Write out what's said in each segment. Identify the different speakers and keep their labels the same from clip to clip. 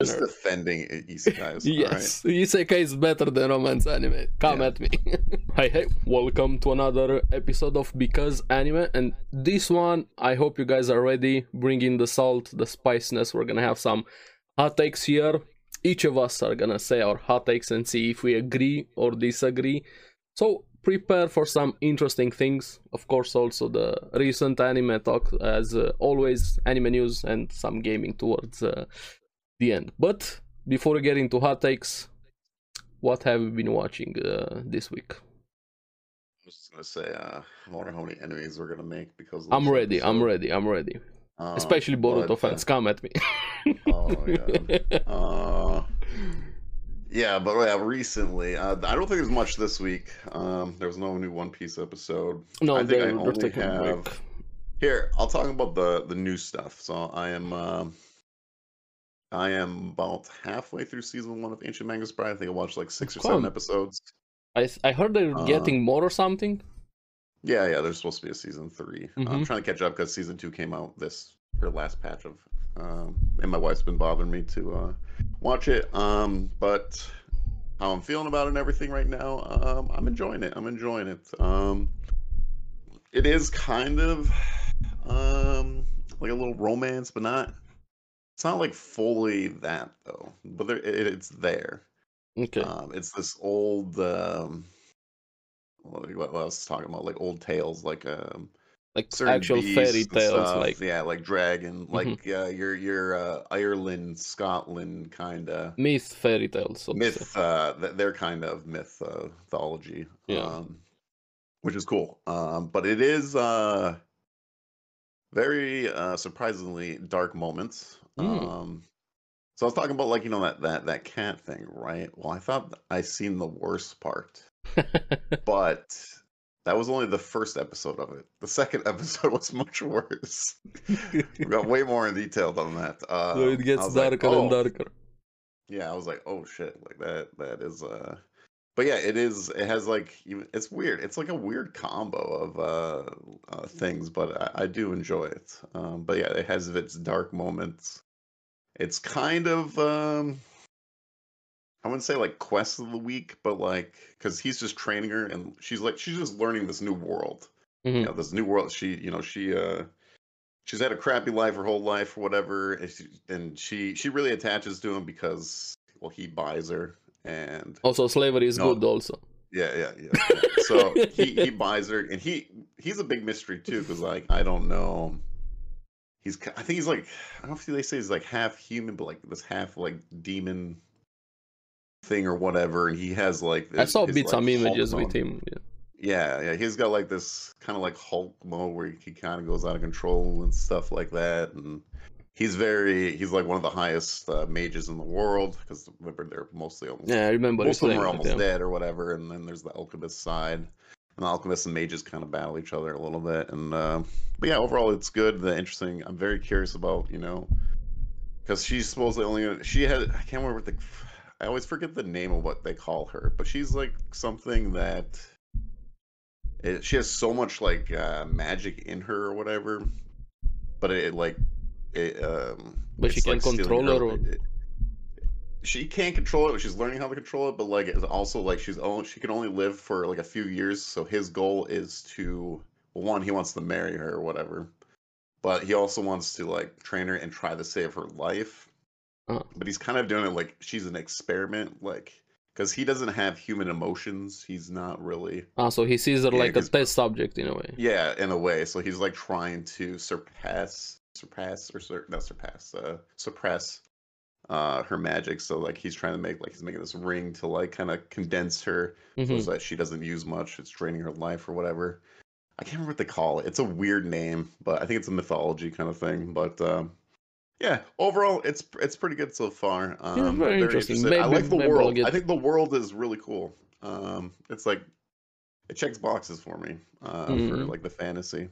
Speaker 1: Just defending E-, isekais.
Speaker 2: Yes, Isekai is better than romance anime. Come
Speaker 1: Yeah.
Speaker 2: at me. hey, hey, welcome to another episode of Because Anime. And this one, I hope you guys are ready. Bring in the salt, the spiciness. We're gonna have some hot takes here. Each of us are gonna say our hot takes and see if we agree or disagree. So prepare for some interesting things. Of course, also the recent anime talk, as uh, always, anime news and some gaming towards uh, the end. But before we get into hot takes, what have we been watching uh, this week?
Speaker 1: I was just gonna say, uh, I wonder how many enemies we're gonna make because of
Speaker 2: I'm
Speaker 1: this
Speaker 2: ready. I'm
Speaker 1: episode.
Speaker 2: ready. I'm ready.
Speaker 1: Um,
Speaker 2: Especially Boruto
Speaker 1: but, uh,
Speaker 2: fans, come at me.
Speaker 1: Oh my god. Uh, yeah, but yeah, recently, uh, I don't think there's much this week. Um, there was no new One Piece episode.
Speaker 2: no,
Speaker 1: I think
Speaker 2: they're,
Speaker 1: I
Speaker 2: they're
Speaker 1: only
Speaker 2: taking a break.
Speaker 1: have- Here, I'll talk about the the new stuff. So I am um I am about halfway through season one of Ancient Manga Spy. I think I watched like six or seven
Speaker 2: Cool.
Speaker 1: episodes.
Speaker 2: I s- I heard they're
Speaker 1: Uh,
Speaker 2: getting more or something.
Speaker 1: Yeah, yeah, there's supposed to be a season 3 Uh, I'm
Speaker 2: Mhm.
Speaker 1: trying to catch up because season two came out this her last patch of, um, and my wife's been bothering me to uh, watch it. Um, but how I'm feeling about it and everything right now, um, I'm enjoying it. I'm enjoying it. Um, it is kind of um, like a little romance, but not. It's not like fully that though, but there, it, it's there.
Speaker 2: Okay.
Speaker 1: Um, it's this old. Um, what, what I was talking about, like old tales, like um,
Speaker 2: like
Speaker 1: certain
Speaker 2: actual
Speaker 1: beasts
Speaker 2: fairy
Speaker 1: and
Speaker 2: tales,
Speaker 1: stuff,
Speaker 2: like
Speaker 1: yeah, like dragon,
Speaker 2: Mhm.
Speaker 1: like uh, your your uh, Ireland, Scotland kind of
Speaker 2: myth fairy tales. so to say.
Speaker 1: myth. Uh, th- their kind of myth uh, mythology,
Speaker 2: Yeah.
Speaker 1: um, which is cool. Um, but it is uh, very uh, surprisingly dark moments.
Speaker 2: Mm.
Speaker 1: Um, so I was talking about like you know that that that cat thing, right? Well, I thought I seen the worst part but that was only the first episode of it. The second episode was much worse. we got way more in detail than that. Uh,
Speaker 2: so it
Speaker 1: I
Speaker 2: gets
Speaker 1: was like,
Speaker 2: darker
Speaker 1: "Oh."
Speaker 2: and darker.
Speaker 1: Yeah, I was like, oh shit, like that. That is uh, but yeah, it is. It has like even- it's weird. It's like a weird combo of uh, uh things, but I, I do enjoy it. Um, but yeah, it has its dark moments. It's kind of um. I wouldn't say like quest of the week, but like because he's just training her and she's like she's just learning this new world
Speaker 2: Mhm.
Speaker 1: you know, this new world. She, you know, she uh, she's had a crappy life her whole life or whatever, and she and she, she really attaches to him because well, he buys her, and
Speaker 2: Also, slavery is
Speaker 1: No.
Speaker 2: good. Also,
Speaker 1: yeah, yeah, yeah. yeah. so he he buys her, and he he's a big mystery too because like I don't know. He's, ki- I think he's like, I don't know if they say he's like half human, but like this half like demon thing or whatever. And he has like,
Speaker 2: I
Speaker 1: his-
Speaker 2: saw
Speaker 1: his,
Speaker 2: bits
Speaker 1: like,
Speaker 2: some images
Speaker 1: Hulk
Speaker 2: with
Speaker 1: mode.
Speaker 2: him. Yeah.
Speaker 1: Yeah, yeah, he's got like this kind of like Hulk mode where he kind of goes out of control and stuff like that. And he's very, he's like one of the highest uh, mages in the world because remember they're mostly almost,
Speaker 2: Yeah, I remember. you
Speaker 1: most of them
Speaker 2: saying
Speaker 1: are
Speaker 2: that,
Speaker 1: almost
Speaker 2: yeah.
Speaker 1: dead or whatever. And then there's the alchemist side, and the alchemists and mages kind of battle each other a little bit. And uh, but yeah, overall it's good. The interesting. I'm very curious about you know because she's supposedly only gonna- she had I can't remember what the I always forget the name of what they call her, but she's like something that it, she has so much like uh, magic in her or whatever, but it, like it um.
Speaker 2: But she
Speaker 1: it's,
Speaker 2: can
Speaker 1: like, stealing
Speaker 2: control her. Or...
Speaker 1: it- she can't control it. but She's learning how to control it, but like it's also like she's only she can only live for like a few years. So his goal is to well, one he wants to marry her or whatever, but he also wants to like train her and try to save her life.
Speaker 2: Uh-huh.
Speaker 1: But he's kind of doing it like she's an experiment, like because he doesn't have human emotions. He's not really
Speaker 2: Ah, so he sees her
Speaker 1: Yeah,
Speaker 2: like a
Speaker 1: 'cause-
Speaker 2: test subject in a way.
Speaker 1: yeah, in a way. So he's like trying to surpass, surpass, or sur- not surpass, uh, suppress uh, her magic. So like he's trying to make like he's making this ring to like kind of condense her
Speaker 2: Mhm.
Speaker 1: so that she doesn't use much. It's draining her life or whatever. I can't remember what they call it. It's a weird name, but I think it's a mythology kind of thing. But um, yeah, overall, it's it's pretty good so far. Um, I'm
Speaker 2: very interesting.
Speaker 1: interested. I
Speaker 2: Maybe-
Speaker 1: like the
Speaker 2: maybe I'll
Speaker 1: world. I
Speaker 2: get-
Speaker 1: think the world is really cool. Um, it's like it checks boxes for me uh, for
Speaker 2: Mhm.
Speaker 1: like the fantasy.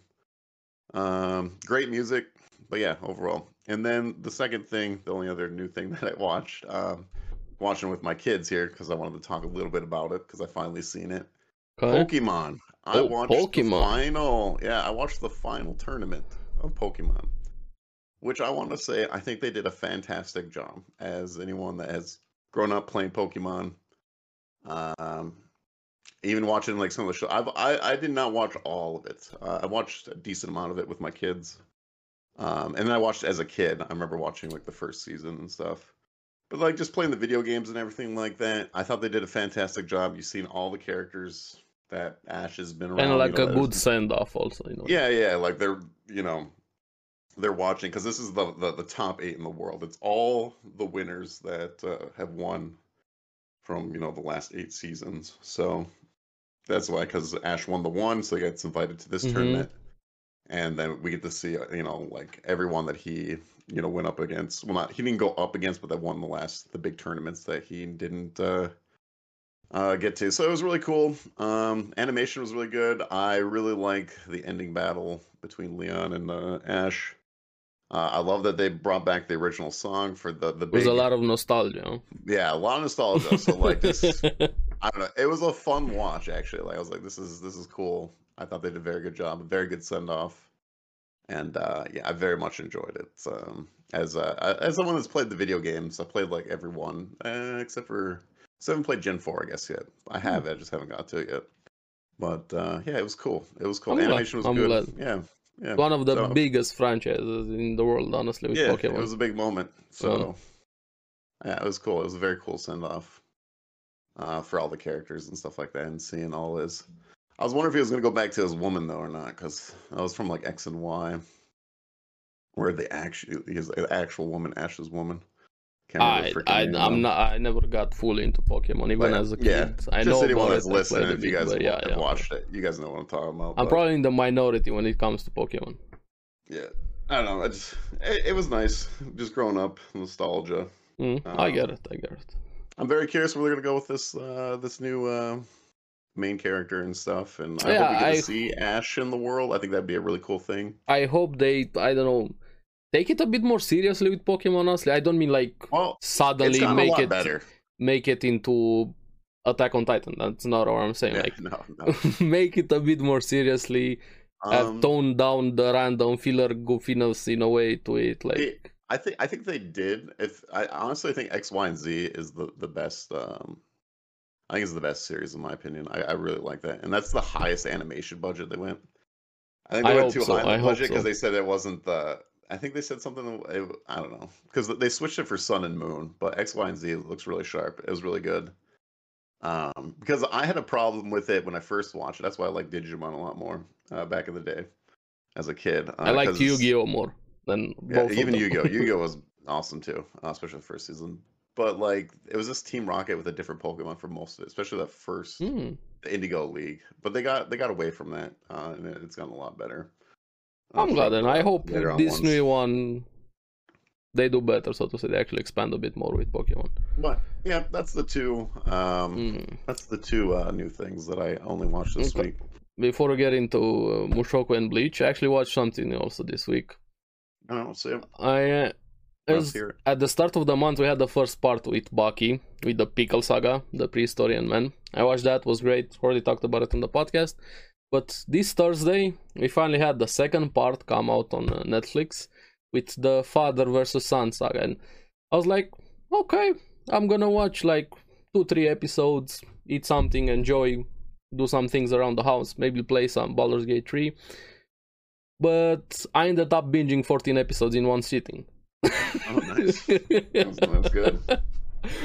Speaker 1: Um, great music, but yeah, overall. And then the second thing, the only other new thing that I watched, um, watching with my kids here because I wanted to talk a little bit about it because I finally seen it.
Speaker 2: Okay.
Speaker 1: Pokemon. I
Speaker 2: Oh,
Speaker 1: watched the
Speaker 2: Pokemon.
Speaker 1: final. Yeah, I watched the final tournament of Pokemon. which I want to say I think they did a fantastic job. As anyone that has grown up playing Pokemon, um, even watching like some of the show, I've, I I did not watch all of it. Uh, I watched a decent amount of it with my kids, um, and then I watched as a kid. I remember watching like the first season and stuff. But like just playing the video games and everything like that, I thought they did a fantastic job. You've seen all the characters that Ash has been around,
Speaker 2: and like
Speaker 1: you know,
Speaker 2: a
Speaker 1: that
Speaker 2: good
Speaker 1: is-
Speaker 2: send off also. You know.
Speaker 1: yeah, yeah, like they're you know they're watching because this is the, the the top eight in the world. It's all the winners that uh, have won from you know the last eight seasons. So that's why because Ash won the one, so he gets invited to this
Speaker 2: Mhm.
Speaker 1: tournament, and then we get to see uh, you know like everyone that he you know went up against. Well, not he didn't go up against, but that won the last the big tournaments that he didn't. uh uh, get to. So it was really cool. Um, animation was really good. I really like the ending battle between Leon and uh, Ash. Uh, I love that they brought back the original song for the the
Speaker 2: It was
Speaker 1: big,
Speaker 2: a lot of nostalgia.
Speaker 1: yeah, a lot of nostalgia. So like this, I don't know. It was a fun watch actually. Like I was like, this is this is cool. I thought they did a very good job, a very good send off, and uh, yeah, I very much enjoyed it. Um, as uh, as someone that's played the video games, I played like every one uh, except for so I haven't played Gen Four, I guess yet. I
Speaker 2: Hmm.
Speaker 1: have, I just haven't got to it yet. But uh, yeah, it was cool. It was cool.
Speaker 2: I'm glad.
Speaker 1: Animation was
Speaker 2: I'm
Speaker 1: good. Yeah, yeah,
Speaker 2: One of the
Speaker 1: So-
Speaker 2: biggest franchises in the world, honestly, with
Speaker 1: yeah. It
Speaker 2: Pokemon.
Speaker 1: was a big moment. So
Speaker 2: Um,
Speaker 1: yeah, it was cool. It was a very cool send off uh, for all the characters and stuff like that, and seeing all this. I was wondering if he was going to go back to his woman though or not, because that was from like X and Y, where the actual his actual woman, Ash's woman. Can't
Speaker 2: I,
Speaker 1: remember her
Speaker 2: I,
Speaker 1: freaking name
Speaker 2: I'm
Speaker 1: now.
Speaker 2: not. I never got fully into Pokemon, even
Speaker 1: But,
Speaker 2: as a kid.
Speaker 1: yeah,
Speaker 2: I
Speaker 1: Just
Speaker 2: know
Speaker 1: anyone
Speaker 2: about
Speaker 1: that's
Speaker 2: it, I played
Speaker 1: listening,
Speaker 2: a
Speaker 1: if you
Speaker 2: bit,
Speaker 1: guys have
Speaker 2: but yeah, yeah.
Speaker 1: watched it, you guys know what I'm talking about.
Speaker 2: I'm
Speaker 1: but-
Speaker 2: probably in the minority when it comes to Pokemon.
Speaker 1: yeah. I don't know. I just it, it was nice, just growing up, nostalgia.
Speaker 2: Mm, I
Speaker 1: Um,
Speaker 2: get it. I get it.
Speaker 1: I'm very curious where they're gonna go with this uh, this new uh, main character and stuff, and I hope
Speaker 2: Yeah,
Speaker 1: we get
Speaker 2: I-
Speaker 1: to see Ash in the world. I think that'd be a really cool thing.
Speaker 2: I hope they. I don't know. Take it a bit more seriously with Pokemon. Honestly, I don't mean like
Speaker 1: Well, it's
Speaker 2: suddenly
Speaker 1: gotten a
Speaker 2: make
Speaker 1: lot
Speaker 2: it
Speaker 1: better.
Speaker 2: make it into Attack on Titan. That's not what I'm saying.
Speaker 1: Yeah,
Speaker 2: Like
Speaker 1: no, no.
Speaker 2: make it a bit more seriously.
Speaker 1: Um,
Speaker 2: I've toned down the random filler goofiness in a way to it. Like
Speaker 1: It- I think I think they did. If I honestly think X, Y, and Z is the the best. Um, I think it's the best series in my opinion. I, I really like that, and that's the highest animation budget they went. I think they
Speaker 2: I
Speaker 1: went
Speaker 2: hope
Speaker 1: too
Speaker 2: so,
Speaker 1: high on
Speaker 2: I
Speaker 1: the
Speaker 2: hope
Speaker 1: budget because
Speaker 2: so.
Speaker 1: they said it wasn't the. I think they said something. It, I don't know because they switched it for Sun and Moon, but X, Y, and Z looks really sharp. It was really good. Um, because I had a problem with it when I first watched it. That's why I like Digimon a lot more uh, back in the day as a kid. Uh,
Speaker 2: I liked
Speaker 1: 'cause-
Speaker 2: Yu-Gi-Oh more than
Speaker 1: yeah,
Speaker 2: both.
Speaker 1: even
Speaker 2: of them.
Speaker 1: Yu-Gi-Oh. Yu-Gi-Oh was awesome too, uh, especially the first season. But like, it was just Team Rocket with a different Pokemon for most of it, especially that first
Speaker 2: Hmm.
Speaker 1: the Indigo League. But they got they got away from that, uh, and it- it's gotten a lot better. uh,
Speaker 2: I'm glad,
Speaker 1: from,
Speaker 2: and
Speaker 1: uh,
Speaker 2: I hope
Speaker 1: later
Speaker 2: with
Speaker 1: on
Speaker 2: this
Speaker 1: ones.
Speaker 2: new one they do better. So to say, they actually expand a bit more with Pokemon.
Speaker 1: But yeah, that's the two. Um,
Speaker 2: Mm.
Speaker 1: That's the two uh, new things that I only watched this
Speaker 2: Okay.
Speaker 1: week.
Speaker 2: Before we get into uh, Mushoku and Bleach, I actually watched something also this week.
Speaker 1: I don't know, so
Speaker 2: I uh,
Speaker 1: let's
Speaker 2: as
Speaker 1: hear it.
Speaker 2: at the start of the month we had the first part with Baki with the Pickle Saga, the prehistorian man. I watched that, was great. Already talked about it on the podcast. But this Thursday we finally had the second part come out on uh, Netflix with the father versus son saga, and I was like, okay, I'm gonna watch like two three episodes, eat something, enjoy, do some things around the house, maybe play some Baldur's Gate 3. But I ended up binging 14 episodes in one sitting.
Speaker 1: Oh, nice. That's, that's good.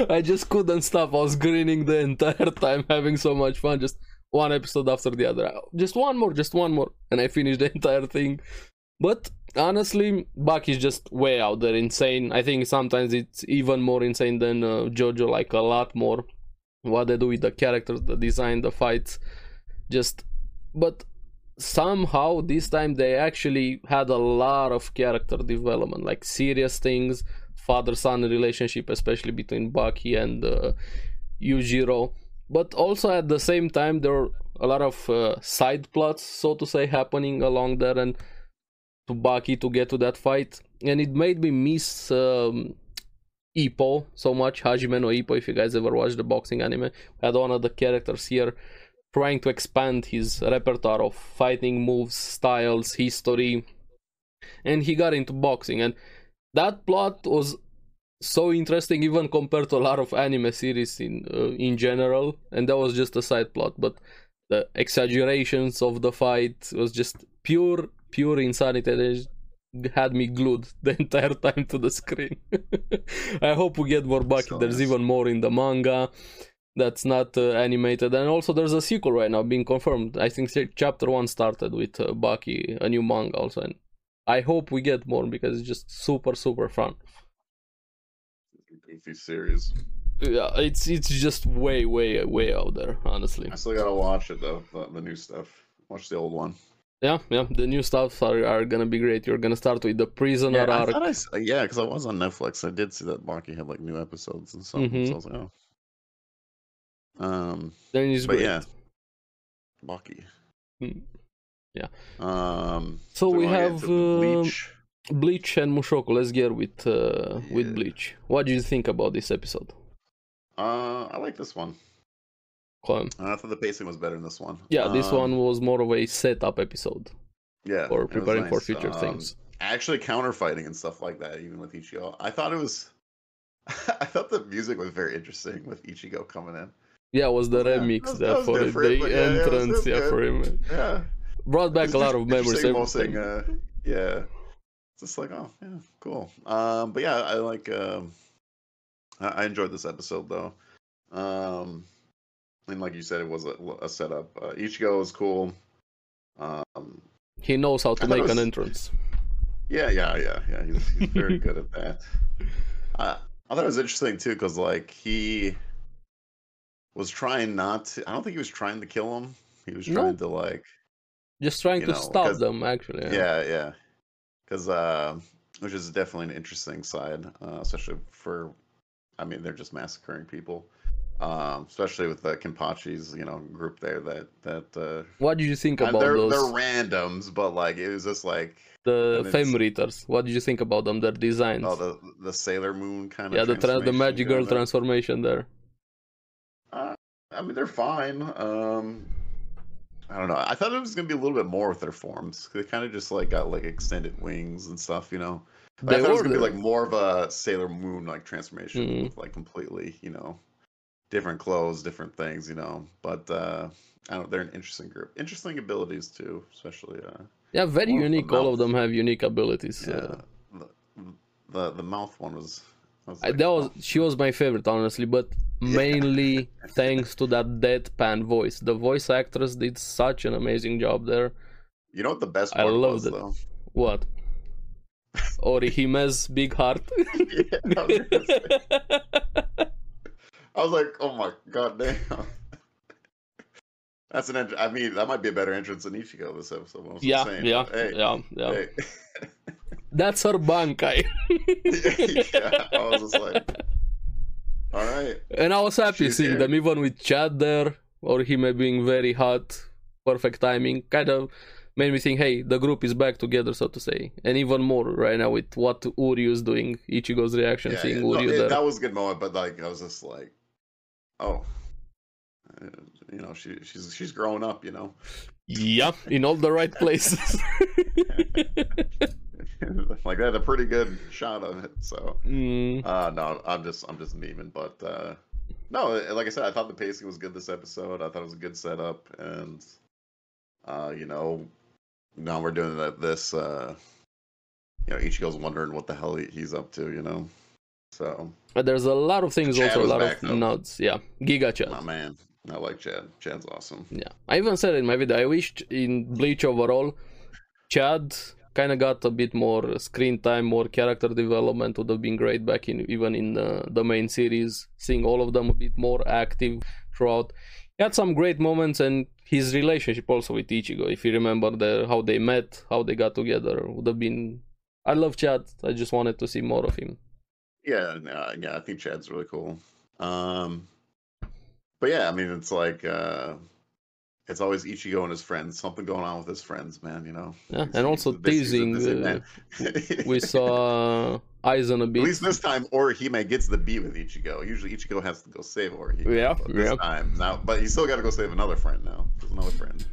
Speaker 2: I just couldn't stop. I was grinning the entire time, having so much fun. Just one episode after the other. Just one more, just one more. And I finished the entire thing. But honestly, Buck is just way out there insane. I think sometimes it's even more insane than uh, JoJo, like a lot more. What they do with the characters, the design, the fights. Just. But somehow this time they actually had a lot of character development, like serious things father-son relationship, especially between Baki and uh, Yujiro. But also at the same time, there are a lot of uh, side plots, so to say, happening along there, and to Baki to get to that fight. And it made me miss um, Ippo so much, Hajime no Ippo. If you guys ever watched the boxing anime, we had one of the characters here trying to expand his repertoire of fighting moves, styles, history, and he got into boxing and that plot was so interesting even compared to a lot of anime series in uh, in general and that was just a side plot but the exaggerations of the fight was just pure pure insanity that had me glued the entire time to the screen i hope we get more back
Speaker 1: So
Speaker 2: there's
Speaker 1: nice.
Speaker 2: even more in the manga that's not uh, animated and also there's a sequel right now being confirmed i think ch- chapter one started with uh, baki a new manga also and i hope we get more because it's just super super fun
Speaker 1: Goofy series.
Speaker 2: yeah it's it's just way way way out there honestly
Speaker 1: I still gotta watch it though. The, the new stuff. Watch the old one.
Speaker 2: yeah yeah the new stuff are, are gonna be great you're gonna start with the prisoner
Speaker 1: yeah, I
Speaker 2: arc
Speaker 1: thought I s- uh, yeah, because I was on Netflix. I did see that Baki had like new episodes and something.
Speaker 2: Mm-hmm.
Speaker 1: So I was like, oh. Um,
Speaker 2: then it's
Speaker 1: but
Speaker 2: great.
Speaker 1: yeah, Baki.
Speaker 2: Mm. Yeah.
Speaker 1: Um.
Speaker 2: so
Speaker 1: do
Speaker 2: we
Speaker 1: wanna get
Speaker 2: have
Speaker 1: into the
Speaker 2: uh, bleach.
Speaker 1: Bleach.
Speaker 2: and mushoku let's get with uh, with
Speaker 1: Yeah.
Speaker 2: bleach what do you think about this episode
Speaker 1: Uh, I like this one.
Speaker 2: Colin?
Speaker 1: I thought the pacing was better in this one.
Speaker 2: yeah this
Speaker 1: Um,
Speaker 2: one was more of a setup episode
Speaker 1: Yeah. it
Speaker 2: for
Speaker 1: was
Speaker 2: preparing for
Speaker 1: nice.
Speaker 2: future
Speaker 1: Um,
Speaker 2: things
Speaker 1: Actually, counterfighting and stuff like that, even with Ichigo. I thought it was. I thought the music was very interesting with Ichigo coming in.
Speaker 2: yeah was the
Speaker 1: yeah,
Speaker 2: remix
Speaker 1: that was- that
Speaker 2: there
Speaker 1: was
Speaker 2: for it,
Speaker 1: different,
Speaker 2: the
Speaker 1: but yeah, yeah, it was- it
Speaker 2: entrance
Speaker 1: was
Speaker 2: yeah,
Speaker 1: good.
Speaker 2: for him
Speaker 1: Yeah.
Speaker 2: brought back
Speaker 1: It's
Speaker 2: a lot
Speaker 1: just
Speaker 2: of memories
Speaker 1: interesting
Speaker 2: every
Speaker 1: while saying,
Speaker 2: time.
Speaker 1: uh, yeah. It's just like, oh, yeah, cool. Um, but yeah, I like. Um, I, I enjoyed this episode though. Um, and like you said, it was a, a setup. Uh, Ichigo is cool. Um,
Speaker 2: he knows how to
Speaker 1: I thought it
Speaker 2: make an
Speaker 1: was-
Speaker 2: entrance
Speaker 1: Yeah, yeah, yeah, yeah. He's, he's very good at that. I I thought it was interesting too because like he was trying not to. I don't think he was trying to kill him. He was
Speaker 2: No.
Speaker 1: trying to like
Speaker 2: just trying
Speaker 1: you
Speaker 2: to
Speaker 1: know,
Speaker 2: stop
Speaker 1: 'cause-
Speaker 2: them actually yeah.
Speaker 1: yeah, yeah. Because uh, which is definitely an interesting side, uh, especially for. I mean, they're just massacring people, um, especially with the Kenpachi's, you know, group there. That that uh,
Speaker 2: what did you think
Speaker 1: uh,
Speaker 2: about
Speaker 1: they're
Speaker 2: those
Speaker 1: they're randoms, but like it was just like
Speaker 2: the
Speaker 1: and it's-
Speaker 2: fame readers what did you think about them their designs
Speaker 1: oh the the Sailor Moon kind of
Speaker 2: yeah the tra- the magic girl
Speaker 1: transformation.
Speaker 2: transformation there
Speaker 1: Uh, I mean, they're fine. Um, I don't know. I thought it was gonna be a little bit more with their forms. They kind of just like got like extended wings and stuff, you know. Like, I
Speaker 2: they
Speaker 1: thought it was
Speaker 2: were
Speaker 1: gonna be
Speaker 2: there.
Speaker 1: like more of a Sailor Moon like transformation,
Speaker 2: Mhm.
Speaker 1: with, like completely, you know, different clothes, different things, you know. But uh, I don't. They're an interesting group. Interesting abilities too, especially. Uh,
Speaker 2: yeah very
Speaker 1: more of a
Speaker 2: unique all of
Speaker 1: mouth.
Speaker 2: them have unique abilities
Speaker 1: yeah.
Speaker 2: uh,
Speaker 1: the, the the mouth one was. was
Speaker 2: I-
Speaker 1: like,
Speaker 2: that was
Speaker 1: oh,
Speaker 2: she was my favorite honestly but
Speaker 1: Yeah.
Speaker 2: mainly thanks to that deadpan voice the voice actress did such an amazing job there
Speaker 1: You know what the best
Speaker 2: I
Speaker 1: part
Speaker 2: loved
Speaker 1: was
Speaker 2: it.
Speaker 1: though.
Speaker 2: what Ori Jimenez big heart
Speaker 1: Yeah, I was gonna say. I was like, oh my god, damn. That's an. Ent- I mean, that might be a better entrance than Ichigo this episode. I'm just
Speaker 2: yeah,
Speaker 1: saying,
Speaker 2: yeah,
Speaker 1: but Hey,
Speaker 2: yeah, yeah.
Speaker 1: hey.
Speaker 2: That's her bankai.
Speaker 1: yeah, I was just like, all right.
Speaker 2: And I was happy
Speaker 1: She's
Speaker 2: seeing
Speaker 1: here.
Speaker 2: them, even with Chad there, or him being very hot, perfect timing, kind of made me think, hey, the group is back together, so to say. And even more right now with what Uryu's doing, Ichigo's reaction,
Speaker 1: Yeah,
Speaker 2: seeing
Speaker 1: yeah. No,
Speaker 2: Uryu
Speaker 1: it-
Speaker 2: there.
Speaker 1: that was a good moment, but like, I was just like, oh, Uh, you know, she she's she's growing up, you know.
Speaker 2: Yeah, in all the right places.
Speaker 1: like they had a pretty good shot of it, so.
Speaker 2: Mm,
Speaker 1: Uh no, I'm just I'm just memeing, but uh no, eh, like I said, I thought the pacing was good this episode. I thought it was a good setup, and uh, you know, now we're doing that this uh you know, Ichigo's wondering what the hell he, he's up to, you know. So
Speaker 2: but there's a lot of things,
Speaker 1: Chad
Speaker 2: also a
Speaker 1: was
Speaker 2: lot
Speaker 1: back,
Speaker 2: of
Speaker 1: though.
Speaker 2: nods. Yeah, Giga Chad.
Speaker 1: my man. I like Chad. Chad's awesome.
Speaker 2: Yeah, I even said in my video. I wished in Bleach overall, Chad kind of got a bit more screen time, more character development would have been great back in even in uh, the main series. Seeing all of them a bit more active throughout. He had some great moments and his relationship also with Ichigo. If you remember the how they met, how they got together, would have been. I love Chad. I just wanted to see more of him.
Speaker 1: Yeah, no, yeah, I think Chad's really cool. Um but yeah, I mean it's like uh it's always Ichigo and his friends, something going on with his friends, man, you know.
Speaker 2: Yeah,
Speaker 1: He's-
Speaker 2: and
Speaker 1: he's
Speaker 2: also
Speaker 1: a busy- he's a
Speaker 2: teasing.
Speaker 1: busy
Speaker 2: uh,
Speaker 1: man.
Speaker 2: we saw uh, Aizen a bit.
Speaker 1: At least this time, Orihime gets the beat with Ichigo. Usually, Ichigo has to go save Orihime.
Speaker 2: Yeah,
Speaker 1: but this
Speaker 2: yeah.
Speaker 1: time now, but you still got to go save another friend now. There's another friend.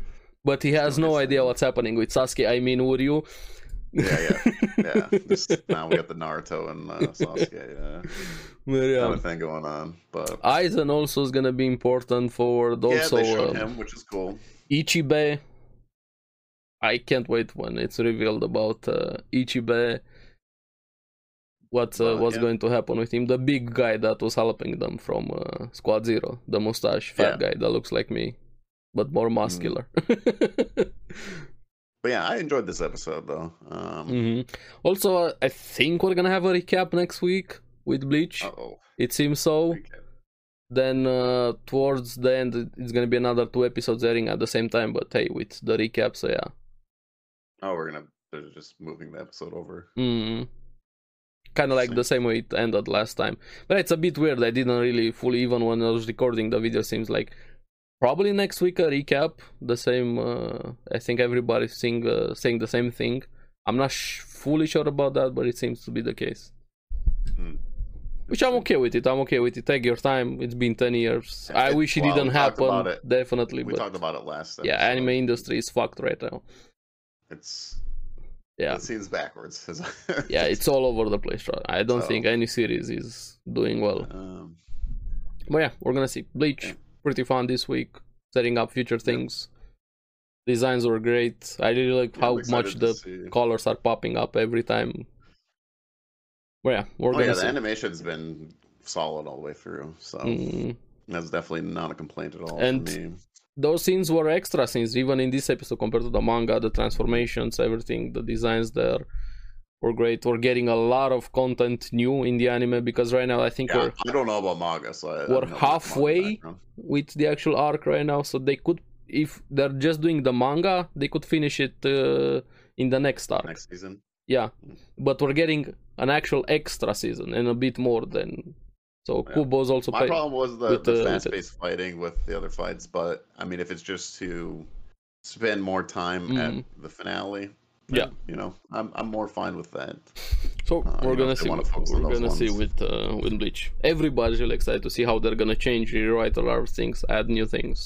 Speaker 2: but he has
Speaker 1: Don't
Speaker 2: no
Speaker 1: miss
Speaker 2: idea
Speaker 1: anything.
Speaker 2: what's happening with Sasuke. I mean, Uryu,
Speaker 1: Yeah, yeah, yeah. Just, now we got the Naruto and uh, Sasuke yeah,
Speaker 2: But
Speaker 1: kind
Speaker 2: yeah.
Speaker 1: of thing going on, but
Speaker 2: Um, Aizen also is gonna be important forward.
Speaker 1: yeah,
Speaker 2: Also,
Speaker 1: they showed
Speaker 2: um,
Speaker 1: him, which is cool.
Speaker 2: Ichibe. I can't wait when it's revealed about uh, Ichibe. What uh,
Speaker 1: Uh,
Speaker 2: what's
Speaker 1: yeah.
Speaker 2: going to happen with him? The big guy that was helping them from uh, Squad Zero, the mustache fat guy that looks like me, but
Speaker 1: Mm.
Speaker 2: more muscular.
Speaker 1: But yeah, I enjoyed this episode though. Um,
Speaker 2: Mhm. Also, uh, I think we're gonna have a recap next week with Bleach.
Speaker 1: oh,
Speaker 2: It seems so. Then uh, towards the end, it's gonna be another two episodes airing at the same time. But hey, with the recap, so yeah.
Speaker 1: oh, we're gonna they're just moving the episode over.
Speaker 2: Mm. Kind of like the same way it ended last time. But it's a bit weird. I didn't really fully, even when I was recording the video, seems like probably next week a recap. The same, uh, I think everybody's saying, uh, saying the same thing. I'm not sh- fully sure about that, but it seems to be the case.
Speaker 1: Hmm.
Speaker 2: Which I'm okay with it. I'm okay with it. Take your time. It's been 10 years.
Speaker 1: Yeah,
Speaker 2: I
Speaker 1: it-
Speaker 2: wish it
Speaker 1: well, we
Speaker 2: didn't
Speaker 1: talked about
Speaker 2: happen.
Speaker 1: it.
Speaker 2: Definitely.
Speaker 1: We
Speaker 2: but
Speaker 1: talked about it last.
Speaker 2: yeah,
Speaker 1: episode.
Speaker 2: anime industry is fucked right now.
Speaker 1: It's
Speaker 2: Yeah.
Speaker 1: it seems backwards.
Speaker 2: yeah, it's all over the place. Right? I don't
Speaker 1: So-
Speaker 2: think any series is doing well.
Speaker 1: um,
Speaker 2: But yeah, we're gonna see. Bleach,
Speaker 1: Yeah.
Speaker 2: pretty fun this week. Setting up future things. Designs were great. I really like
Speaker 1: yeah, I'm
Speaker 2: how
Speaker 1: excited
Speaker 2: much
Speaker 1: to
Speaker 2: the
Speaker 1: see.
Speaker 2: colors are popping up every time. But yeah, we're
Speaker 1: Oh
Speaker 2: gonna
Speaker 1: yeah, the
Speaker 2: see.
Speaker 1: animation's been solid all the way through, so
Speaker 2: Mm.
Speaker 1: that's definitely not a complaint at all
Speaker 2: And-
Speaker 1: for me.
Speaker 2: Those scenes were extra scenes, even in this episode compared to the manga, the transformations, everything, the designs there were great. We're getting a lot of content new in the anime because right now I think
Speaker 1: Yeah,
Speaker 2: we're
Speaker 1: I don't know about manga, so I, I
Speaker 2: we're
Speaker 1: don't know much manga
Speaker 2: halfway.
Speaker 1: background.
Speaker 2: with the actual arc right now so they could if they're just doing the manga they could finish it uh, in the next arc
Speaker 1: next season.
Speaker 2: yeah but we're getting an actual extra season and a bit more than so
Speaker 1: Yeah.
Speaker 2: kubo's also
Speaker 1: My
Speaker 2: playing
Speaker 1: problem was the,
Speaker 2: with,
Speaker 1: the,
Speaker 2: uh, with it.
Speaker 1: fast-paced fighting with the other fights, but I mean, if it's just to spend more time
Speaker 2: Mm.
Speaker 1: at the finale, then, you know, I'm I'm more fine with that. uh,
Speaker 2: so we're
Speaker 1: you know,
Speaker 2: gonna
Speaker 1: they
Speaker 2: see
Speaker 1: wanna
Speaker 2: what-
Speaker 1: focus on
Speaker 2: we're
Speaker 1: those
Speaker 2: gonna see
Speaker 1: ones.
Speaker 2: with uh, with bleach everybody's really excited to see how they're gonna change rewrite a lot of things add new things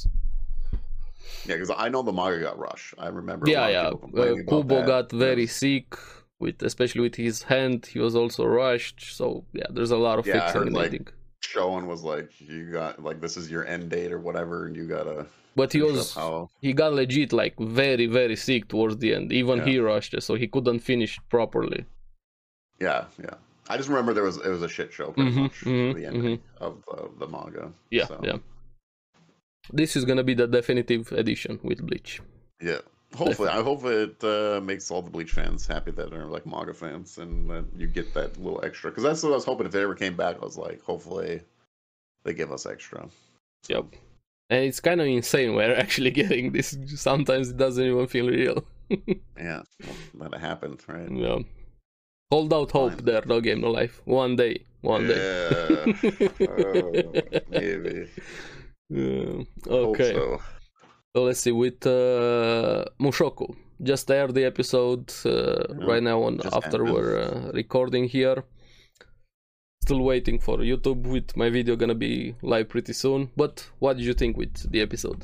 Speaker 1: Yeah, because I know the manga got rushed. I remember. a
Speaker 2: yeah
Speaker 1: lot of
Speaker 2: yeah
Speaker 1: people complaining about
Speaker 2: uh, kubo
Speaker 1: that.
Speaker 2: got very
Speaker 1: Yes.
Speaker 2: sick with especially with his hand he was also rushed so yeah there's a lot of
Speaker 1: Yeah, I
Speaker 2: fixing
Speaker 1: heard,
Speaker 2: and
Speaker 1: like,
Speaker 2: editing
Speaker 1: Shown was like, you got like this is your end date or whatever, and you gotta.
Speaker 2: but he
Speaker 1: finish up
Speaker 2: was
Speaker 1: how-
Speaker 2: he got legit like very very sick towards the end even
Speaker 1: Yeah.
Speaker 2: he rushed it so he couldn't finish properly
Speaker 1: Yeah, yeah. I just remember there was it was a shit show pretty
Speaker 2: Mhm,
Speaker 1: much
Speaker 2: mhm,
Speaker 1: the ending of uh, the manga.
Speaker 2: yeah
Speaker 1: So,
Speaker 2: yeah this is gonna be the definitive edition with bleach
Speaker 1: Yeah. Hopefully, I hope it uh, makes all the Bleach fans happy that are like manga fans, and that you get that little extra. Because that's what I was hoping. If it ever came back, I was like, hopefully, they give us extra.
Speaker 2: yep and it's kind of insane we're actually getting this sometimes it doesn't even feel real
Speaker 1: Yeah, well, that happened, right?
Speaker 2: yeah hold out hope
Speaker 1: Fine.
Speaker 2: there no game no life one day one day
Speaker 1: Yeah. Oh, maybe.
Speaker 2: Yeah.
Speaker 1: Hope
Speaker 2: okay
Speaker 1: so.
Speaker 2: So let's see with uh, Mushoku. Just aired the episode uh,
Speaker 1: Yeah,
Speaker 2: right now on
Speaker 1: just
Speaker 2: after
Speaker 1: happened.
Speaker 2: we're uh, recording here. Still waiting for YouTube with my video gonna be live pretty soon. But what did you think with the episode?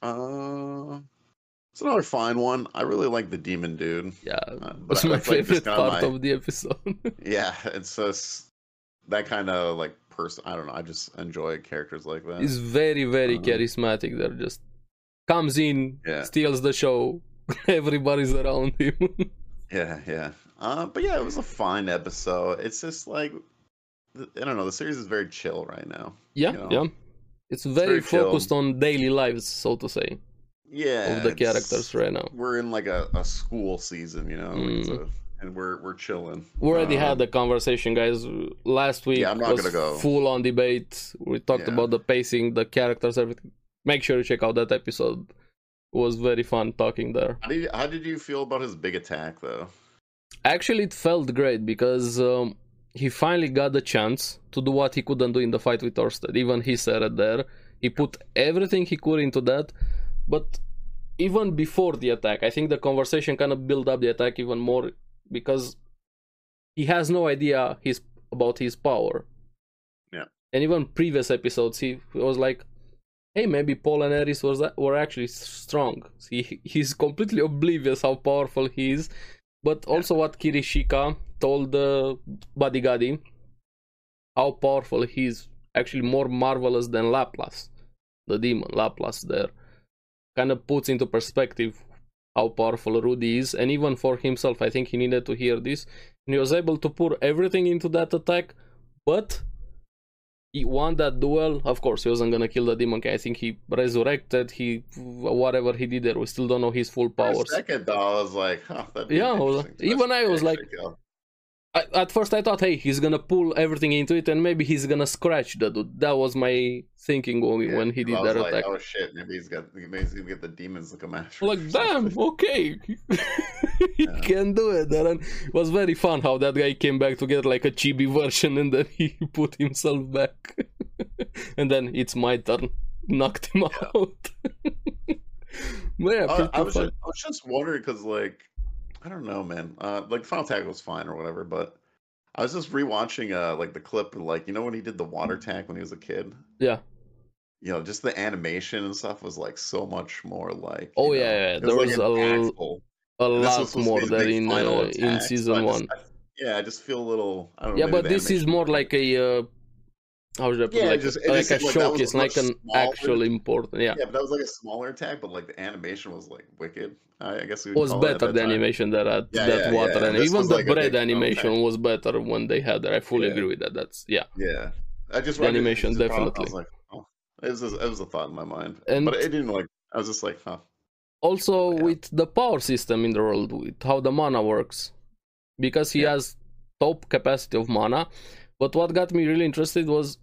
Speaker 1: Uh, it's another fine one. I really like the demon dude.
Speaker 2: Yeah,
Speaker 1: Uh, but
Speaker 2: that's my
Speaker 1: that's, like,
Speaker 2: favorite
Speaker 1: just kinda
Speaker 2: part
Speaker 1: my-
Speaker 2: of the episode.
Speaker 1: Yeah, it's just that kind of like person. I don't know. I just enjoy characters like that.
Speaker 2: It's very very
Speaker 1: Uh-huh.
Speaker 2: charismatic. They're just comes in,
Speaker 1: Yeah.
Speaker 2: steals the show. Everybody's around him.
Speaker 1: Yeah, yeah. Uh, but yeah, it was a fine episode. It's just like th- I don't know. The series is very chill right now.
Speaker 2: yeah,
Speaker 1: You know,
Speaker 2: yeah. It's very,
Speaker 1: very chill.
Speaker 2: focused on daily lives, so to say.
Speaker 1: Yeah,
Speaker 2: of the
Speaker 1: it's-
Speaker 2: characters right now.
Speaker 1: We're in like a, a school season, you know, like it's
Speaker 2: Mm.
Speaker 1: a- and we're we're chilling.
Speaker 2: We already had
Speaker 1: Um,
Speaker 2: the conversation, guys. Last week
Speaker 1: I'm not
Speaker 2: was
Speaker 1: gonna go.
Speaker 2: full on debate. We talked
Speaker 1: Yeah.
Speaker 2: about the pacing, the characters, everything. Make sure you check out that episode. It was very fun talking there.
Speaker 1: How did how did you feel about his big attack though?
Speaker 2: Actually, it felt great because um, he finally got the chance to do what he couldn't do in the fight with Orsted. Even he said it there. He put everything he could into that, but even before the attack, I think the conversation kind of built up the attack even more because he has no idea his about his power.
Speaker 1: Yeah.
Speaker 2: And even previous episodes, he was like, "Hey, maybe Paul and Eris was were actually strong." He he's completely oblivious how powerful he is, but also what Kirishika told uh, Badigadi how powerful he is, actually more marvelous than Laplace, the demon Laplace there, kind of puts into perspective how powerful Rudy is, and even for himself, I think he needed to hear this, and he was able to pour everything into that attack, but he won that duel. Of course, he wasn't gonna kill the demon. King. I think he resurrected. He whatever he did there, we still don't know his full
Speaker 1: For a
Speaker 2: powers.
Speaker 1: second though, I was like, huh, that'd be
Speaker 2: Yeah, well,
Speaker 1: interesting.
Speaker 2: even I was like-
Speaker 1: Actually, yeah.
Speaker 2: I, at first I thought, hey, he's gonna pull everything into it, and maybe he's gonna scratch the dude. That was my thinking when,
Speaker 1: Yeah,
Speaker 2: when he did
Speaker 1: I was
Speaker 2: that
Speaker 1: like,
Speaker 2: attack.
Speaker 1: oh shit, maybe he's got, maybe he's gonna get the demons to come after. him
Speaker 2: Like,
Speaker 1: or
Speaker 2: damn,
Speaker 1: something.
Speaker 2: okay, he
Speaker 1: Yeah.
Speaker 2: can do it. And it was very fun how that guy came back to get like a chibi version, and then he put himself back, and then it's my turn. Knocked him out. but yeah,
Speaker 1: I,
Speaker 2: pretty
Speaker 1: Oh, I was
Speaker 2: fun.
Speaker 1: just, I was just wondering because like I don't know, man. Uh, like Final Tag was fine or whatever, but I was just rewatching uh like the clip of, like you know when he did the water tank when he was a kid.
Speaker 2: Yeah.
Speaker 1: You know, just the animation and stuff was like so much more like.
Speaker 2: Oh,
Speaker 1: you know,
Speaker 2: yeah, yeah,
Speaker 1: it
Speaker 2: there was a l-
Speaker 1: impactful.
Speaker 2: a
Speaker 1: And this was
Speaker 2: lot
Speaker 1: supposed to be
Speaker 2: more
Speaker 1: his
Speaker 2: than
Speaker 1: big
Speaker 2: in
Speaker 1: final
Speaker 2: uh, in
Speaker 1: attack, so
Speaker 2: season
Speaker 1: I just-
Speaker 2: one.
Speaker 1: I- yeah, I just feel a little. I don't know.
Speaker 2: Yeah,
Speaker 1: maybe
Speaker 2: but
Speaker 1: the
Speaker 2: this is
Speaker 1: animation
Speaker 2: more
Speaker 1: was-
Speaker 2: like a uh, how should I put
Speaker 1: Yeah,
Speaker 2: it?
Speaker 1: it
Speaker 2: like
Speaker 1: just-
Speaker 2: a,
Speaker 1: it
Speaker 2: like
Speaker 1: just
Speaker 2: a
Speaker 1: seemed like that
Speaker 2: showcase,
Speaker 1: was
Speaker 2: like
Speaker 1: much
Speaker 2: an
Speaker 1: smaller.
Speaker 2: actual important. Yeah,
Speaker 1: Yeah, but that was like a smaller attack, but like the animation was like wicked. I, I guess we
Speaker 2: It
Speaker 1: would
Speaker 2: was
Speaker 1: call it at
Speaker 2: better
Speaker 1: that
Speaker 2: the
Speaker 1: time.
Speaker 2: animation that had
Speaker 1: Yeah,
Speaker 2: that
Speaker 1: yeah, yeah,
Speaker 2: water
Speaker 1: and
Speaker 2: and
Speaker 1: this
Speaker 2: even
Speaker 1: was
Speaker 2: the
Speaker 1: like a
Speaker 2: bread
Speaker 1: big
Speaker 2: animation was better when they had that. I fully
Speaker 1: Yeah.
Speaker 2: agree with that. That's yeah,
Speaker 1: Yeah, I just
Speaker 2: The
Speaker 1: I just-
Speaker 2: animation,
Speaker 1: just thought- I
Speaker 2: definitely.
Speaker 1: was like, oh, it was, it was a thought in my mind,
Speaker 2: and
Speaker 1: but it didn't like. I was just like, huh.
Speaker 2: also
Speaker 1: Yeah.
Speaker 2: with the power system in the world with how the mana works because he
Speaker 1: Yeah.
Speaker 2: has top capacity of mana but what got me really interested was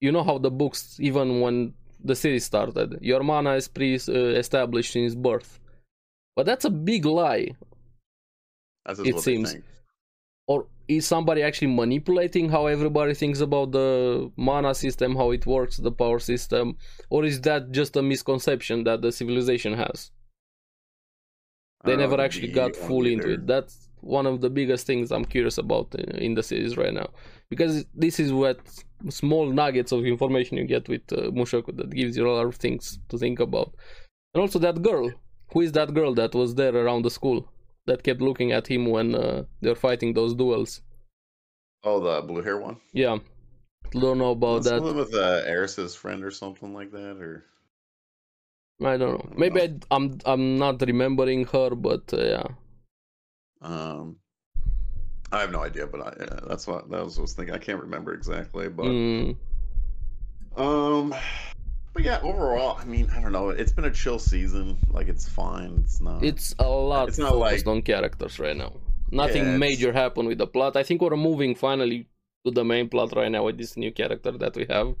Speaker 2: you know how the books even when the series started your mana is pre-established since birth but that's a big lie
Speaker 1: That's just
Speaker 2: It
Speaker 1: what
Speaker 2: seems.
Speaker 1: They think.
Speaker 2: or is somebody actually manipulating how everybody thinks about the mana system how it works the power system or is that just a misconception that the civilization has
Speaker 1: I
Speaker 2: they
Speaker 1: don't know
Speaker 2: never
Speaker 1: the
Speaker 2: actually
Speaker 1: BE
Speaker 2: got
Speaker 1: one
Speaker 2: fully into
Speaker 1: either.
Speaker 2: it that's one of the biggest things i'm curious about in, in the series right now because this is what small nuggets of information you get with uh, mushoku that gives you a lot of things to think about and also that girl who is that girl that was there around the school that kept looking at him when uh, they were fighting those duels
Speaker 1: Oh, the blue hair one.
Speaker 2: yeah don't know about
Speaker 1: Wasn't
Speaker 2: Oh, that
Speaker 1: Something with uh, Eris's friend or something like that, or
Speaker 2: i don't know
Speaker 1: don't
Speaker 2: maybe
Speaker 1: know.
Speaker 2: I, i'm i'm not remembering her but uh, yeah
Speaker 1: um, I have no idea. But I, yeah, that's what that was. what I was thinking. I can't remember exactly, but
Speaker 2: Mm, Hmm.
Speaker 1: Um, but yeah, overall, I mean, I don't know. It's been a chill season. Like, it's fine. It's not.
Speaker 2: it's a lot
Speaker 1: It's not
Speaker 2: focused
Speaker 1: like-
Speaker 2: on characters right now. Nothing
Speaker 1: Yeah, it's-
Speaker 2: major happened with the plot. I think we're moving finally to the main plot right now with this new character that we have.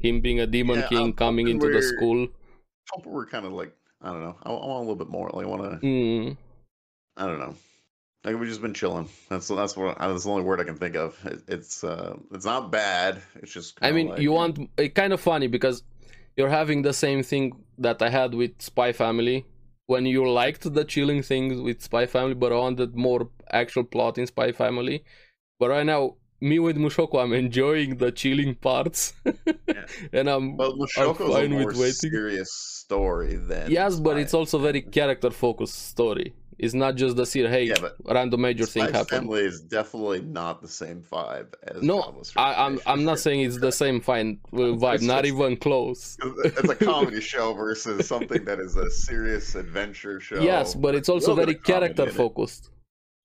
Speaker 2: Him being a demon
Speaker 1: Yeah,
Speaker 2: king
Speaker 1: I'm
Speaker 2: coming
Speaker 1: hoping
Speaker 2: into the
Speaker 1: we're-
Speaker 2: school.
Speaker 1: hope we're kind of like I don't know. I, I want a little bit more. Like, I want to.
Speaker 2: Mm,
Speaker 1: I don't know. Like we've just been chilling. That's that's what that's the only word I can think of. It, it's uh, it's not bad. It's just.
Speaker 2: I
Speaker 1: kinda
Speaker 2: mean,
Speaker 1: like-
Speaker 2: you want it kind of funny because you're having the same thing that I had with Spy Family. When you liked the chilling things with Spy Family, but I wanted more actual plot in Spy Family. But right now, me with Mushoku, I'm enjoying the chilling parts, and I'm
Speaker 1: But Mushoko's a
Speaker 2: fine with
Speaker 1: more
Speaker 2: waiting.
Speaker 1: serious story than.
Speaker 2: yes but
Speaker 1: Spy.
Speaker 2: it's also very character focused story it's not just the serial hey
Speaker 1: Yeah, but
Speaker 2: random major thing
Speaker 1: Spy
Speaker 2: happened
Speaker 1: Family is definitely not the same vibe as.
Speaker 2: No,
Speaker 1: Jobless
Speaker 2: I, i'm
Speaker 1: Revenge,
Speaker 2: i'm
Speaker 1: for
Speaker 2: not
Speaker 1: sure.
Speaker 2: saying it's the same fine uh, vibe
Speaker 1: It's
Speaker 2: not
Speaker 1: just-
Speaker 2: even close
Speaker 1: it's a comedy show versus something that is a serious adventure show.
Speaker 2: yes but it's also
Speaker 1: little bit
Speaker 2: very
Speaker 1: of comedy
Speaker 2: character
Speaker 1: in it.
Speaker 2: focused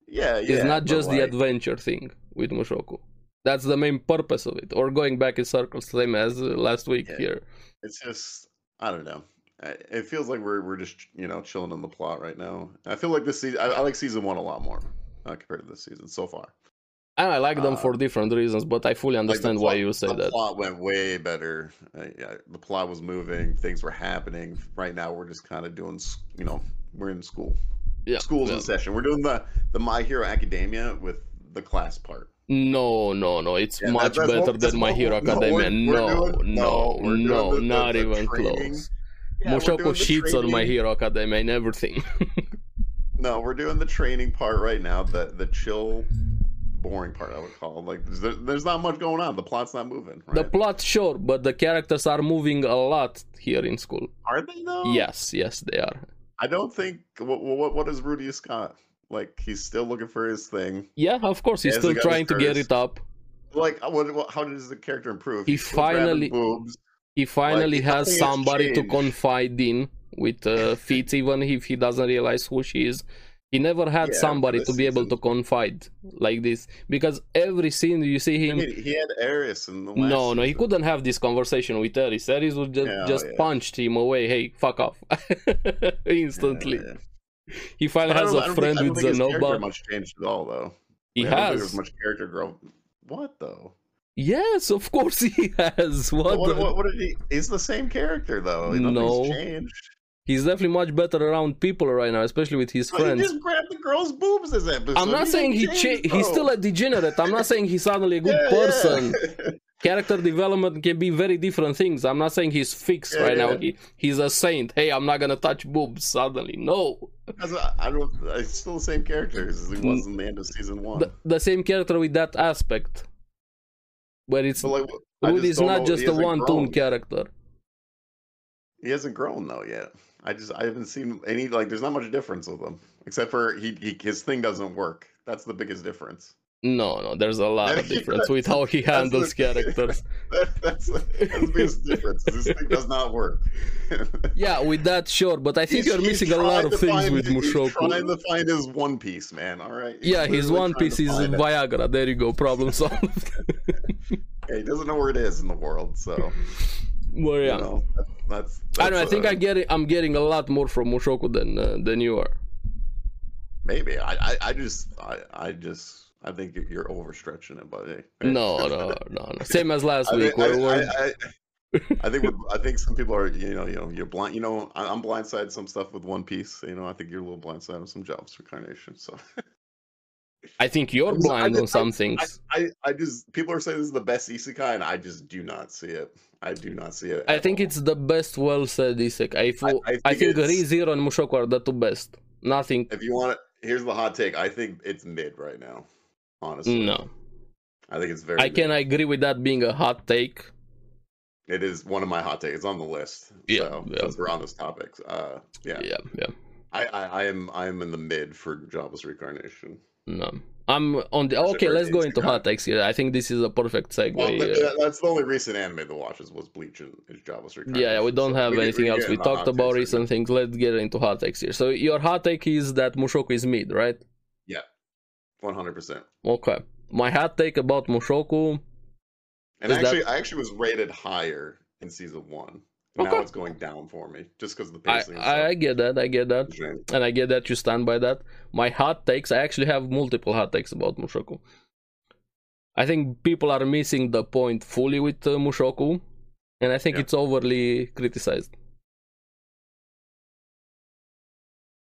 Speaker 1: yeah, yeah,
Speaker 2: it's not
Speaker 1: but
Speaker 2: just the
Speaker 1: like,
Speaker 2: adventure thing with mushoku that's the main purpose of it or going back in circles same as uh, last week
Speaker 1: Yeah.
Speaker 2: here
Speaker 1: it's just I don't know. I- It feels like we're we're just you know chilling on the plot right now. I feel like this season. I, I like season one a lot more uh, compared to this season so far.
Speaker 2: and i like them
Speaker 1: Uh,
Speaker 2: for different reasons but i fully
Speaker 1: Like, the
Speaker 2: understand why
Speaker 1: plot-
Speaker 2: you say
Speaker 1: the
Speaker 2: that
Speaker 1: plot went way better. Uh, yeah, the plot was moving. Things were happening. Right now, we're just kind of doing. s- You know, we're in school.
Speaker 2: yeah
Speaker 1: School's
Speaker 2: yeah.
Speaker 1: in session. We're doing the the My Hero Academia with the class part.
Speaker 2: No, no, no. It's
Speaker 1: Yeah, that-
Speaker 2: much
Speaker 1: that's what-
Speaker 2: better
Speaker 1: that's
Speaker 2: than My
Speaker 1: what
Speaker 2: Hero
Speaker 1: we're- no,
Speaker 2: Academia.
Speaker 1: we're- we're
Speaker 2: No,
Speaker 1: doing-
Speaker 2: no,
Speaker 1: no, we're doing
Speaker 2: no,
Speaker 1: the- the-
Speaker 2: not
Speaker 1: the
Speaker 2: even
Speaker 1: training.
Speaker 2: close.
Speaker 1: Yeah, we're doing
Speaker 2: Mushoko
Speaker 1: the
Speaker 2: shits on My
Speaker 1: training-
Speaker 2: Hero Academia and everything.
Speaker 1: No, we're doing the training part right now. The the chill, boring part. I would call it. like there, there's not much going on. The plot's not moving. Right?
Speaker 2: The plot, sure, but the characters are moving a lot here in school.
Speaker 1: Are they though?
Speaker 2: Yes, yes, they are.
Speaker 1: I don't think. What what, what is Rudy Scott? Like he's still looking for his thing.
Speaker 2: Yeah, of course, he's
Speaker 1: As
Speaker 2: still
Speaker 1: the guy
Speaker 2: trying to get
Speaker 1: first.
Speaker 2: it up.
Speaker 1: Like, what, what, how does the character improve?
Speaker 2: He
Speaker 1: He's still grabbing
Speaker 2: finally-
Speaker 1: boobs.
Speaker 2: He finally has
Speaker 1: nothing has
Speaker 2: somebody to
Speaker 1: changed.
Speaker 2: confide in with uh, Fitz, even if he doesn't realize who she is. He never had
Speaker 1: Yeah,
Speaker 2: somebody
Speaker 1: this
Speaker 2: to be able to
Speaker 1: season.
Speaker 2: confide like this because every scene you see
Speaker 1: I
Speaker 2: him.
Speaker 1: mean, he had Eris in the last.
Speaker 2: No, no, he
Speaker 1: season.
Speaker 2: couldn't have this conversation with Eris. Eris would just,
Speaker 1: Yeah,
Speaker 2: just
Speaker 1: yeah.
Speaker 2: punched him away. Hey, fuck off. Instantly.
Speaker 1: Yeah.
Speaker 2: He
Speaker 1: But
Speaker 2: finally
Speaker 1: I
Speaker 2: has
Speaker 1: don't- I
Speaker 2: a
Speaker 1: don't
Speaker 2: friend
Speaker 1: think, I don't think
Speaker 2: with
Speaker 1: his character
Speaker 2: Zenoba.
Speaker 1: Much changed at all, though.
Speaker 2: He
Speaker 1: Like, I don't think there's
Speaker 2: has.
Speaker 1: much character growth. What though?
Speaker 2: Yes, of course he has. What?
Speaker 1: What, what,
Speaker 2: the-
Speaker 1: what, did he? He's the same character though.
Speaker 2: No.
Speaker 1: Nothing's changed.
Speaker 2: He's definitely much better around people right now, especially with his
Speaker 1: But he
Speaker 2: friends.
Speaker 1: just grabbed the girl's boobs this episode.
Speaker 2: I'm not
Speaker 1: He
Speaker 2: saying he
Speaker 1: didn't
Speaker 2: cha-
Speaker 1: change,
Speaker 2: he's
Speaker 1: though.
Speaker 2: still a degenerate. I'm not saying he's suddenly a good
Speaker 1: Yeah, yeah.
Speaker 2: person. Character development can be very different things. I'm not saying he's fixed
Speaker 1: Yeah,
Speaker 2: right now.
Speaker 1: yeah.
Speaker 2: He, he's a saint. Hey, I'm not gonna touch boobs suddenly. No.
Speaker 1: That's a- I don't. It's still the same character as it was in the end of season one.
Speaker 2: the, the same character with that aspect. But it's
Speaker 1: But like, I just
Speaker 2: Rudy's
Speaker 1: don't
Speaker 2: not
Speaker 1: know,
Speaker 2: just
Speaker 1: he
Speaker 2: a
Speaker 1: hasn't
Speaker 2: one
Speaker 1: grown.
Speaker 2: tune character.
Speaker 1: He hasn't grown though yet. I just I haven't seen any like. There's not much difference with him except for he, he his thing doesn't work. That's the biggest difference.
Speaker 2: No, no, there's a lot of
Speaker 1: Yeah,
Speaker 2: difference with how he
Speaker 1: that's
Speaker 2: handles
Speaker 1: the-
Speaker 2: characters.
Speaker 1: That, that's, that's the biggest difference. is This thing does not work.
Speaker 2: Yeah, with that, sure, but I think
Speaker 1: He's-
Speaker 2: you're
Speaker 1: he's
Speaker 2: missing a lot
Speaker 1: trying
Speaker 2: of
Speaker 1: to
Speaker 2: things
Speaker 1: find-
Speaker 2: with
Speaker 1: he's Trying
Speaker 2: Mushoku.
Speaker 1: to find his One Piece, man. All right. He's
Speaker 2: Yeah, his
Speaker 1: literally
Speaker 2: One
Speaker 1: trying to
Speaker 2: Piece is
Speaker 1: find it.
Speaker 2: Viagra. There you go, problem solved.
Speaker 1: Yeah, he doesn't know where it is in the world, so
Speaker 2: well,
Speaker 1: you
Speaker 2: yeah.
Speaker 1: know, that- that's, that's.
Speaker 2: I don't know. I think
Speaker 1: uh,
Speaker 2: I get it. I'm getting a lot more from Mushoku than uh, than you are.
Speaker 1: maybe I, I, I just, I, I just, I think you're- you're overstretching it, buddy.
Speaker 2: No, no, no, no. Same as last
Speaker 1: I,
Speaker 2: week.
Speaker 1: think-
Speaker 2: where
Speaker 1: I-
Speaker 2: we're-
Speaker 1: I- I- I think we're, I think some people are you know you know you're blind you know I- I'm blindsided some stuff with One Piece you know I think you're a little blindsided on some jobs reincarnation so
Speaker 2: I think you're
Speaker 1: I'm so- I
Speaker 2: blind
Speaker 1: just-
Speaker 2: on some things.
Speaker 1: I, I, I just people are saying this is the best isekai and I just do not see it. I do not see it.
Speaker 2: I
Speaker 1: at
Speaker 2: think
Speaker 1: all.
Speaker 2: it's the best well said Isek. I, fo-
Speaker 1: I
Speaker 2: I,
Speaker 1: think
Speaker 2: think,
Speaker 1: it's-
Speaker 2: ReZero and Mushoku are the two best. Nothing.
Speaker 1: if you want it. Here's the hot take. I think it's mid right now. Honestly,
Speaker 2: No.
Speaker 1: I think it's very.
Speaker 2: I
Speaker 1: mid.
Speaker 2: can agree with that being a hot take.
Speaker 1: It is one of my hot takes. It's on the list.
Speaker 2: Yeah,
Speaker 1: so,
Speaker 2: yeah.
Speaker 1: Since we're on this topic, uh, yeah,
Speaker 2: Yeah, yeah.
Speaker 1: I, I, I am I am in the mid for Java's reincarnation.
Speaker 2: No. I'm on the.
Speaker 1: Is it
Speaker 2: Okay, let's go
Speaker 1: ReZero?
Speaker 2: into hot takes here. I think this is a perfect segue.
Speaker 1: Well, th-
Speaker 2: uh,
Speaker 1: th- that's the only recent anime that watches was Bleach and is Java's reincarnation.
Speaker 2: Yeah, yeah, we don't
Speaker 1: so
Speaker 2: have
Speaker 1: can-
Speaker 2: anything
Speaker 1: can
Speaker 2: else.
Speaker 1: get
Speaker 2: We
Speaker 1: into hot
Speaker 2: talked
Speaker 1: takes
Speaker 2: about
Speaker 1: right now.
Speaker 2: recent things. Let's get into hot takes here. So your hot take is that Mushoku is mid, right?
Speaker 1: 100%.
Speaker 2: Okay. My hot take about Mushoku.
Speaker 1: And
Speaker 2: Is that-
Speaker 1: actually, I actually was rated higher in season one. And
Speaker 2: Okay.
Speaker 1: Now it's going down for me just because the
Speaker 2: I,
Speaker 1: pacing.
Speaker 2: I, I get that. I get that.
Speaker 1: is so strange.
Speaker 2: and I get that you stand by that. My hot takes, I actually have multiple hot takes about Mushoku. I think people are missing the point fully with uh, Mushoku, and I think
Speaker 1: Yeah.
Speaker 2: it's overly criticized.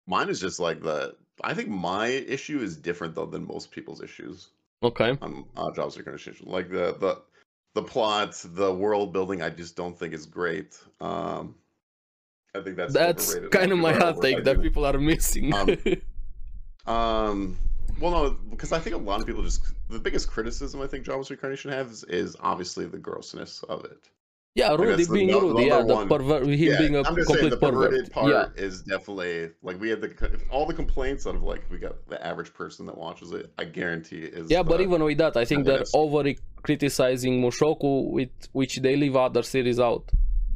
Speaker 1: Mine is just like the. I think my issue is different though than most people's issues
Speaker 2: Okay.
Speaker 1: on uh, Jobs Recognition. Like the the the plot, the world building, I just don't think is great. Um, I think that's
Speaker 2: That's
Speaker 1: overrated. A lot
Speaker 2: kind of my
Speaker 1: people are
Speaker 2: hot take
Speaker 1: overhyping
Speaker 2: that
Speaker 1: it.
Speaker 2: people are missing.
Speaker 1: Um, Um, well, no, because I think a lot of people just the biggest criticism I think Jobs Reincarnation has is obviously the grossness of it.
Speaker 2: yeah,
Speaker 1: think
Speaker 2: Rudy
Speaker 1: that's the
Speaker 2: being
Speaker 1: no-
Speaker 2: Rudy, yeah,
Speaker 1: number
Speaker 2: the
Speaker 1: one.
Speaker 2: perver- him being a
Speaker 1: I'm just saying
Speaker 2: complete
Speaker 1: the
Speaker 2: pervert.
Speaker 1: perverted part
Speaker 2: Yeah,
Speaker 1: is definitely like we had the co- all the complaints out of like we got the average person that watches it. I guarantee is
Speaker 2: yeah, but
Speaker 1: the-
Speaker 2: even with that, I think
Speaker 1: I
Speaker 2: they're
Speaker 1: guess.
Speaker 2: overly criticizing Mushoku, with which they leave other series out.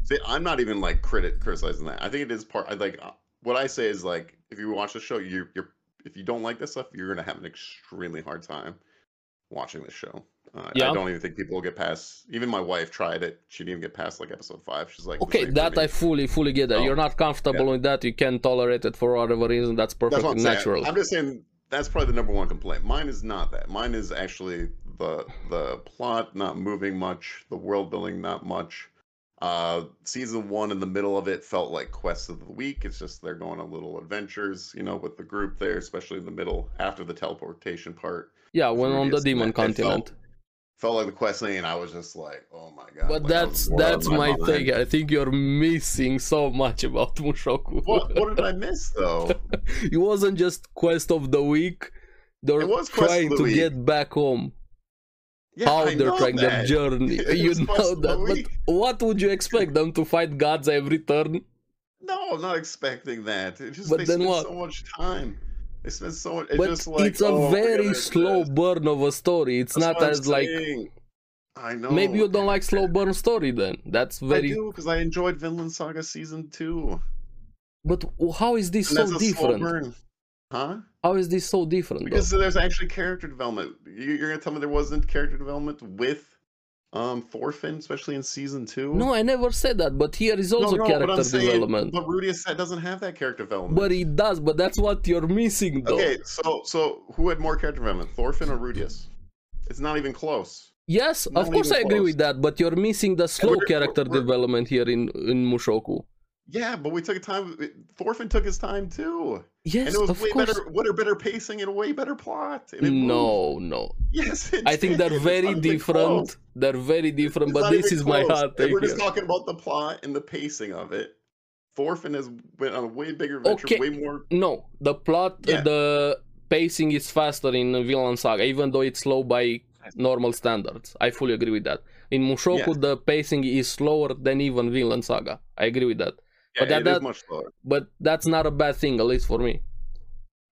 Speaker 1: See, I'm not even like credit criticizing that. I think it is part. I like uh, what I say is like if you watch the show, you you're if you don't like this stuff, you're gonna have an extremely hard time watching this show. Uh,
Speaker 2: Yeah.
Speaker 1: I don't even think people will get past. Even my wife tried it; she didn't even get past like episode five. She's like,
Speaker 2: Okay, that I fully, fully get that.
Speaker 1: Oh,
Speaker 2: You're not comfortable with that. You can't tolerate it for whatever reason. That's
Speaker 1: that's
Speaker 2: perfectly
Speaker 1: what I'm
Speaker 2: natural.
Speaker 1: Saying. I'm just saying that's probably the number one complaint. Mine is not that. Mine is actually the the plot not moving much, the world building not much. Uh, season one in the middle of it felt like quests of the week. It's just they're going on little adventures, you know, with the group there, especially in the middle after the teleportation part.
Speaker 2: yeah, when
Speaker 1: Rudy
Speaker 2: on the
Speaker 1: is
Speaker 2: demon
Speaker 1: connected,
Speaker 2: continent.
Speaker 1: Felt like the quest thing, and I was just like, oh my god.
Speaker 2: But
Speaker 1: like, I was
Speaker 2: that's
Speaker 1: bored out of
Speaker 2: that's my
Speaker 1: mind.
Speaker 2: thing. I think you're missing so much about Mushoku.
Speaker 1: What, what did I miss though?
Speaker 2: it wasn't just quest of the week. They're
Speaker 1: It was quest of
Speaker 2: trying
Speaker 1: the
Speaker 2: to
Speaker 1: week.
Speaker 2: get back home.
Speaker 1: Yeah,
Speaker 2: how
Speaker 1: I
Speaker 2: they're
Speaker 1: know
Speaker 2: trying their
Speaker 1: that.
Speaker 2: journey.
Speaker 1: It
Speaker 2: you
Speaker 1: was quest
Speaker 2: know
Speaker 1: of the
Speaker 2: that.
Speaker 1: week.
Speaker 2: But what would you expect them to fight gods every turn?
Speaker 1: No, I'm not expecting that. It just
Speaker 2: But
Speaker 1: they
Speaker 2: then
Speaker 1: spend
Speaker 2: what?
Speaker 1: so much time. They spend so much. It's
Speaker 2: but
Speaker 1: just like
Speaker 2: it's a
Speaker 1: oh,
Speaker 2: very
Speaker 1: forget it,
Speaker 2: slow
Speaker 1: this.
Speaker 2: burn of a story. It's
Speaker 1: That's
Speaker 2: not
Speaker 1: what I'm
Speaker 2: as like
Speaker 1: saying. I know.
Speaker 2: maybe you don't like slow burn story then. That's
Speaker 1: Oh, I
Speaker 2: very
Speaker 1: do because I enjoyed Vinland Saga season two.
Speaker 2: but w- how is this
Speaker 1: And that's
Speaker 2: so
Speaker 1: a slow
Speaker 2: different?
Speaker 1: burn. Huh?
Speaker 2: How is this so different? though?
Speaker 1: Because there's actually character development. You- You're gonna tell me there wasn't character development with um Thorfinn, especially in season two.
Speaker 2: No, I never said that, but here is
Speaker 1: uh, No,
Speaker 2: also
Speaker 1: no, but
Speaker 2: character
Speaker 1: I'm saying-
Speaker 2: development.
Speaker 1: But Rudy Set doesn't have that character development.
Speaker 2: But it does, but that's what you're missing though.
Speaker 1: Okay, so so who had more character development, Thorfinn or Rudius? It's not even close.
Speaker 2: Yes,
Speaker 1: Not
Speaker 2: of course I
Speaker 1: even
Speaker 2: agree
Speaker 1: close.
Speaker 2: with that, but you're missing the slow
Speaker 1: we're-
Speaker 2: character
Speaker 1: we're-
Speaker 2: development here in in Mushoku.
Speaker 1: Yeah, but we took time. Thorfinn took his time too, and
Speaker 2: Yes,
Speaker 1: it was
Speaker 2: of
Speaker 1: way
Speaker 2: course.
Speaker 1: better, what a better pacing and a way better plot. And it moved.
Speaker 2: No, no.
Speaker 1: yes, it
Speaker 2: I think
Speaker 1: did.
Speaker 2: they're
Speaker 1: It's
Speaker 2: very
Speaker 1: not even
Speaker 2: different.
Speaker 1: close.
Speaker 2: They're very different,
Speaker 1: It's
Speaker 2: but
Speaker 1: not
Speaker 2: this
Speaker 1: even
Speaker 2: is my
Speaker 1: close.
Speaker 2: hot
Speaker 1: And
Speaker 2: take.
Speaker 1: We're just
Speaker 2: here.
Speaker 1: talking about the plot and the pacing of it. Thorfinn has went on a way bigger adventure,
Speaker 2: Okay.
Speaker 1: way more.
Speaker 2: No, the plot,
Speaker 1: Yeah.
Speaker 2: the pacing is faster in Villain Saga, even though it's slow by normal standards. I fully agree with that. In Mushoku, the pacing is slower than even Villain Saga. I agree with that.
Speaker 1: Yeah,
Speaker 2: But that-
Speaker 1: it is
Speaker 2: that-
Speaker 1: much slower.
Speaker 2: But that's not a bad thing, at least for me.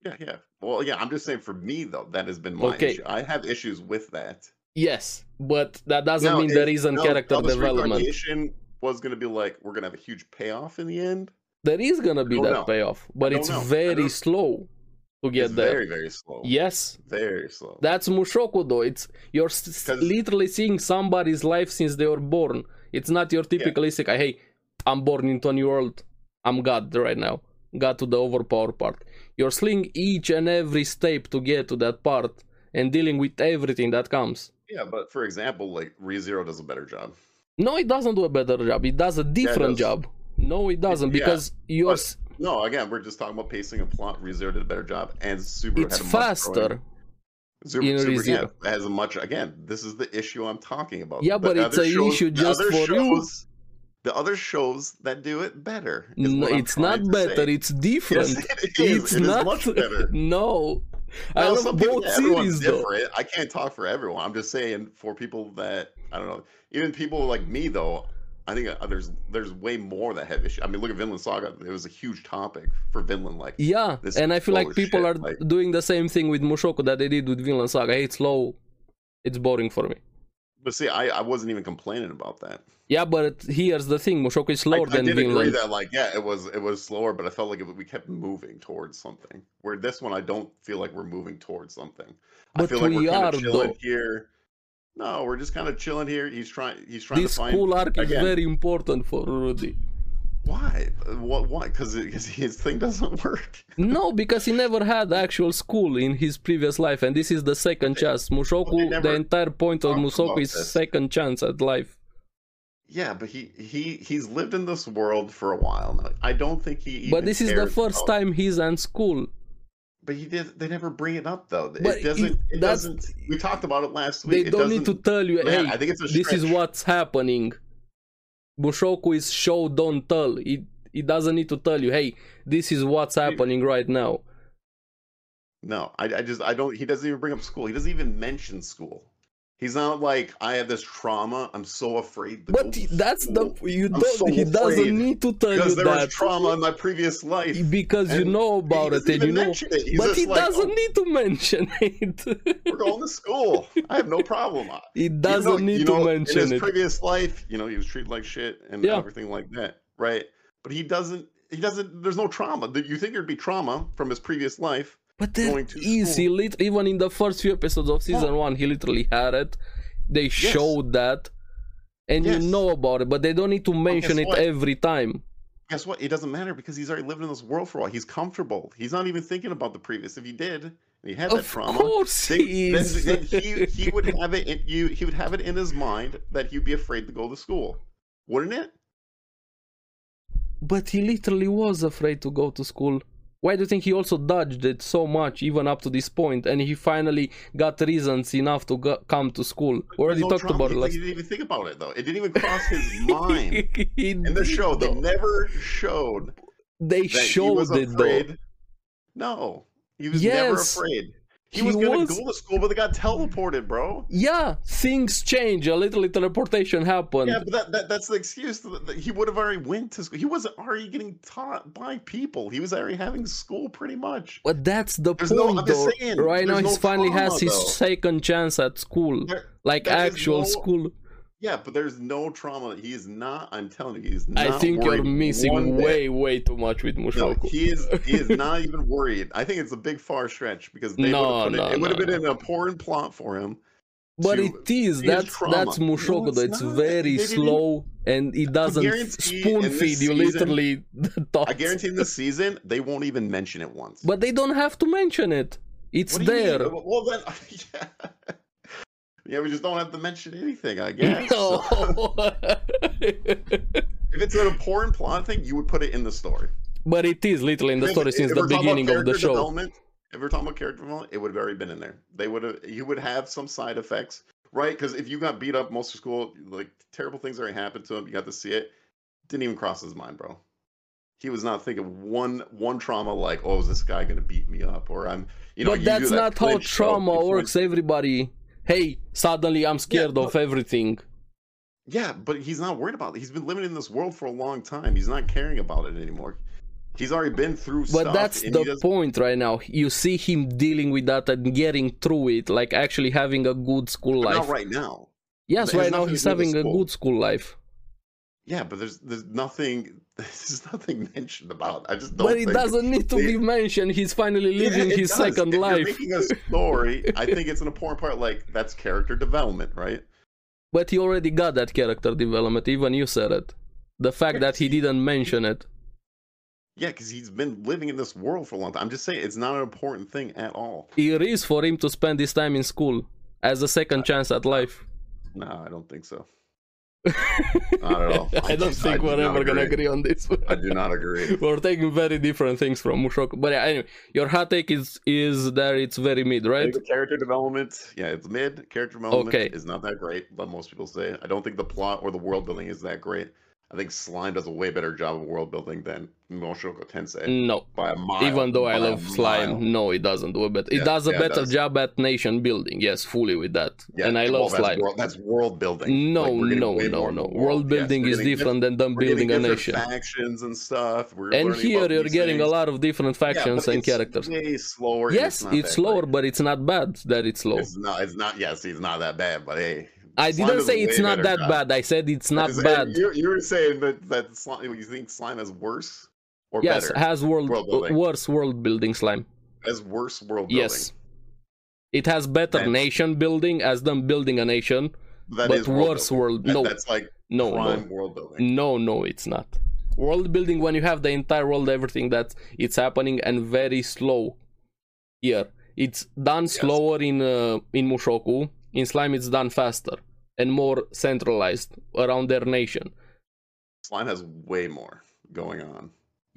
Speaker 1: Yeah, yeah. Well, yeah. I'm just saying. For me though, that has been my
Speaker 2: Okay.
Speaker 1: issue. I have issues with that.
Speaker 2: Yes, but that doesn't
Speaker 1: No,
Speaker 2: mean
Speaker 1: it-
Speaker 2: there isn't
Speaker 1: no,
Speaker 2: character
Speaker 1: Elvis
Speaker 2: development.
Speaker 1: Reincarnation was going to be like we're going to have a huge payoff in the end.
Speaker 2: There is gonna be
Speaker 1: don't
Speaker 2: that
Speaker 1: know.
Speaker 2: payoff, but
Speaker 1: don't
Speaker 2: it's
Speaker 1: know. I
Speaker 2: very
Speaker 1: don't-
Speaker 2: slow to get
Speaker 1: it's
Speaker 2: there.
Speaker 1: very very slow.
Speaker 2: Yes,
Speaker 1: very slow.
Speaker 2: That's Mushoku though. It's you're s- s-
Speaker 1: 'Cause-
Speaker 2: literally seeing somebody's life since they were born. It's not your typical isekai. Hey, I'm born into a new world. I'm God right now. Got to the overpower part. You're seeing each and every step to get to that part and dealing with everything that comes.
Speaker 1: yeah, but for example, like ReZero does a better job.
Speaker 2: No, it doesn't do a better job. It does a different
Speaker 1: does.
Speaker 2: job. No, it doesn't
Speaker 1: yeah,
Speaker 2: because you're.
Speaker 1: but
Speaker 2: s-
Speaker 1: No, again, we're just talking about pacing and plot. ReZero did a better job, and Subaru
Speaker 2: It's
Speaker 1: had a much growing-
Speaker 2: faster.
Speaker 1: Subaru,
Speaker 2: in
Speaker 1: Subaru, yeah,
Speaker 2: ReZero.
Speaker 1: has a much again. This is the issue I'm talking about.
Speaker 2: Yeah,
Speaker 1: The
Speaker 2: but it's
Speaker 1: other
Speaker 2: an
Speaker 1: shows-
Speaker 2: issue
Speaker 1: the
Speaker 2: just
Speaker 1: other
Speaker 2: for you.
Speaker 1: shows- The other shows that do it better. is
Speaker 2: No,
Speaker 1: what I'm
Speaker 2: it's not
Speaker 1: trying to say.
Speaker 2: better. It's different.
Speaker 1: Yes, it is.
Speaker 2: It's
Speaker 1: It is
Speaker 2: not
Speaker 1: much better.
Speaker 2: No, I
Speaker 1: Now,
Speaker 2: love
Speaker 1: some people-
Speaker 2: both
Speaker 1: yeah, everyone's
Speaker 2: series though.
Speaker 1: different. I can't talk for everyone. I'm just saying for people that I don't know, even people like me though. I think uh, there's there's way more that have issues. I mean, look at Vinland Saga. It was a huge topic for Vinland. Like,
Speaker 2: Yeah,
Speaker 1: This
Speaker 2: and I feel like
Speaker 1: slow
Speaker 2: people
Speaker 1: shit,
Speaker 2: are
Speaker 1: like-
Speaker 2: doing the same thing with Mushoku that they did with Vinland Saga. Hey, it's slow, it's boring for me.
Speaker 1: but see, I, I wasn't even complaining about that.
Speaker 2: Yeah, but here's the thing: Mushoku is
Speaker 1: I,
Speaker 2: slower
Speaker 1: I
Speaker 2: than
Speaker 1: did agree
Speaker 2: Vinland.
Speaker 1: that like yeah, it was it was slower, but I felt like it, we kept moving towards something. Where this one, I don't feel like we're moving towards something. I
Speaker 2: But
Speaker 1: feel like
Speaker 2: we
Speaker 1: we're kinda
Speaker 2: are,
Speaker 1: chilling
Speaker 2: though.
Speaker 1: here. No, we're just kind of chilling here. He's trying. He's trying
Speaker 2: This
Speaker 1: to find
Speaker 2: cool arc is
Speaker 1: again.
Speaker 2: very important for Rudy.
Speaker 1: Why? Uh, What? Why? Because his thing doesn't work.
Speaker 2: No, because he never had actual school in his previous life, and this is the second chance. Mushoku, the
Speaker 1: never
Speaker 2: entire point of
Speaker 1: talked
Speaker 2: Mushoku
Speaker 1: about
Speaker 2: is
Speaker 1: this.
Speaker 2: second chance at life.
Speaker 1: Yeah, but he he he's lived in this world for a while now. I don't think he. Even
Speaker 2: But this is the
Speaker 1: cares
Speaker 2: first
Speaker 1: about-
Speaker 2: time he's in school.
Speaker 1: But he did. They never bring it up though.
Speaker 2: But it-
Speaker 1: it doesn't. It,
Speaker 2: that's-
Speaker 1: doesn't. We talked about it last
Speaker 2: They
Speaker 1: week. it
Speaker 2: don't need to
Speaker 1: doesn't-
Speaker 2: tell you,
Speaker 1: man,
Speaker 2: hey,
Speaker 1: I think it's a
Speaker 2: this is
Speaker 1: stretch.
Speaker 2: what's happening. Mushoku is show don't tell. It it doesn't need to tell you, hey, this is what's happening right now.
Speaker 1: No, I, I just I don't. He doesn't even bring up school. He doesn't even mention school. He's not like I have this trauma. I'm so afraid. To go
Speaker 2: But
Speaker 1: to
Speaker 2: that's the
Speaker 1: school
Speaker 2: you
Speaker 1: I'm
Speaker 2: don't
Speaker 1: so
Speaker 2: he doesn't
Speaker 1: afraid
Speaker 2: need to tell you
Speaker 1: because there
Speaker 2: that
Speaker 1: was trauma in my previous life.
Speaker 2: because you
Speaker 1: and
Speaker 2: know about
Speaker 1: he
Speaker 2: it
Speaker 1: doesn't
Speaker 2: and you
Speaker 1: even
Speaker 2: know
Speaker 1: mention it. He's
Speaker 2: but
Speaker 1: just
Speaker 2: he
Speaker 1: like, oh,
Speaker 2: doesn't need to mention it.
Speaker 1: We're going to school. I have no problem.
Speaker 2: he
Speaker 1: Even
Speaker 2: doesn't
Speaker 1: though,
Speaker 2: need
Speaker 1: you
Speaker 2: to
Speaker 1: know, in
Speaker 2: mention
Speaker 1: his
Speaker 2: it.
Speaker 1: previous life you know he was treated like shit and
Speaker 2: Yeah.
Speaker 1: everything like that right but he doesn't he doesn't there's no trauma Th- you think there'd be trauma from his previous life
Speaker 2: But there
Speaker 1: going to
Speaker 2: is he lit- even in the first few episodes of season one, he literally had it. They showed that, and
Speaker 1: Yes.
Speaker 2: you know about it, but they don't need to mention
Speaker 1: guess
Speaker 2: it
Speaker 1: what?
Speaker 2: every time.
Speaker 1: guess what it doesn't matter because he's already lived in this world for a while he's comfortable he's not even thinking about the previous if he did and he had that
Speaker 2: Of
Speaker 1: trauma
Speaker 2: course,
Speaker 1: then,
Speaker 2: he
Speaker 1: then,
Speaker 2: is.
Speaker 1: then he, he would have it in, you he would have it in his mind that he'd be afraid to go to school wouldn't it
Speaker 2: but he literally was afraid to go to school. Why do you think he also dodged it so much, even up to this point, and he finally got reasons enough to go- come to school? We
Speaker 1: There's
Speaker 2: already
Speaker 1: no
Speaker 2: talked
Speaker 1: trauma.
Speaker 2: about it
Speaker 1: He-
Speaker 2: last.
Speaker 1: he didn't even think about it though it didn't even cross his mind in the
Speaker 2: the
Speaker 1: show they never showed
Speaker 2: they
Speaker 1: that he
Speaker 2: showed
Speaker 1: was
Speaker 2: it though.
Speaker 1: afraid. No, he was never
Speaker 2: Yes.
Speaker 1: afraid. He, was gonna go to school, but they got teleported, bro.
Speaker 2: Yeah, things change. A little teleportation happened.
Speaker 1: Yeah, but that, that that's the excuse. That that he would have already went to school. He wasn't already getting taught by people. He was already having school pretty much.
Speaker 2: But that's the
Speaker 1: There's no-
Speaker 2: point,
Speaker 1: I'm just
Speaker 2: though.
Speaker 1: saying,
Speaker 2: right now,
Speaker 1: there's
Speaker 2: he
Speaker 1: no
Speaker 2: finally has
Speaker 1: trauma,
Speaker 2: his
Speaker 1: though.
Speaker 2: second chance at school,
Speaker 1: There-
Speaker 2: like
Speaker 1: there is
Speaker 2: actual
Speaker 1: no-
Speaker 2: school.
Speaker 1: yeah, but there's no trauma. He is not. I'm telling you, he's not.
Speaker 2: I think you're
Speaker 1: worried one
Speaker 2: missing
Speaker 1: bit.
Speaker 2: way, way too much with
Speaker 1: No,
Speaker 2: Mushoku.
Speaker 1: he is he is not even worried. I think it's a big far stretch because they
Speaker 2: No,
Speaker 1: would have put it-
Speaker 2: no,
Speaker 1: it, would have
Speaker 2: no,
Speaker 1: been an important plot for him.
Speaker 2: but
Speaker 1: to-
Speaker 2: it is
Speaker 1: he has
Speaker 2: that's
Speaker 1: trauma.
Speaker 2: that's
Speaker 1: No,
Speaker 2: Mushoku.
Speaker 1: it's
Speaker 2: though. it's
Speaker 1: not.
Speaker 2: very
Speaker 1: They didn't-
Speaker 2: slow and it doesn't
Speaker 1: guarantee in
Speaker 2: spoon
Speaker 1: this
Speaker 2: feed you
Speaker 1: season-
Speaker 2: literally the thoughts.
Speaker 1: I guarantee in this season they won't even mention it once.
Speaker 2: But they don't have to mention it. It's
Speaker 1: What do you mean?
Speaker 2: there.
Speaker 1: Well then, yeah. yeah, we just don't have to mention anything. I guess.
Speaker 2: No.
Speaker 1: if it's an important plot thing, you would put it in the story.
Speaker 2: but it is literally in the
Speaker 1: If-
Speaker 2: story
Speaker 1: if
Speaker 2: since the
Speaker 1: we're talking about
Speaker 2: beginning of the
Speaker 1: character
Speaker 2: show.
Speaker 1: development- If we're talking about character development, it would have already been in there. They would have. You would have some side effects, right? Because if you got beat up most of school, like terrible things already happened to him. You got to see it. Didn't even cross his mind, bro. He was not thinking one one trauma like, oh, is this guy gonna beat me up, or I'm, you know.
Speaker 2: but
Speaker 1: you do
Speaker 2: that's
Speaker 1: that
Speaker 2: not how
Speaker 1: flinch joke
Speaker 2: trauma
Speaker 1: before-
Speaker 2: works. Everybody, hey, suddenly I'm scared of everything.
Speaker 1: Yeah, but he's not worried about it. He's been living in this world for a long time. He's not caring about it anymore. He's already been through
Speaker 2: But
Speaker 1: stuff.
Speaker 2: that's
Speaker 1: and he
Speaker 2: the
Speaker 1: doesn't-
Speaker 2: point right now. You see him dealing with that and getting through it, like actually having a good school
Speaker 1: but
Speaker 2: life.
Speaker 1: Not right now.
Speaker 2: Yes,
Speaker 1: It has
Speaker 2: right now
Speaker 1: nothing to
Speaker 2: he's
Speaker 1: do with the
Speaker 2: having a
Speaker 1: school.
Speaker 2: good school life.
Speaker 1: Yeah, but there's there's nothing there's nothing mentioned about. It. I just don't.
Speaker 2: But it
Speaker 1: think-
Speaker 2: doesn't need to
Speaker 1: they-
Speaker 2: be mentioned. He's finally
Speaker 1: Yeah,
Speaker 2: living
Speaker 1: it
Speaker 2: his
Speaker 1: does.
Speaker 2: second
Speaker 1: If You're
Speaker 2: life.
Speaker 1: making a story. I think it's an important part. Like that's character development, right?
Speaker 2: But he already got that character development, even you said it. The fact that he didn't mention it.
Speaker 1: Yeah, because he's been living in this world for a long time. I'm just saying it's not an important thing at all.
Speaker 2: It is for him to spend his time in school as a second chance at life.
Speaker 1: No, I don't think so. Not at all.
Speaker 2: I don't
Speaker 1: just-
Speaker 2: think
Speaker 1: do
Speaker 2: we're
Speaker 1: not
Speaker 2: ever gonna agree on this.
Speaker 1: I do not agree.
Speaker 2: we're taking very different things from Mushoku. But yeah, anyway, your hot take is is that it's very mid, right?
Speaker 1: Think Character development, yeah, it's mid. Character development
Speaker 2: Okay.
Speaker 1: is not that great, but most people say. I don't think the plot or the world building is that great. I think Slime does a way better job of world building than Moshoko Tensei
Speaker 2: No.
Speaker 1: by a mile.
Speaker 2: Mm, Even though I
Speaker 1: by a
Speaker 2: love slime,
Speaker 1: mile.
Speaker 2: no, it doesn't do it. But it
Speaker 1: Yeah,
Speaker 2: does a
Speaker 1: yeah, it
Speaker 2: better
Speaker 1: does.
Speaker 2: job at nation building. Yes, fully with that.
Speaker 1: Yeah,
Speaker 2: and I
Speaker 1: well,
Speaker 2: love
Speaker 1: that's
Speaker 2: slime.
Speaker 1: World, that's world building.
Speaker 2: No,
Speaker 1: Like, we're getting
Speaker 2: no,
Speaker 1: way
Speaker 2: no,
Speaker 1: more in the
Speaker 2: no. World,
Speaker 1: Yes,
Speaker 2: building
Speaker 1: we're
Speaker 2: is
Speaker 1: getting
Speaker 2: different than them
Speaker 1: diff- we're getting
Speaker 2: building a
Speaker 1: different
Speaker 2: nation.
Speaker 1: Factions and stuff. We're
Speaker 2: And
Speaker 1: learning
Speaker 2: here
Speaker 1: about
Speaker 2: you're
Speaker 1: these
Speaker 2: getting a
Speaker 1: things.
Speaker 2: lot of different
Speaker 1: Yeah, but
Speaker 2: factions and
Speaker 1: it's
Speaker 2: characters.
Speaker 1: Way slower. and
Speaker 2: Yes,
Speaker 1: not
Speaker 2: it's
Speaker 1: that
Speaker 2: slower,
Speaker 1: great.
Speaker 2: but it's not bad that it's slow.
Speaker 1: It's not. It's not. Yes, it's not that bad. But hey,
Speaker 2: I
Speaker 1: Slime
Speaker 2: didn't
Speaker 1: does a
Speaker 2: say it's
Speaker 1: way
Speaker 2: not
Speaker 1: better
Speaker 2: that
Speaker 1: job.
Speaker 2: bad. I said it's not
Speaker 1: Is- and
Speaker 2: bad.
Speaker 1: You, you were saying that that slime, you think slime is worse or
Speaker 2: Yes,
Speaker 1: better?
Speaker 2: has world,
Speaker 1: World building.
Speaker 2: worse world building slime.
Speaker 1: as worse world building.
Speaker 2: Yes. It has better
Speaker 1: That's-
Speaker 2: nation building as them building a nation,
Speaker 1: that
Speaker 2: but
Speaker 1: is world
Speaker 2: worse
Speaker 1: building.
Speaker 2: world.
Speaker 1: That-
Speaker 2: no,
Speaker 1: that's like
Speaker 2: no,
Speaker 1: prime
Speaker 2: no,
Speaker 1: world building.
Speaker 2: no, no, it's not. World building when you have the entire world, everything that it's happening, and very slow. Here, it's done
Speaker 1: Yes.
Speaker 2: slower in uh, in Mushoku. In Slime, it's done faster and more centralized around their nation.
Speaker 1: Slime has way more going on.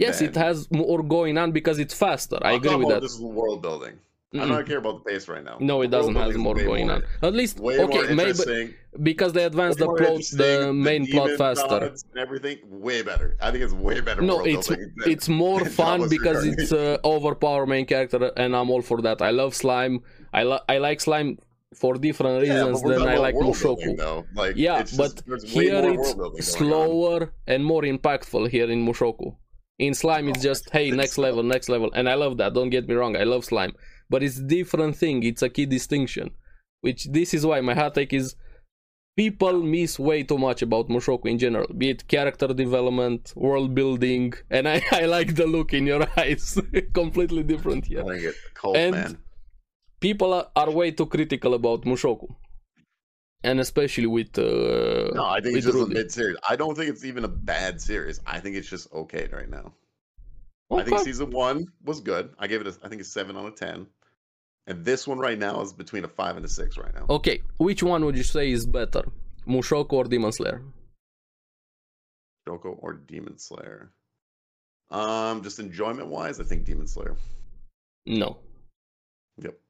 Speaker 2: Yes, it
Speaker 1: Man.
Speaker 2: has more going on because it's faster. I
Speaker 1: I'm
Speaker 2: agree
Speaker 1: talking
Speaker 2: with
Speaker 1: about
Speaker 2: that.
Speaker 1: This is world building. I
Speaker 2: Mm-mm.
Speaker 1: don't care about the pace right now.
Speaker 2: No, it
Speaker 1: The world
Speaker 2: doesn't have
Speaker 1: building is
Speaker 2: more
Speaker 1: way
Speaker 2: going on. At least,
Speaker 1: Way more
Speaker 2: okay, maybe
Speaker 1: interesting.
Speaker 2: because they advanced
Speaker 1: way
Speaker 2: the
Speaker 1: more
Speaker 2: plot,
Speaker 1: interesting,
Speaker 2: the main plot
Speaker 1: demon
Speaker 2: faster.
Speaker 1: gods and everything way better. I think it's way better.
Speaker 2: No,
Speaker 1: world
Speaker 2: it's
Speaker 1: building than-
Speaker 2: it's more
Speaker 1: that
Speaker 2: fun
Speaker 1: was
Speaker 2: because
Speaker 1: regarding-
Speaker 2: it's uh, overpower main character, and I'm all for that. I love slime. I li- I like slime for different
Speaker 1: yeah, but
Speaker 2: reasons
Speaker 1: we're
Speaker 2: than
Speaker 1: talking
Speaker 2: I
Speaker 1: about
Speaker 2: like
Speaker 1: world building,
Speaker 2: Mushoku.
Speaker 1: though. Like,
Speaker 2: Yeah,
Speaker 1: it's
Speaker 2: but
Speaker 1: just, there's way more
Speaker 2: here
Speaker 1: world building
Speaker 2: it's
Speaker 1: going on.
Speaker 2: slower and more impactful here in Mushoku. In slime, it's
Speaker 1: Oh,
Speaker 2: just hey,
Speaker 1: it's
Speaker 2: next
Speaker 1: so-
Speaker 2: level, next level, and I love that. Don't get me wrong, I love slime, but it's different thing. It's a key distinction, which this is why my hot take is people miss way too much about Mushoku in general, be it character development, world building, and I, I like the look in your eyes, completely different here.
Speaker 1: I think it's cold,
Speaker 2: And-
Speaker 1: man.
Speaker 2: People are, are way too critical about Mushoku, and especially with uh,
Speaker 1: No, I think it's
Speaker 2: with
Speaker 1: just a
Speaker 2: Rudy.
Speaker 1: mid series. I don't think it's even a bad series. I think it's just okay right now. I think
Speaker 2: Okay.
Speaker 1: season one was good. I gave it, a, I think, a seven out of ten. And this one right now is between a five and a six right now.
Speaker 2: Okay, which one would you say is better, Mushoku or Demon Slayer?
Speaker 1: Joko or Demon Slayer. Um, just enjoyment wise, I think Demon Slayer,
Speaker 2: No.
Speaker 1: Yep.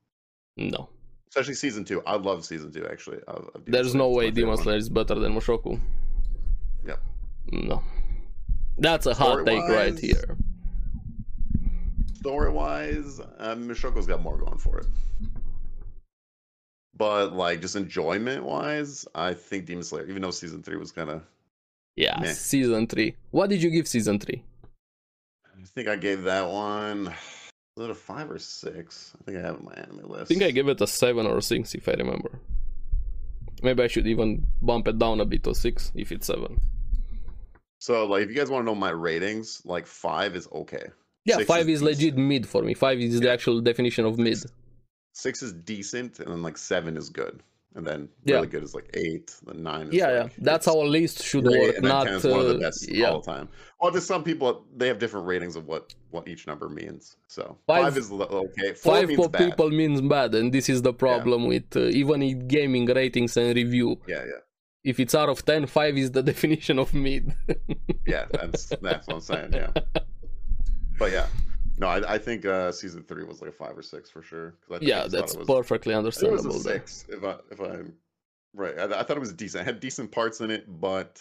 Speaker 2: No.
Speaker 1: especially season two. I love season two actually. Of, of Demon
Speaker 2: There's
Speaker 1: Slayer.
Speaker 2: no
Speaker 1: It's my
Speaker 2: way
Speaker 1: favorite
Speaker 2: Demon
Speaker 1: one.
Speaker 2: Slayer is better than Mushoku.
Speaker 1: Yep.
Speaker 2: No. That's a hot take
Speaker 1: Story-wise?
Speaker 2: right here.
Speaker 1: story wise, um, Mishoko's got more going for it. But like just enjoyment wise, I think Demon Slayer, even though season three was kind of,
Speaker 2: Yeah,
Speaker 1: Meh.
Speaker 2: season three. What did you give season three?
Speaker 1: I think I gave that one, was it a five or six? I think I have it in my anime
Speaker 2: I
Speaker 1: list.
Speaker 2: think I gave it a seven or six if I remember. Maybe I should even bump it down a bit to six if it's seven.
Speaker 1: So like, if you guys want to know my ratings, like five is okay.
Speaker 2: Yeah,
Speaker 1: Six
Speaker 2: five
Speaker 1: is
Speaker 2: is legit mid for me. Five is the actual definition of mid.
Speaker 1: Six is decent, and then like seven is good, and then
Speaker 2: Yeah.
Speaker 1: really good is like eight. Then nine. Is
Speaker 2: Yeah, yeah.
Speaker 1: like,
Speaker 2: That's
Speaker 1: it's-
Speaker 2: how a list should
Speaker 1: great,
Speaker 2: work.
Speaker 1: and then
Speaker 2: Not
Speaker 1: 10 is one of the
Speaker 2: uh,
Speaker 1: best
Speaker 2: yeah.
Speaker 1: all the time. Well, there's some people they have different ratings of what what each number means. So
Speaker 2: Five-
Speaker 1: five, is lo- okay. Four
Speaker 2: Five
Speaker 1: means
Speaker 2: for
Speaker 1: bad.
Speaker 2: people means bad, and this is the problem with uh, even in gaming ratings and review.
Speaker 1: Yeah, yeah,
Speaker 2: If it's out of 10, 5 is the definition of mid.
Speaker 1: yeah. That's that's what I'm saying. Yeah, but yeah, no, I, I think uh season three was like a five or six for sure. 'cause I think I
Speaker 2: yeah,
Speaker 1: just thought
Speaker 2: that's
Speaker 1: it was-
Speaker 2: perfectly
Speaker 1: I think it was
Speaker 2: understandable.
Speaker 1: a
Speaker 2: there.
Speaker 1: six. If I if I right, I, I thought it was decent. It had decent parts in it, but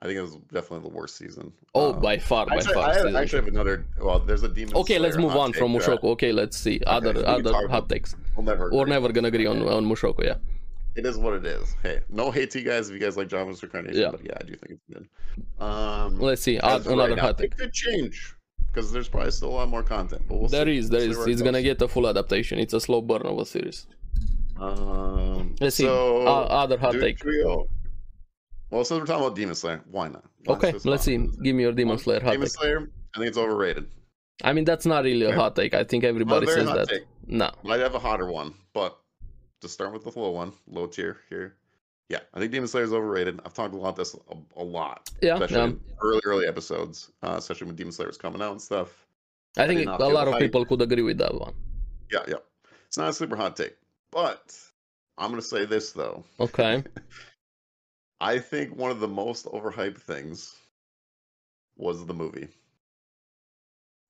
Speaker 1: I think it was definitely the worst season.
Speaker 2: Oh,
Speaker 1: Um,
Speaker 2: by far, by
Speaker 1: Actually,
Speaker 2: far.
Speaker 1: I,
Speaker 2: season
Speaker 1: I actually have another. Well, there's a demon.
Speaker 2: two. okay, let's
Speaker 1: Slayer
Speaker 2: move
Speaker 1: hot
Speaker 2: on from
Speaker 1: take that
Speaker 2: Mushoku. Okay, let's see
Speaker 1: we
Speaker 2: other
Speaker 1: can talk
Speaker 2: other
Speaker 1: about-
Speaker 2: hot takes.
Speaker 1: We'll never.
Speaker 2: We're
Speaker 1: agree.
Speaker 2: never gonna agree on on Mushoku. Yeah,
Speaker 1: It is what it is. Hey, no hate to you guys if you guys like Java's Reincarnation,
Speaker 2: Yeah.
Speaker 1: but yeah, I do think it's good. Um,
Speaker 2: let's see
Speaker 1: as of
Speaker 2: oth-
Speaker 1: right
Speaker 2: another
Speaker 1: now,
Speaker 2: hot take.
Speaker 1: It could change because there's probably still a lot more content. But we'll
Speaker 2: There
Speaker 1: see.
Speaker 2: is, there
Speaker 1: We'll see
Speaker 2: is.
Speaker 1: where it
Speaker 2: It's gonna
Speaker 1: goes.
Speaker 2: get a full adaptation. It's a slow burn of a series.
Speaker 1: Um,
Speaker 2: Let's see,
Speaker 1: So,
Speaker 2: Uh, other hot
Speaker 1: do-
Speaker 2: take.
Speaker 1: do we all- Well, since we're talking about Demon Slayer, why not? Why
Speaker 2: Okay,
Speaker 1: just
Speaker 2: let's
Speaker 1: not?
Speaker 2: see. Give me your Demon
Speaker 1: One,
Speaker 2: Slayer hot
Speaker 1: Demon
Speaker 2: take.
Speaker 1: Slayer, I think it's overrated.
Speaker 2: I mean, that's not really a
Speaker 1: Okay.
Speaker 2: hot take. I think everybody
Speaker 1: Another
Speaker 2: says
Speaker 1: hot
Speaker 2: that.
Speaker 1: take.
Speaker 2: No.
Speaker 1: Might have a hotter one, but to start with the low one, low tier here. Yeah, I think Demon Slayer is overrated. I've talked about this a, a lot,
Speaker 2: Yeah,
Speaker 1: especially
Speaker 2: yeah.
Speaker 1: in early, early episodes, uh, especially when Demon Slayer was coming out and stuff.
Speaker 2: I
Speaker 1: did
Speaker 2: think
Speaker 1: not
Speaker 2: a
Speaker 1: feel
Speaker 2: lot
Speaker 1: the
Speaker 2: of
Speaker 1: hype.
Speaker 2: people could agree with that one.
Speaker 1: Yeah, yeah. It's not a super hot take, but I'm gonna say this though.
Speaker 2: Okay.
Speaker 1: I think one of the most overhyped things was the movie.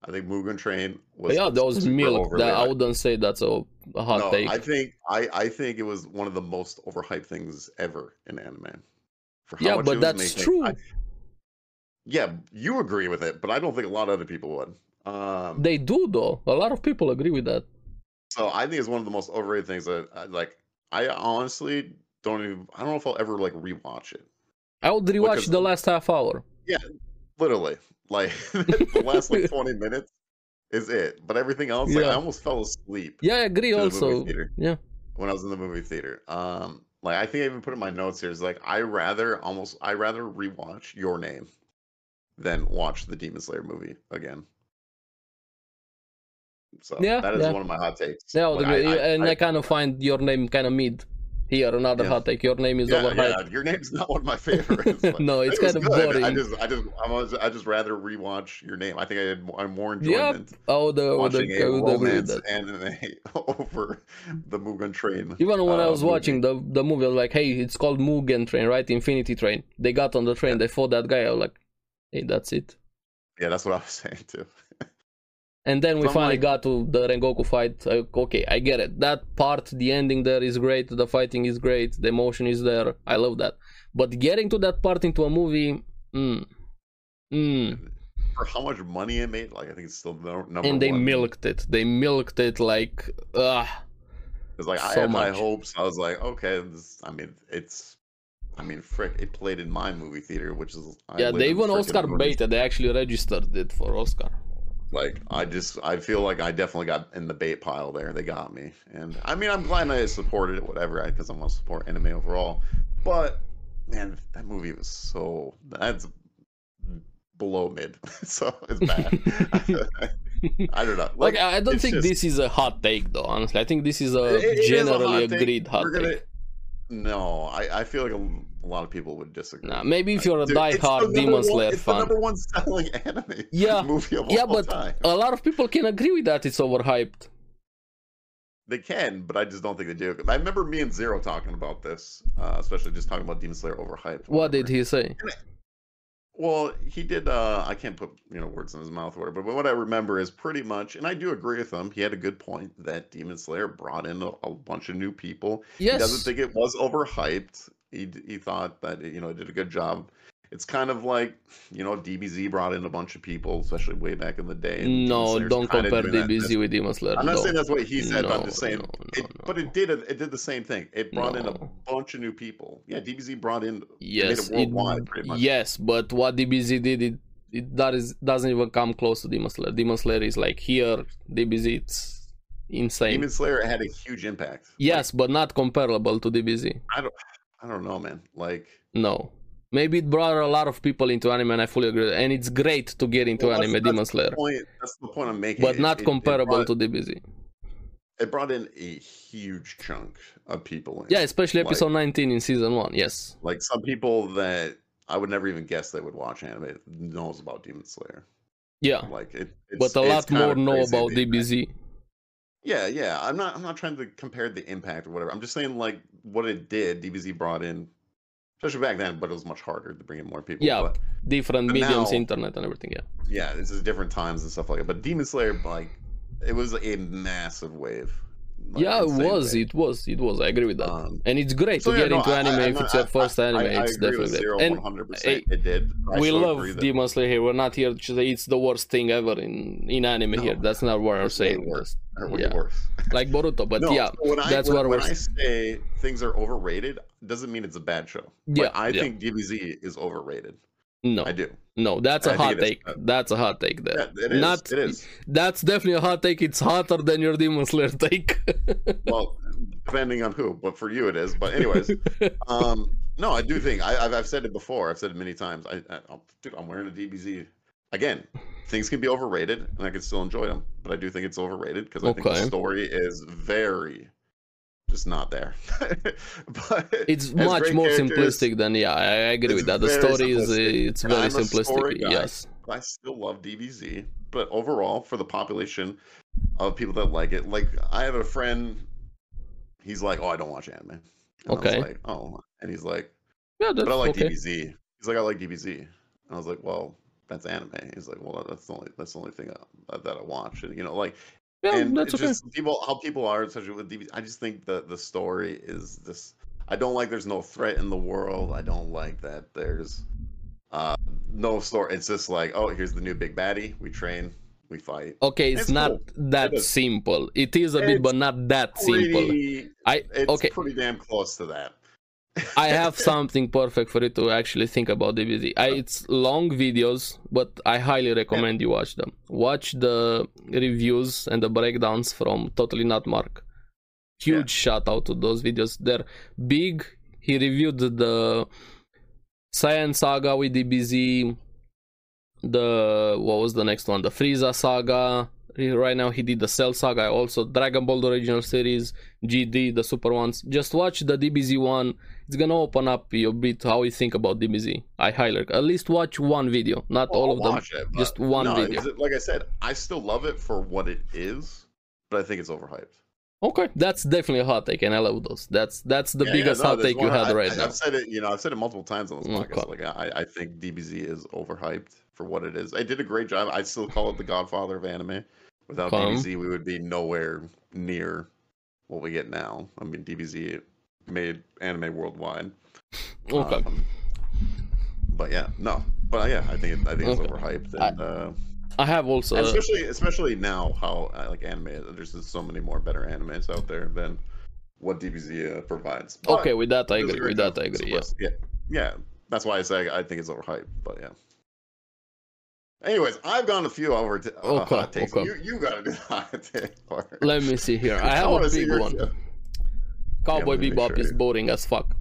Speaker 1: I think Mugen Train was
Speaker 2: yeah, that was
Speaker 1: super
Speaker 2: milk.
Speaker 1: overly
Speaker 2: That, I
Speaker 1: hyped.
Speaker 2: wouldn't say that's a, a hot
Speaker 1: no,
Speaker 2: take.
Speaker 1: I think I, I think it was one of the most overhyped things ever in anime. For
Speaker 2: yeah,
Speaker 1: much it
Speaker 2: but
Speaker 1: was
Speaker 2: that's
Speaker 1: making.
Speaker 2: true.
Speaker 1: I- yeah, you agree with it, but I don't think a lot of other people would. Um,
Speaker 2: They do though. A lot of people agree with that.
Speaker 1: so I think it's one of the most overrated things that I, like. I honestly don't even. I don't know if I'll ever like rewatch it.
Speaker 2: I would rewatch
Speaker 1: Because-
Speaker 2: the last half hour.
Speaker 1: Literally, like the last like twenty minutes is it. But everything else, like,
Speaker 2: Yeah.
Speaker 1: I almost fell asleep.
Speaker 2: Yeah, I agree.
Speaker 1: To the movie
Speaker 2: also,
Speaker 1: theater.
Speaker 2: yeah,
Speaker 1: when I was in the movie theater. Um, like I think I even put in my notes here is like I rather almost I rather rewatch Your Name than watch the Demon Slayer movie again. So
Speaker 2: Yeah,
Speaker 1: that is
Speaker 2: yeah.
Speaker 1: one of my hot takes.
Speaker 2: yeah, I would
Speaker 1: Like,
Speaker 2: agree.
Speaker 1: I- I-
Speaker 2: and I,
Speaker 1: I-
Speaker 2: kind of find your name kind of mid. Here, another
Speaker 1: Yeah.
Speaker 2: hot take. Your name is
Speaker 1: yeah,
Speaker 2: overhyped.
Speaker 1: yeah, Your Name's not one of my favorites. but
Speaker 2: no, it's
Speaker 1: it was
Speaker 2: kind of
Speaker 1: good.
Speaker 2: boring.
Speaker 1: I just, I just, I'm always, I just rather rewatch Your Name. I think I had more, I'm more enjoyment
Speaker 2: Oh, the, I would
Speaker 1: watching
Speaker 2: ag- I
Speaker 1: a
Speaker 2: would agree with
Speaker 1: romance
Speaker 2: that.
Speaker 1: anime over the Mugen Train.
Speaker 2: Even when I
Speaker 1: uh,
Speaker 2: was
Speaker 1: movie.
Speaker 2: watching the the movie, I was like, hey, it's called Mugen Train, right? Infinity Train. They got on the train, they fought that guy. I was like, hey, that's it.
Speaker 1: Yeah, that's what I was saying too.
Speaker 2: And then we
Speaker 1: So I'm
Speaker 2: finally
Speaker 1: like-
Speaker 2: got to the Rengoku fight. Uh, okay, I get it. That part, the ending there is great. The fighting is great. The emotion is there. I love that. But getting to that part into a movie, mm, mm.
Speaker 1: for how much money it made, like I think it's still no, number
Speaker 2: and they
Speaker 1: one.
Speaker 2: milked it. They milked it like, ah,
Speaker 1: It's like I
Speaker 2: so
Speaker 1: had my
Speaker 2: much.
Speaker 1: hopes. I was like, okay, this, I mean, it's, I mean, frick, it played in my movie theater, which is I
Speaker 2: yeah.
Speaker 1: live
Speaker 2: They
Speaker 1: in
Speaker 2: even
Speaker 1: frickin'
Speaker 2: Oscar
Speaker 1: Boone.
Speaker 2: baited. They actually registered it for Oscar.
Speaker 1: Like I just, I feel like I definitely got in the bait pile there. They got me, and I mean, I'm glad I supported it, whatever, because I want to support anime overall. But man, that movie was so that's below mid, so it's bad. I don't know.
Speaker 2: Like, I I don't
Speaker 1: it's
Speaker 2: think
Speaker 1: just-
Speaker 2: this is a hot take though. Honestly, I think this is a
Speaker 1: It- it is a
Speaker 2: generally
Speaker 1: hot take.
Speaker 2: agreed hot
Speaker 1: We're
Speaker 2: take.
Speaker 1: gonna- No, I, I feel like a, l- a lot of people would disagree.
Speaker 2: Nah, maybe if you're a
Speaker 1: Dude, it's the
Speaker 2: diehard
Speaker 1: number
Speaker 2: Demon
Speaker 1: one-
Speaker 2: Slayer
Speaker 1: it's the
Speaker 2: fan.
Speaker 1: number one selling anime
Speaker 2: Yeah,
Speaker 1: movie of
Speaker 2: Yeah,
Speaker 1: all
Speaker 2: but
Speaker 1: time.
Speaker 2: a lot of people can agree with that. It's overhyped.
Speaker 1: They can, but I just don't think they do. I remember me and Zero talking about this, uh, especially just talking about Demon Slayer overhyped.
Speaker 2: What did
Speaker 1: whatever.
Speaker 2: he say?
Speaker 1: Well, he did. Uh, I can't put you know words in his mouth, or whatever. But what I remember is pretty much, and I do agree with him. He had a good point that Demon Slayer brought in a, a bunch of new people. He
Speaker 2: Yes.
Speaker 1: doesn't think it was overhyped. He d- he thought that you know it did a good job. It's kind of like you know DBZ brought in a bunch of people, especially way back in the day. and Demon
Speaker 2: No,
Speaker 1: Slayer's
Speaker 2: don't
Speaker 1: kinda
Speaker 2: compare
Speaker 1: doing that.
Speaker 2: DBZ with Demon Slayer.
Speaker 1: I'm not
Speaker 2: though.
Speaker 1: saying that's what he said. but I'm
Speaker 2: No,
Speaker 1: just saying,
Speaker 2: no, no,
Speaker 1: it,
Speaker 2: no.
Speaker 1: but it did a, it did the same thing. It brought in a
Speaker 2: No.
Speaker 1: bunch of new people. Yeah, DBZ brought in.
Speaker 2: yes,
Speaker 1: made it worldwide, pretty much.
Speaker 2: yes, but what DBZ did, it, it that is doesn't even come close to Demon Slayer. Demon Slayer is like here, DBZ, it's insane.
Speaker 1: Demon Slayer had a huge impact.
Speaker 2: Yes, but not comparable to DBZ.
Speaker 1: I don't know, man. Like
Speaker 2: No. Maybe it brought a lot of people into anime, and I fully agree. And it's great to get into
Speaker 1: Well, that's-
Speaker 2: anime,
Speaker 1: that's
Speaker 2: Demon
Speaker 1: the
Speaker 2: Slayer,
Speaker 1: point. That's the point I'm making.
Speaker 2: but
Speaker 1: It-
Speaker 2: not
Speaker 1: it- it
Speaker 2: comparable
Speaker 1: brought-
Speaker 2: to DBZ.
Speaker 1: It brought in a huge chunk of people. In.
Speaker 2: Yeah, especially
Speaker 1: Like-
Speaker 2: episode 19 in season 1. Yes.
Speaker 1: like some people that I would never even guess they would watch anime knows about Demon Slayer.
Speaker 2: Yeah.
Speaker 1: Like it, it's,
Speaker 2: But a
Speaker 1: it's
Speaker 2: lot
Speaker 1: kind
Speaker 2: more
Speaker 1: of
Speaker 2: know
Speaker 1: crazy
Speaker 2: about
Speaker 1: the impact.
Speaker 2: DBZ.
Speaker 1: Yeah, yeah. I'm not. I'm not trying to compare the impact or whatever. I'm just saying like what it did. DBZ brought in, especially back then, but it was much harder to bring in more people.
Speaker 2: Yeah.
Speaker 1: but
Speaker 2: Different
Speaker 1: But
Speaker 2: mediums,
Speaker 1: now-
Speaker 2: internet, and everything. Yeah.
Speaker 1: yeah. This is different times and stuff like that. But Demon Slayer, like, it was a massive wave. like,
Speaker 2: yeah, it
Speaker 1: insane
Speaker 2: was.
Speaker 1: wave.
Speaker 2: It was. It was. I agree with that.
Speaker 1: Um,
Speaker 2: and it's great
Speaker 1: so
Speaker 2: to
Speaker 1: yeah,
Speaker 2: get
Speaker 1: no,
Speaker 2: into
Speaker 1: I- I-
Speaker 2: anime
Speaker 1: I'm
Speaker 2: if
Speaker 1: not-
Speaker 2: it's your first anime.
Speaker 1: I, I
Speaker 2: it's
Speaker 1: agree with
Speaker 2: definitely
Speaker 1: zero
Speaker 2: great.
Speaker 1: one
Speaker 2: And
Speaker 1: hundred
Speaker 2: hey,
Speaker 1: percent. It did. I
Speaker 2: we
Speaker 1: still
Speaker 2: love
Speaker 1: agree that
Speaker 2: Demon Slayer here. We're not here to say it's the worst thing ever in, in anime
Speaker 1: No.
Speaker 2: here. That's not what I'm
Speaker 1: It's way
Speaker 2: saying.
Speaker 1: worse. they're way
Speaker 2: yeah.
Speaker 1: worse.
Speaker 2: Like Boruto, but
Speaker 1: No,
Speaker 2: yeah.
Speaker 1: so when I,
Speaker 2: that's
Speaker 1: when,
Speaker 2: what
Speaker 1: when
Speaker 2: we're-
Speaker 1: I say things are overrated, doesn't mean it's a bad show. Like,
Speaker 2: Yeah,
Speaker 1: I
Speaker 2: yeah.
Speaker 1: think DBZ is overrated.
Speaker 2: No.
Speaker 1: I do.
Speaker 2: No, that's a
Speaker 1: I think
Speaker 2: hot
Speaker 1: it is,
Speaker 2: take.
Speaker 1: but-
Speaker 2: That's a hot take there.
Speaker 1: Yeah, it is.
Speaker 2: Not-
Speaker 1: It is.
Speaker 2: That's definitely a hot take. It's hotter than your Demon Slayer take.
Speaker 1: Well, depending on who, but for you it is. But anyways, um, no, I do think I, I've I've said it before. I've said it many times. I, I I'll- dude, I'm wearing a DBZ. Again, things can be overrated, and I can still enjoy them. But I do think it's overrated because I think
Speaker 2: Okay.
Speaker 1: the story is very just not there. but
Speaker 2: it's
Speaker 1: has
Speaker 2: much
Speaker 1: great
Speaker 2: more
Speaker 1: characters.
Speaker 2: simplistic than yeah. I, I agree
Speaker 1: It's
Speaker 2: with that. The
Speaker 1: very
Speaker 2: story is uh,
Speaker 1: simplistic.
Speaker 2: it's
Speaker 1: And
Speaker 2: very
Speaker 1: I'm a story
Speaker 2: simplistic.
Speaker 1: guy.
Speaker 2: Yes.
Speaker 1: I still love DBZ, but overall, for the population of people that like it, like I have a friend, he's like, "Oh, I don't watch anime." And I was
Speaker 2: Okay.
Speaker 1: like, oh, and he's like,
Speaker 2: Yeah, that's
Speaker 1: "But I like
Speaker 2: okay.
Speaker 1: DBZ." He's like, "I like DBZ," and I was like, "Well, that's anime." He's like, "Well, that's the only that's the only thing I, that I watch," and you know, like,
Speaker 2: Yeah,
Speaker 1: and
Speaker 2: that's
Speaker 1: it's
Speaker 2: okay.
Speaker 1: just people how people are, especially with DBZ. I just think the the story is this. I don't like there's no threat in the world. I don't like that there's uh no story. It's just like oh here's the new big baddie. We train, we fight.
Speaker 2: Okay, it's,
Speaker 1: It's
Speaker 2: not
Speaker 1: cool.
Speaker 2: that
Speaker 1: It is.
Speaker 2: simple. It is a bit,
Speaker 1: It's
Speaker 2: but not that simple.
Speaker 1: Pretty-
Speaker 2: I
Speaker 1: it's
Speaker 2: okay.
Speaker 1: pretty damn close to that.
Speaker 2: I have something perfect for you to actually think about DBZ. I, it's long videos, but I highly recommend you watch them. Watch the reviews and the breakdowns from Totally Not Mark. Huge shout out to those videos. They're big. He reviewed the Saiyan Saga with DBZ. The what was the next one? The Frieza Saga. He- Right now he did the Cell Saga, also Dragon Ball the original series, GD, the super ones. Just watch the DBZ one it's gonna open up your bit how you think about DBZ. I highly rec- at least watch one video, not all
Speaker 1: I'll
Speaker 2: of them.
Speaker 1: Oh, watch it, but
Speaker 2: just one
Speaker 1: no,
Speaker 2: video.
Speaker 1: it's- Like I said, I still love it for what it is, but I think it's overhyped.
Speaker 2: Okay, that's definitely a hot take, and I love those. That's that's the
Speaker 1: Yeah, yeah,
Speaker 2: biggest
Speaker 1: no,
Speaker 2: hot
Speaker 1: there's
Speaker 2: take you
Speaker 1: one-
Speaker 2: had
Speaker 1: I,
Speaker 2: right
Speaker 1: I,
Speaker 2: now.
Speaker 1: I've said it, you know, I've said it multiple times on this
Speaker 2: Okay.
Speaker 1: podcast. Like, I, I think DBZ is overhyped for what it is. It did a great job. I still call it the Godfather of anime. Without
Speaker 2: Okay.
Speaker 1: DBZ, we would be nowhere near what we get now. I mean, DBZ made anime worldwide.
Speaker 2: Okay,
Speaker 1: Um, but yeah, no, but yeah, I think it, I think it's
Speaker 2: Okay.
Speaker 1: overhyped,
Speaker 2: I-
Speaker 1: and, uh,
Speaker 2: I have also.
Speaker 1: and especially especially now how I like anime. There's just so many more better animes out there than what DBZ uh, provides. But-
Speaker 2: okay, with that I
Speaker 1: there's a
Speaker 2: agree.
Speaker 1: great
Speaker 2: With that
Speaker 1: deal
Speaker 2: I
Speaker 1: of
Speaker 2: agree. Yes.
Speaker 1: support. Yeah. Yeah. That's why I say I think it's overhyped, but yeah. Anyways, I've gone a few over to uh,
Speaker 2: Okay,
Speaker 1: hot takes.
Speaker 2: okay.
Speaker 1: You you gotta do the hot take part.
Speaker 2: Let me see here. I have
Speaker 1: wanna
Speaker 2: a
Speaker 1: see
Speaker 2: big
Speaker 1: your-
Speaker 2: one. Cowboy
Speaker 1: let me make
Speaker 2: Bebop
Speaker 1: sure
Speaker 2: is
Speaker 1: here.
Speaker 2: boring as fuck.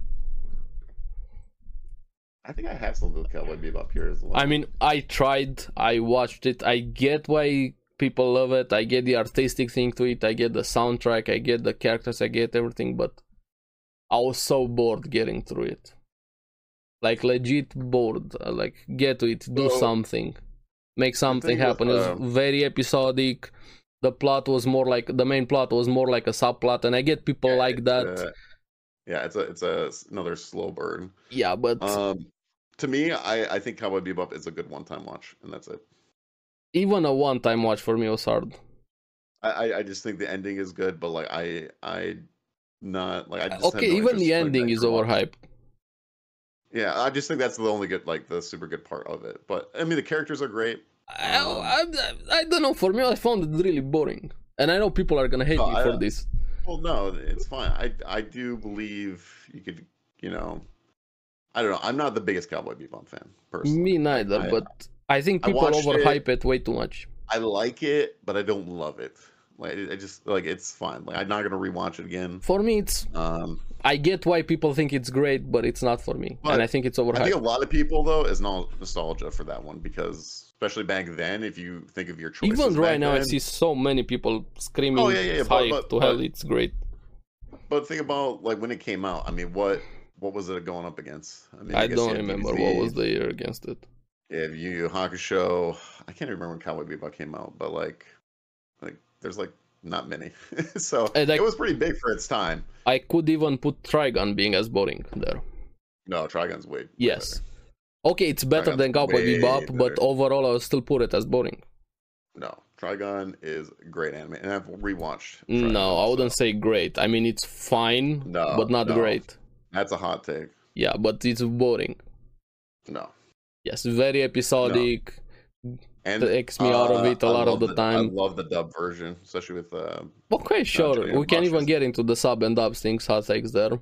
Speaker 1: I think I have something with Cowboy Bebop here as well.
Speaker 2: I mean, I tried, I watched it, I get why people love it, I get the artistic thing to it, I get the soundtrack, I get the characters, I get everything, but I was so bored getting through it. Like, legit bored. Uh, Like, get to it, do
Speaker 1: So-
Speaker 2: something, make something
Speaker 1: thing with,
Speaker 2: happen. It
Speaker 1: um,
Speaker 2: was very episodic. The plot was more like the main plot was more like a subplot, and I get people
Speaker 1: Yeah,
Speaker 2: like
Speaker 1: it's,
Speaker 2: that.
Speaker 1: uh, yeah, it's a it's a s- another slow burn.
Speaker 2: yeah, but
Speaker 1: Um to me, I, I think Cowboy Bebop is a good one time watch, and that's it.
Speaker 2: even a one-time watch for me was hard.
Speaker 1: I, I, I just think the ending is good, but like I I not like I just had
Speaker 2: Okay,
Speaker 1: no
Speaker 2: even
Speaker 1: interest
Speaker 2: the
Speaker 1: in going
Speaker 2: ending
Speaker 1: back
Speaker 2: is
Speaker 1: to watch it.
Speaker 2: overhyped.
Speaker 1: Yeah, I just think that's the only good, like the super good part of it. But I mean, the characters are great.
Speaker 2: I, I, I don't know. For me, I found it really boring, and I know people are gonna hate
Speaker 1: No,
Speaker 2: me
Speaker 1: I-
Speaker 2: for this.
Speaker 1: Well, no, it's fine. I I do believe you could, you know, I don't know. I'm not the biggest Cowboy Bebop fan personally.
Speaker 2: Me neither,
Speaker 1: I-
Speaker 2: but I think
Speaker 1: I
Speaker 2: people
Speaker 1: watched
Speaker 2: overhype it. way too much.
Speaker 1: I like it, but I don't love it. Like I just like it's fine. Like I'm not gonna rewatch it again.
Speaker 2: For me, it's
Speaker 1: Um,
Speaker 2: I get why people think it's great, but it's not for me,
Speaker 1: But
Speaker 2: and I think it's
Speaker 1: I think
Speaker 2: overhyped.
Speaker 1: a lot of people though is no- nostalgia for that one because especially back then, if you think of your choices.
Speaker 2: Even right
Speaker 1: back
Speaker 2: now, I
Speaker 1: then-
Speaker 2: see so many people screaming,
Speaker 1: Oh, yeah, yeah, yeah,
Speaker 2: "It's
Speaker 1: but-
Speaker 2: hype
Speaker 1: but-
Speaker 2: to hell,
Speaker 1: but-
Speaker 2: it's great."
Speaker 1: But think about like when it came out. I mean, what what was it going up against? I mean,
Speaker 2: I
Speaker 1: guess
Speaker 2: don't
Speaker 1: you had
Speaker 2: remember
Speaker 1: DBZ,
Speaker 2: what was the year against it.
Speaker 1: you had Yu Yu Hakusho. I can't remember when Cowboy Bebop came out, but like, like there's like not many. so
Speaker 2: And, Uh, like-
Speaker 1: it was pretty big for its time.
Speaker 2: I could even put Trigon being as boring there.
Speaker 1: No, Trigon's way. way
Speaker 2: Yes. Okay, it's better
Speaker 1: Trigon's
Speaker 2: than Cowboy
Speaker 1: way
Speaker 2: Bebop, but
Speaker 1: better.
Speaker 2: overall, I would still put it as boring.
Speaker 1: better. No, Trigon is a great anime, and I've rewatched.
Speaker 2: no,
Speaker 1: Trigun,
Speaker 2: I
Speaker 1: so
Speaker 2: wouldn't say great. I mean, it's fine,
Speaker 1: No,
Speaker 2: but not
Speaker 1: no.
Speaker 2: great.
Speaker 1: That's a hot take.
Speaker 2: Yeah, but it's boring.
Speaker 1: No.
Speaker 2: Yes, very episodic.
Speaker 1: And uh,
Speaker 2: That X me out of it a
Speaker 1: I
Speaker 2: lot of
Speaker 1: love
Speaker 2: the
Speaker 1: I
Speaker 2: time.
Speaker 1: love the dub version, especially with uh,
Speaker 2: Okay, sure.
Speaker 1: Trigon
Speaker 2: we can even
Speaker 1: watches.
Speaker 2: get into the sub and dub things, hot takes there.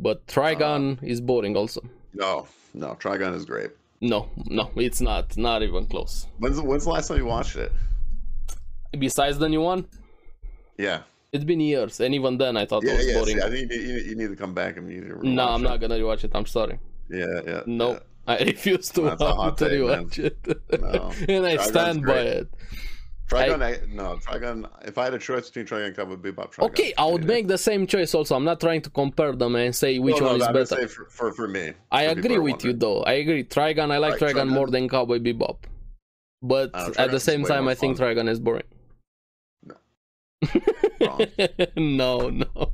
Speaker 2: But
Speaker 1: Uh-huh.
Speaker 2: Trigon is boring also.
Speaker 1: no, no, Trigon is great.
Speaker 2: No, no, it's not. Not even close.
Speaker 1: When's the- when's the last time you watched it?
Speaker 2: Besides the new one,
Speaker 1: Yeah,
Speaker 2: it's been years, and even then I thought it
Speaker 1: yeah,
Speaker 2: was
Speaker 1: yeah.
Speaker 2: boring.
Speaker 1: see, I think you, you, you need to come back and you need to.
Speaker 2: no,
Speaker 1: rewatch
Speaker 2: I'm
Speaker 1: it.
Speaker 2: not gonna rewatch it. I'm sorry.
Speaker 1: Yeah, yeah.
Speaker 2: No, I refuse to,
Speaker 1: That's a hot
Speaker 2: to
Speaker 1: take, man.
Speaker 2: rewatch it.
Speaker 1: No.
Speaker 2: and I
Speaker 1: Trigon's
Speaker 2: stand by
Speaker 1: great.
Speaker 2: it.
Speaker 1: yeah. Trigon, I, no, Trigon. If I had a choice between Trigon and Cowboy Bebop, Trigon.
Speaker 2: Okay, I would make the same choice also. I'm not trying to compare them and say which
Speaker 1: no, no,
Speaker 2: one is
Speaker 1: I'm
Speaker 2: better.
Speaker 1: Say for, for for me,
Speaker 2: I
Speaker 1: for people
Speaker 2: agree
Speaker 1: who are
Speaker 2: with you
Speaker 1: wondering.
Speaker 2: though. I agree. Trigon, I like
Speaker 1: Right,
Speaker 2: Trigon
Speaker 1: Trigun-
Speaker 2: more than Cowboy Bebop. But
Speaker 1: Uh,
Speaker 2: at
Speaker 1: Trigun
Speaker 2: the
Speaker 1: is
Speaker 2: same
Speaker 1: way
Speaker 2: time,
Speaker 1: more
Speaker 2: I think
Speaker 1: fun.
Speaker 2: Trigon is boring.
Speaker 1: Wrong.
Speaker 2: no, no.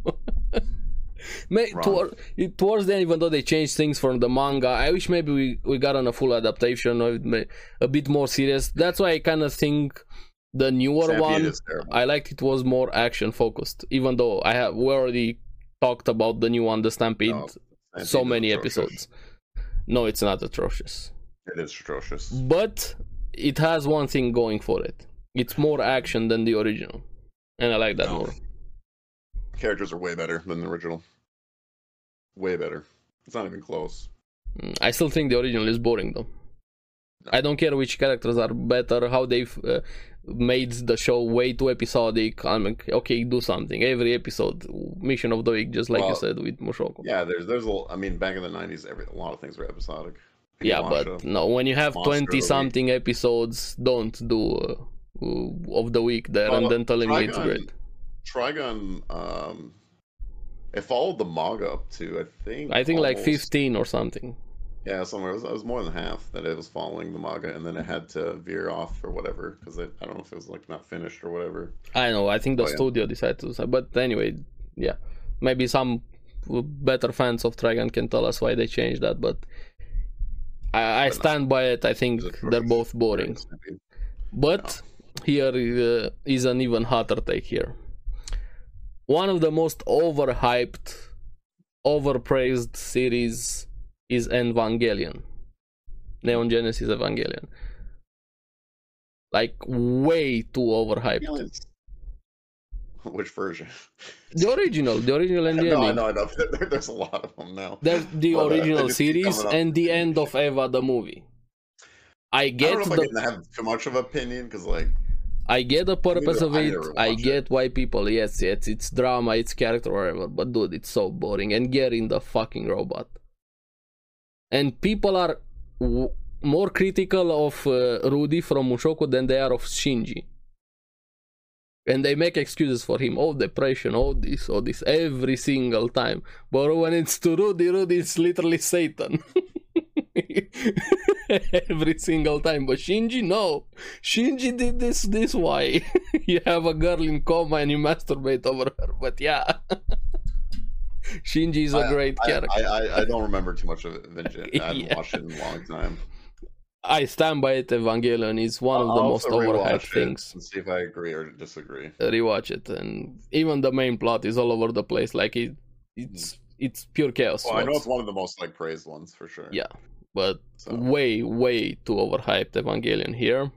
Speaker 2: May,
Speaker 1: Wrong.
Speaker 2: toward, it- towards the end, even though they changed things from the manga, I wish maybe we, we got on a full adaptation or it may- a bit more serious. That's why I kind of think the newer
Speaker 1: Stampede
Speaker 2: one,
Speaker 1: is terrible.
Speaker 2: I liked it was more action focused. Even though I have we already talked about the new one, the Stampede,
Speaker 1: No, Stampede
Speaker 2: so
Speaker 1: is
Speaker 2: many
Speaker 1: atrocious.
Speaker 2: episodes. No, it's not atrocious
Speaker 1: It is atrocious.
Speaker 2: but it has one thing going for it it's more action than the original and i like that
Speaker 1: No.
Speaker 2: more
Speaker 1: Characters are way better than the original. Way better. It's not even close.
Speaker 2: Mm, i still think the original is boring though
Speaker 1: No.
Speaker 2: i don't care which characters are better how they've uh, made the show way too episodic i'm like okay do something every episode mission of the week just like you
Speaker 1: Well,
Speaker 2: said with mushoko
Speaker 1: Yeah, there's there's a l- I mean back in the nineties every a lot of things were episodic.
Speaker 2: yeah
Speaker 1: Inuyasha,
Speaker 2: but no when you have
Speaker 1: Monster of the
Speaker 2: 20
Speaker 1: Week.
Speaker 2: something episodes don't do uh, uh, of the week there and
Speaker 1: Well,
Speaker 2: then telling me it's
Speaker 1: Trigun-
Speaker 2: great
Speaker 1: Trigun um it followed the manga up to I think
Speaker 2: i think like
Speaker 1: almost-
Speaker 2: 15 or something
Speaker 1: Yeah, somewhere it was, it was more than half that it was following the manga and then it had to veer off or whatever because I don't know if it was like not finished or whatever.
Speaker 2: I know. I think the
Speaker 1: Oh, yeah.
Speaker 2: studio decided to. decide- But anyway, yeah, maybe some better fans of Trigon can tell us why they changed that. But I, I stand by it. I think
Speaker 1: Is it
Speaker 2: they're both boring. But here uh, is an even hotter take here. One of the most overhyped, overpraised series is Evangelion. Neon Genesis Evangelion. Like way too overhyped.
Speaker 1: Aliens. Which version?
Speaker 2: The original, the original and the
Speaker 1: no, I
Speaker 2: ending.
Speaker 1: know, I know. There, there's a lot of them now.
Speaker 2: There's the
Speaker 1: Well, uh, they
Speaker 2: original
Speaker 1: just keep
Speaker 2: series
Speaker 1: coming up.
Speaker 2: and the end of Eva the movie. I
Speaker 1: I
Speaker 2: get
Speaker 1: don't know if
Speaker 2: the
Speaker 1: I can have too much of opinion because like
Speaker 2: I get the purpose
Speaker 1: I
Speaker 2: of it.
Speaker 1: never
Speaker 2: I
Speaker 1: watched it.
Speaker 2: get why people yes, it's it's drama, it's character, whatever. But dude, it's so boring. And get in the fucking robot. And people are w- more critical of uh, Rudy from Mushoku than they are of Shinji. And they make excuses for him. Oh, depression. Oh, this. Oh, this. Every single time. But when it's to Rudy, Rudy is literally Satan. Every single time. But Shinji, no. Shinji did this this way. you have a girl in coma and you masturbate over her. But yeah. Shinji is a great
Speaker 1: I,
Speaker 2: character.
Speaker 1: I, I, I don't remember too much of it. Vengeance. I haven't
Speaker 2: Yeah.
Speaker 1: watched it in a long time.
Speaker 2: I, stand by it. Evangelion is one of the
Speaker 1: I'll
Speaker 2: most
Speaker 1: also rewatch
Speaker 2: overhyped
Speaker 1: it
Speaker 2: things.
Speaker 1: And see if I agree or disagree.
Speaker 2: Rewatch it, and even the main plot is all over the place. Like it, it's it's pure chaos.
Speaker 1: Well, Oh, I know
Speaker 2: what's-
Speaker 1: it's one of the most like praised ones for sure.
Speaker 2: Yeah, but
Speaker 1: So,
Speaker 2: way, way too overhyped Evangelion here.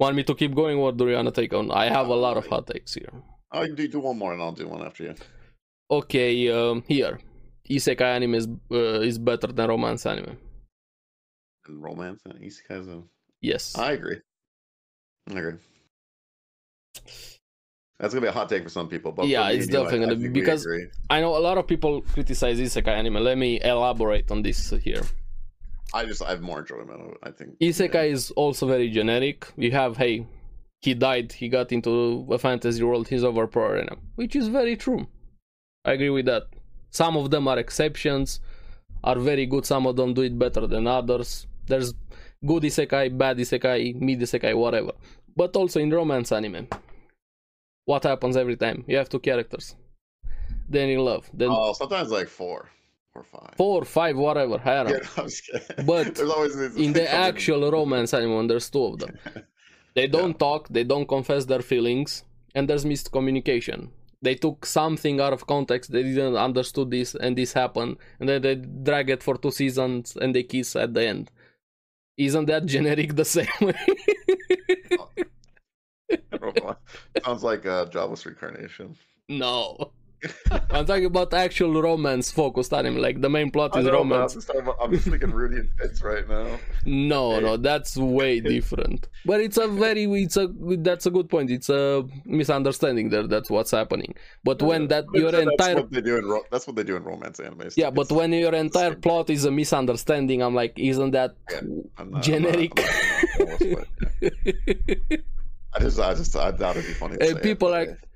Speaker 2: Want me to keep going or do you wanna take on? I have a lot of hot takes here.
Speaker 1: I do do one more, and I'll do one after you.
Speaker 2: Okay, um, here. Isekai anime is, uh, is better than romance anime.
Speaker 1: And romance and isekai's. A...
Speaker 2: Yes.
Speaker 1: I agree. I agree. That's gonna be a hot take for some people, but for
Speaker 2: Yeah,
Speaker 1: me
Speaker 2: it's
Speaker 1: and you, I- I
Speaker 2: definitely gonna be-
Speaker 1: think we
Speaker 2: because-
Speaker 1: agree.
Speaker 2: I know a lot of people criticize isekai anime. Let me elaborate on this here.
Speaker 1: I just I have more enjoyment. Of it, I think
Speaker 2: Isekai is also very generic. You have, hey, he died, he got into a fantasy world, he's overpowered, right now, which is very true. I agree with that. Some of them are exceptions, are very good, some of them do it better than others. There's good isekai, bad isekai, mid isekai, whatever. But also in romance anime, what happens every time? You have two characters. Then in love, then
Speaker 1: Oh, sometimes like four or five.
Speaker 2: four, five, whatever, higher.
Speaker 1: Yeah, no, I'm just kidding.
Speaker 2: But
Speaker 1: There's always these-
Speaker 2: in the
Speaker 1: something-
Speaker 2: actual romance anime when there's two of them they don't talk they don't confess their feelings and there's miscommunication they took something out of context they didn't understood this and this happened and then they drag it for two seasons and they kiss at the end isn't that generic the same way
Speaker 1: sounds like uh, jobless reincarnation.
Speaker 2: no i'm talking about actual romance focused anime like the main plot
Speaker 1: I
Speaker 2: is
Speaker 1: know, but I'm
Speaker 2: romance
Speaker 1: just, talking about- I'm just thinking Rudy and Fitz right now.
Speaker 2: No,
Speaker 1: Hey.
Speaker 2: no, that's way different. But it's a very, it's a, that's a good point. It's a misunderstanding there. That's what's happening. But when that your
Speaker 1: that's
Speaker 2: entire,
Speaker 1: what they do in ro- that's what they do in romance anime.
Speaker 2: yeah, but when your entire
Speaker 1: same.
Speaker 2: plot is a misunderstanding, I'm like, isn't that?
Speaker 1: Yeah. I'm
Speaker 2: generic.
Speaker 1: I'm not- I'm not- I just, I just, I thought it'd be funny. to
Speaker 2: Hey,
Speaker 1: say it,
Speaker 2: people
Speaker 1: but,
Speaker 2: like-
Speaker 1: uh,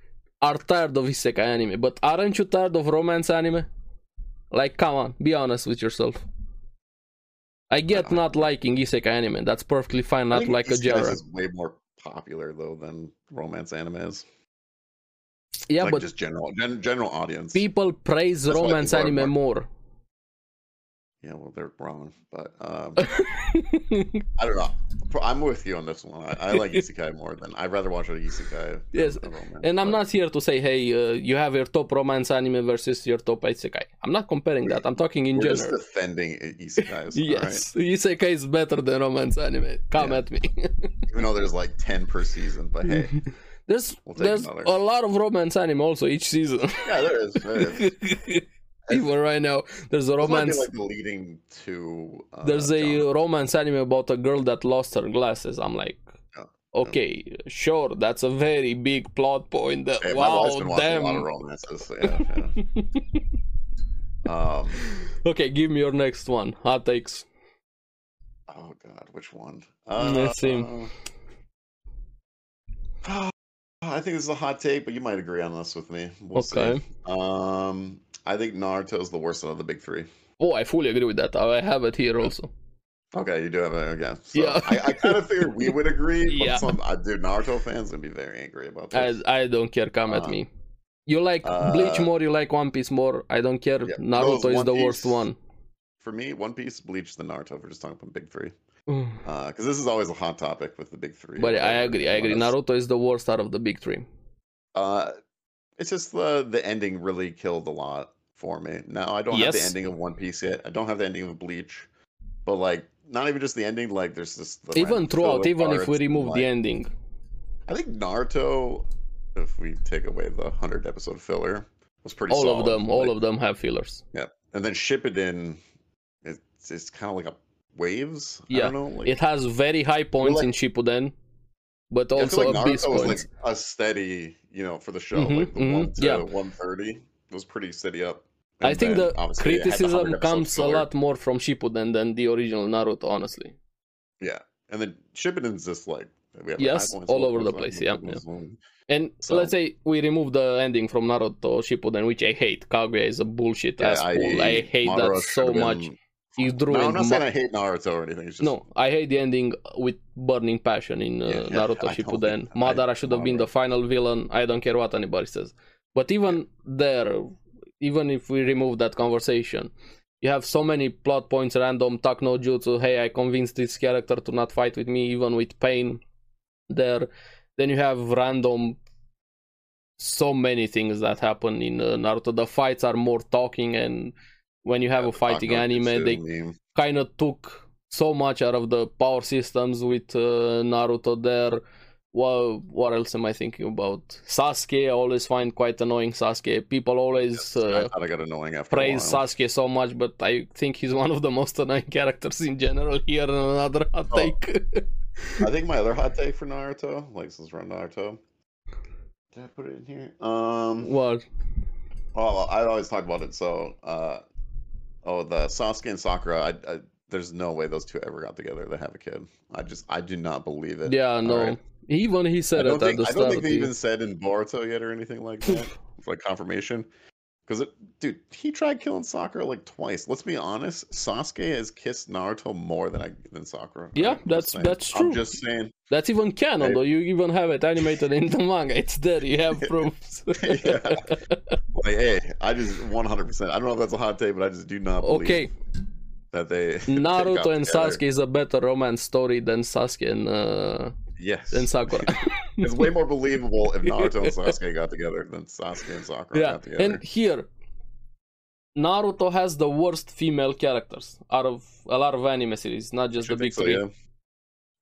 Speaker 2: Are tired of isekai anime, but aren't you tired of romance anime? Like, come on, be honest with yourself. I get
Speaker 1: Uh,
Speaker 2: not liking isekai anime. That's perfectly fine.
Speaker 1: I
Speaker 2: Not
Speaker 1: think
Speaker 2: like a
Speaker 1: isekais
Speaker 2: genre.
Speaker 1: is way more popular though than romance anime is.
Speaker 2: Yeah,
Speaker 1: like
Speaker 2: but
Speaker 1: just general, gen- general audience.
Speaker 2: people praise
Speaker 1: That's why
Speaker 2: romance
Speaker 1: people are
Speaker 2: anime more.
Speaker 1: yeah, well, they're wrong, but um, I don't know. Pro- I'm with you on this one. I, I like isekai more than I'd rather watch an isekai. than
Speaker 2: Yes,
Speaker 1: a romance,
Speaker 2: And I'm
Speaker 1: but-
Speaker 2: not here to say, hey, uh, you have your top romance anime versus your top isekai. I'm not comparing that. I'm talking in
Speaker 1: We're just
Speaker 2: general.
Speaker 1: defending i- isekais. yes.
Speaker 2: Yes, isekai is better than romance anime. Come
Speaker 1: Yeah.
Speaker 2: at me.
Speaker 1: Even though there's like ten per season, but hey,
Speaker 2: there's
Speaker 1: We'll take
Speaker 2: there's
Speaker 1: another.
Speaker 2: a lot of romance anime also each season.
Speaker 1: yeah, there is. There is.
Speaker 2: Even right now, there's a
Speaker 1: Those might be,
Speaker 2: romance.
Speaker 1: like the leading to. Uh,
Speaker 2: there's a
Speaker 1: genre.
Speaker 2: romance anime about a girl that lost her glasses. I'm like,
Speaker 1: Yeah,
Speaker 2: okay, sure, that's a very big plot point. That,
Speaker 1: Hey, my
Speaker 2: wow,
Speaker 1: wife's been watching a lot of
Speaker 2: damn.
Speaker 1: romances. Yeah, yeah. um,
Speaker 2: Okay, give me your next one. Hot takes.
Speaker 1: oh god, which one?
Speaker 2: Let's see.
Speaker 1: uh, I think this is a hot take, but you might agree on this with me. We'll
Speaker 2: Okay.
Speaker 1: See. Um, I think Naruto is the worst out of the big three.
Speaker 2: Oh, I fully agree with that. I have it here also.
Speaker 1: Okay, you do have a yeah. So
Speaker 2: Yeah.
Speaker 1: I, I kind of figured we would agree, but
Speaker 2: Yeah.
Speaker 1: some I do Naruto fans gonna be very angry about
Speaker 2: I
Speaker 1: this.
Speaker 2: I don't care. Come at
Speaker 1: Uh,
Speaker 2: me. You like
Speaker 1: uh,
Speaker 2: Bleach more. You like One Piece more. I don't care.
Speaker 1: yeah, those
Speaker 2: Naruto is
Speaker 1: One
Speaker 2: the
Speaker 1: Piece-
Speaker 2: worst one.
Speaker 1: For me, One Piece, Bleach, the Naruto. We're just talking about big three. because this is always a hot topic with the big three.
Speaker 2: But I
Speaker 1: whatever
Speaker 2: agree.
Speaker 1: you
Speaker 2: I agree.
Speaker 1: wanna s-
Speaker 2: Naruto is the worst out of the big three.
Speaker 1: Uh, it's just the the ending really killed a lot for me. Now I don't have the
Speaker 2: Yes.
Speaker 1: ending of One Piece yet. I don't have the ending of Bleach, but like not even just the ending. Like there's just the
Speaker 2: Even
Speaker 1: random
Speaker 2: throughout,
Speaker 1: filler
Speaker 2: even if we
Speaker 1: parts and,
Speaker 2: remove
Speaker 1: like,
Speaker 2: the ending,
Speaker 1: I think Naruto, if we take away the hundred episode filler, was pretty.
Speaker 2: all of
Speaker 1: solid.
Speaker 2: them, all
Speaker 1: Like,
Speaker 2: of them have fillers.
Speaker 1: and then ship it in. It's it's kind of like a waves.
Speaker 2: Yeah,
Speaker 1: I don't know. Like,
Speaker 2: It has very high points
Speaker 1: like-
Speaker 2: in Shippuden, but
Speaker 1: Yeah, I feel
Speaker 2: also
Speaker 1: like
Speaker 2: abyss
Speaker 1: Naruto was like
Speaker 2: points.
Speaker 1: a steady, you know, for the show,
Speaker 2: Mhm,
Speaker 1: like the
Speaker 2: mhm,
Speaker 1: one to
Speaker 2: yeah.
Speaker 1: one thirty was pretty steady up.
Speaker 2: I
Speaker 1: And
Speaker 2: think
Speaker 1: then,
Speaker 2: the
Speaker 1: obviously, it had the 100
Speaker 2: criticism
Speaker 1: episode
Speaker 2: comes a
Speaker 1: filler.
Speaker 2: lot more from Shippuden than the original Naruto. Honestly,
Speaker 1: Yeah, and then Shippuden's just like we have
Speaker 2: Yes, all over the place, yeah, yeah. And
Speaker 1: So-
Speaker 2: let's say we remove the ending from Naruto Shippuden, which I hate. Kaguya is a bullshit ass fool. I hate that so much. You
Speaker 1: You
Speaker 2: drew
Speaker 1: no,
Speaker 2: in
Speaker 1: I'm not
Speaker 2: Ma-
Speaker 1: saying I hate Naruto or anything. It's just,
Speaker 2: No, I hate the ending with burning passion in uh,
Speaker 1: Yeah, yeah, I
Speaker 2: Naruto
Speaker 1: don't
Speaker 2: Shippuden.
Speaker 1: think- I-
Speaker 2: Madara should have been the final villain. I don't care what anybody says. But even there, even if we remove that conversation, you have so many plot points, random talk no jutsu. Hey, I convinced this character to not fight with me, even with pain. There, then you have random so many things that happen in uh, Naruto. The fights are more talking, and when you have a fighting anime, they kind of took so much out of the power systems with uh, Naruto there. Well, what else am I thinking about? Sasuke, I always find quite annoying. Sasuke, people always
Speaker 1: I
Speaker 2: uh,
Speaker 1: thought I got annoying after
Speaker 2: praise
Speaker 1: a while.
Speaker 2: Sasuke so much, but I think he's one of the most annoying characters in general. Here, and another hot
Speaker 1: Oh.
Speaker 2: take.
Speaker 1: I think my other hot take for Naruto, like since we're on Naruto, did I put it in here? Um,
Speaker 2: what?
Speaker 1: Oh, Well, I always talk about it. So, uh, oh, the Sasuke and Sakura. I, I, there's no way those two ever got together to have a kid. I just, I do not believe it.
Speaker 2: Yeah, no.
Speaker 1: Alright.
Speaker 2: Even he
Speaker 1: Uh, I
Speaker 2: said
Speaker 1: don't
Speaker 2: it
Speaker 1: think,
Speaker 2: at the
Speaker 1: I don't
Speaker 2: start.
Speaker 1: think they
Speaker 2: he-
Speaker 1: even said in Boruto yet or anything like that. for like confirmation, because dude, he tried killing Sakura like twice. Let's be honest. Sasuke has kissed Naruto more than I than Sakura.
Speaker 2: Yeah,
Speaker 1: alright? I'm just
Speaker 2: that's-
Speaker 1: saying.
Speaker 2: that's true.
Speaker 1: I'm just saying.
Speaker 2: That's even canon,
Speaker 1: Right.
Speaker 2: though. You even have it animated in the manga. It's there. You have proofs.
Speaker 1: yeah. Like, hey, I just 100%. I don't know if that's a hot take, but I just do not believe
Speaker 2: okay,
Speaker 1: that they they got
Speaker 2: Naruto and
Speaker 1: together.
Speaker 2: Sasuke is a better romance story than Sasuke and uh,
Speaker 1: Yes.
Speaker 2: and Sakura.
Speaker 1: it's way more believable if Naruto and Sasuke got together than Sasuke and Sakura
Speaker 2: yeah,
Speaker 1: got together.
Speaker 2: and here, Naruto has the worst female characters out of a lot of anime series, not just
Speaker 1: Should
Speaker 2: the big
Speaker 1: think so,
Speaker 2: three.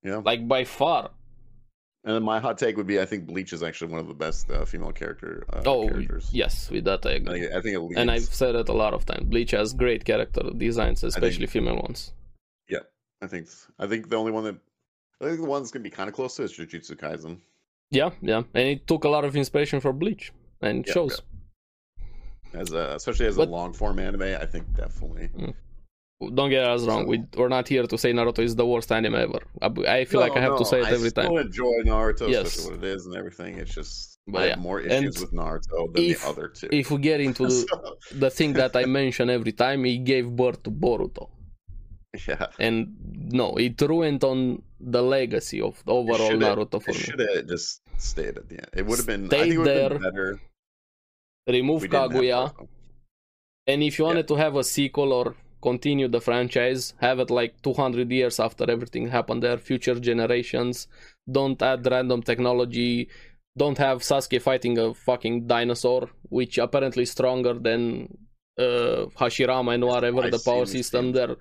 Speaker 1: yeah. Yeah.
Speaker 2: Like by far.
Speaker 1: And then my hot take would be I think Bleach is actually one of the best uh, female character uh,
Speaker 2: oh,
Speaker 1: characters.
Speaker 2: yes, with that I
Speaker 1: I
Speaker 2: agree.
Speaker 1: think, I think it leads.
Speaker 2: and I've said it a lot of times. Bleach has great character designs,
Speaker 1: think-
Speaker 2: especially female ones.
Speaker 1: I think I think the only one that I think the one that's gonna be kind of close to is Jujutsu Kaisen.
Speaker 2: Yeah, yeah, and it took a lot of inspiration for Bleach, and it
Speaker 1: Yeah,
Speaker 2: shows.
Speaker 1: As a, especially as
Speaker 2: But-
Speaker 1: a long form anime, I think definitely.
Speaker 2: Don't get us wrong.
Speaker 1: So-
Speaker 2: We, we're not here to say Naruto is the worst anime ever. I, I feel like I have to say it every
Speaker 1: I
Speaker 2: time.
Speaker 1: still enjoy Naruto,
Speaker 2: Yes.
Speaker 1: especially what it is and everything. It's just
Speaker 2: But
Speaker 1: I
Speaker 2: yeah,
Speaker 1: have more
Speaker 2: and
Speaker 1: issues with Naruto than
Speaker 2: if-
Speaker 1: the other two.
Speaker 2: If we get into the,
Speaker 1: So,
Speaker 2: the thing that I mention every time, he gave birth to Boruto,
Speaker 1: yeah.
Speaker 2: and no, it ruined on the legacy of the overall
Speaker 1: should've-
Speaker 2: Naruto for
Speaker 1: It
Speaker 2: me.
Speaker 1: should have just stayed at the end. It would have been. I
Speaker 2: Stayed
Speaker 1: think it would have been
Speaker 2: there.
Speaker 1: better. if
Speaker 2: Remove
Speaker 1: we didn't have
Speaker 2: Kaguya,
Speaker 1: Boruto.
Speaker 2: and if you wanted to have a sequel or continue the franchise, have it like 200 years after everything happened there, future generations. Don't add random technology. Don't have Sasuke fighting a fucking dinosaur, which apparently is stronger than uh, Hashirama and whatever
Speaker 1: I
Speaker 2: the power
Speaker 1: see, I
Speaker 2: system
Speaker 1: see.
Speaker 2: there.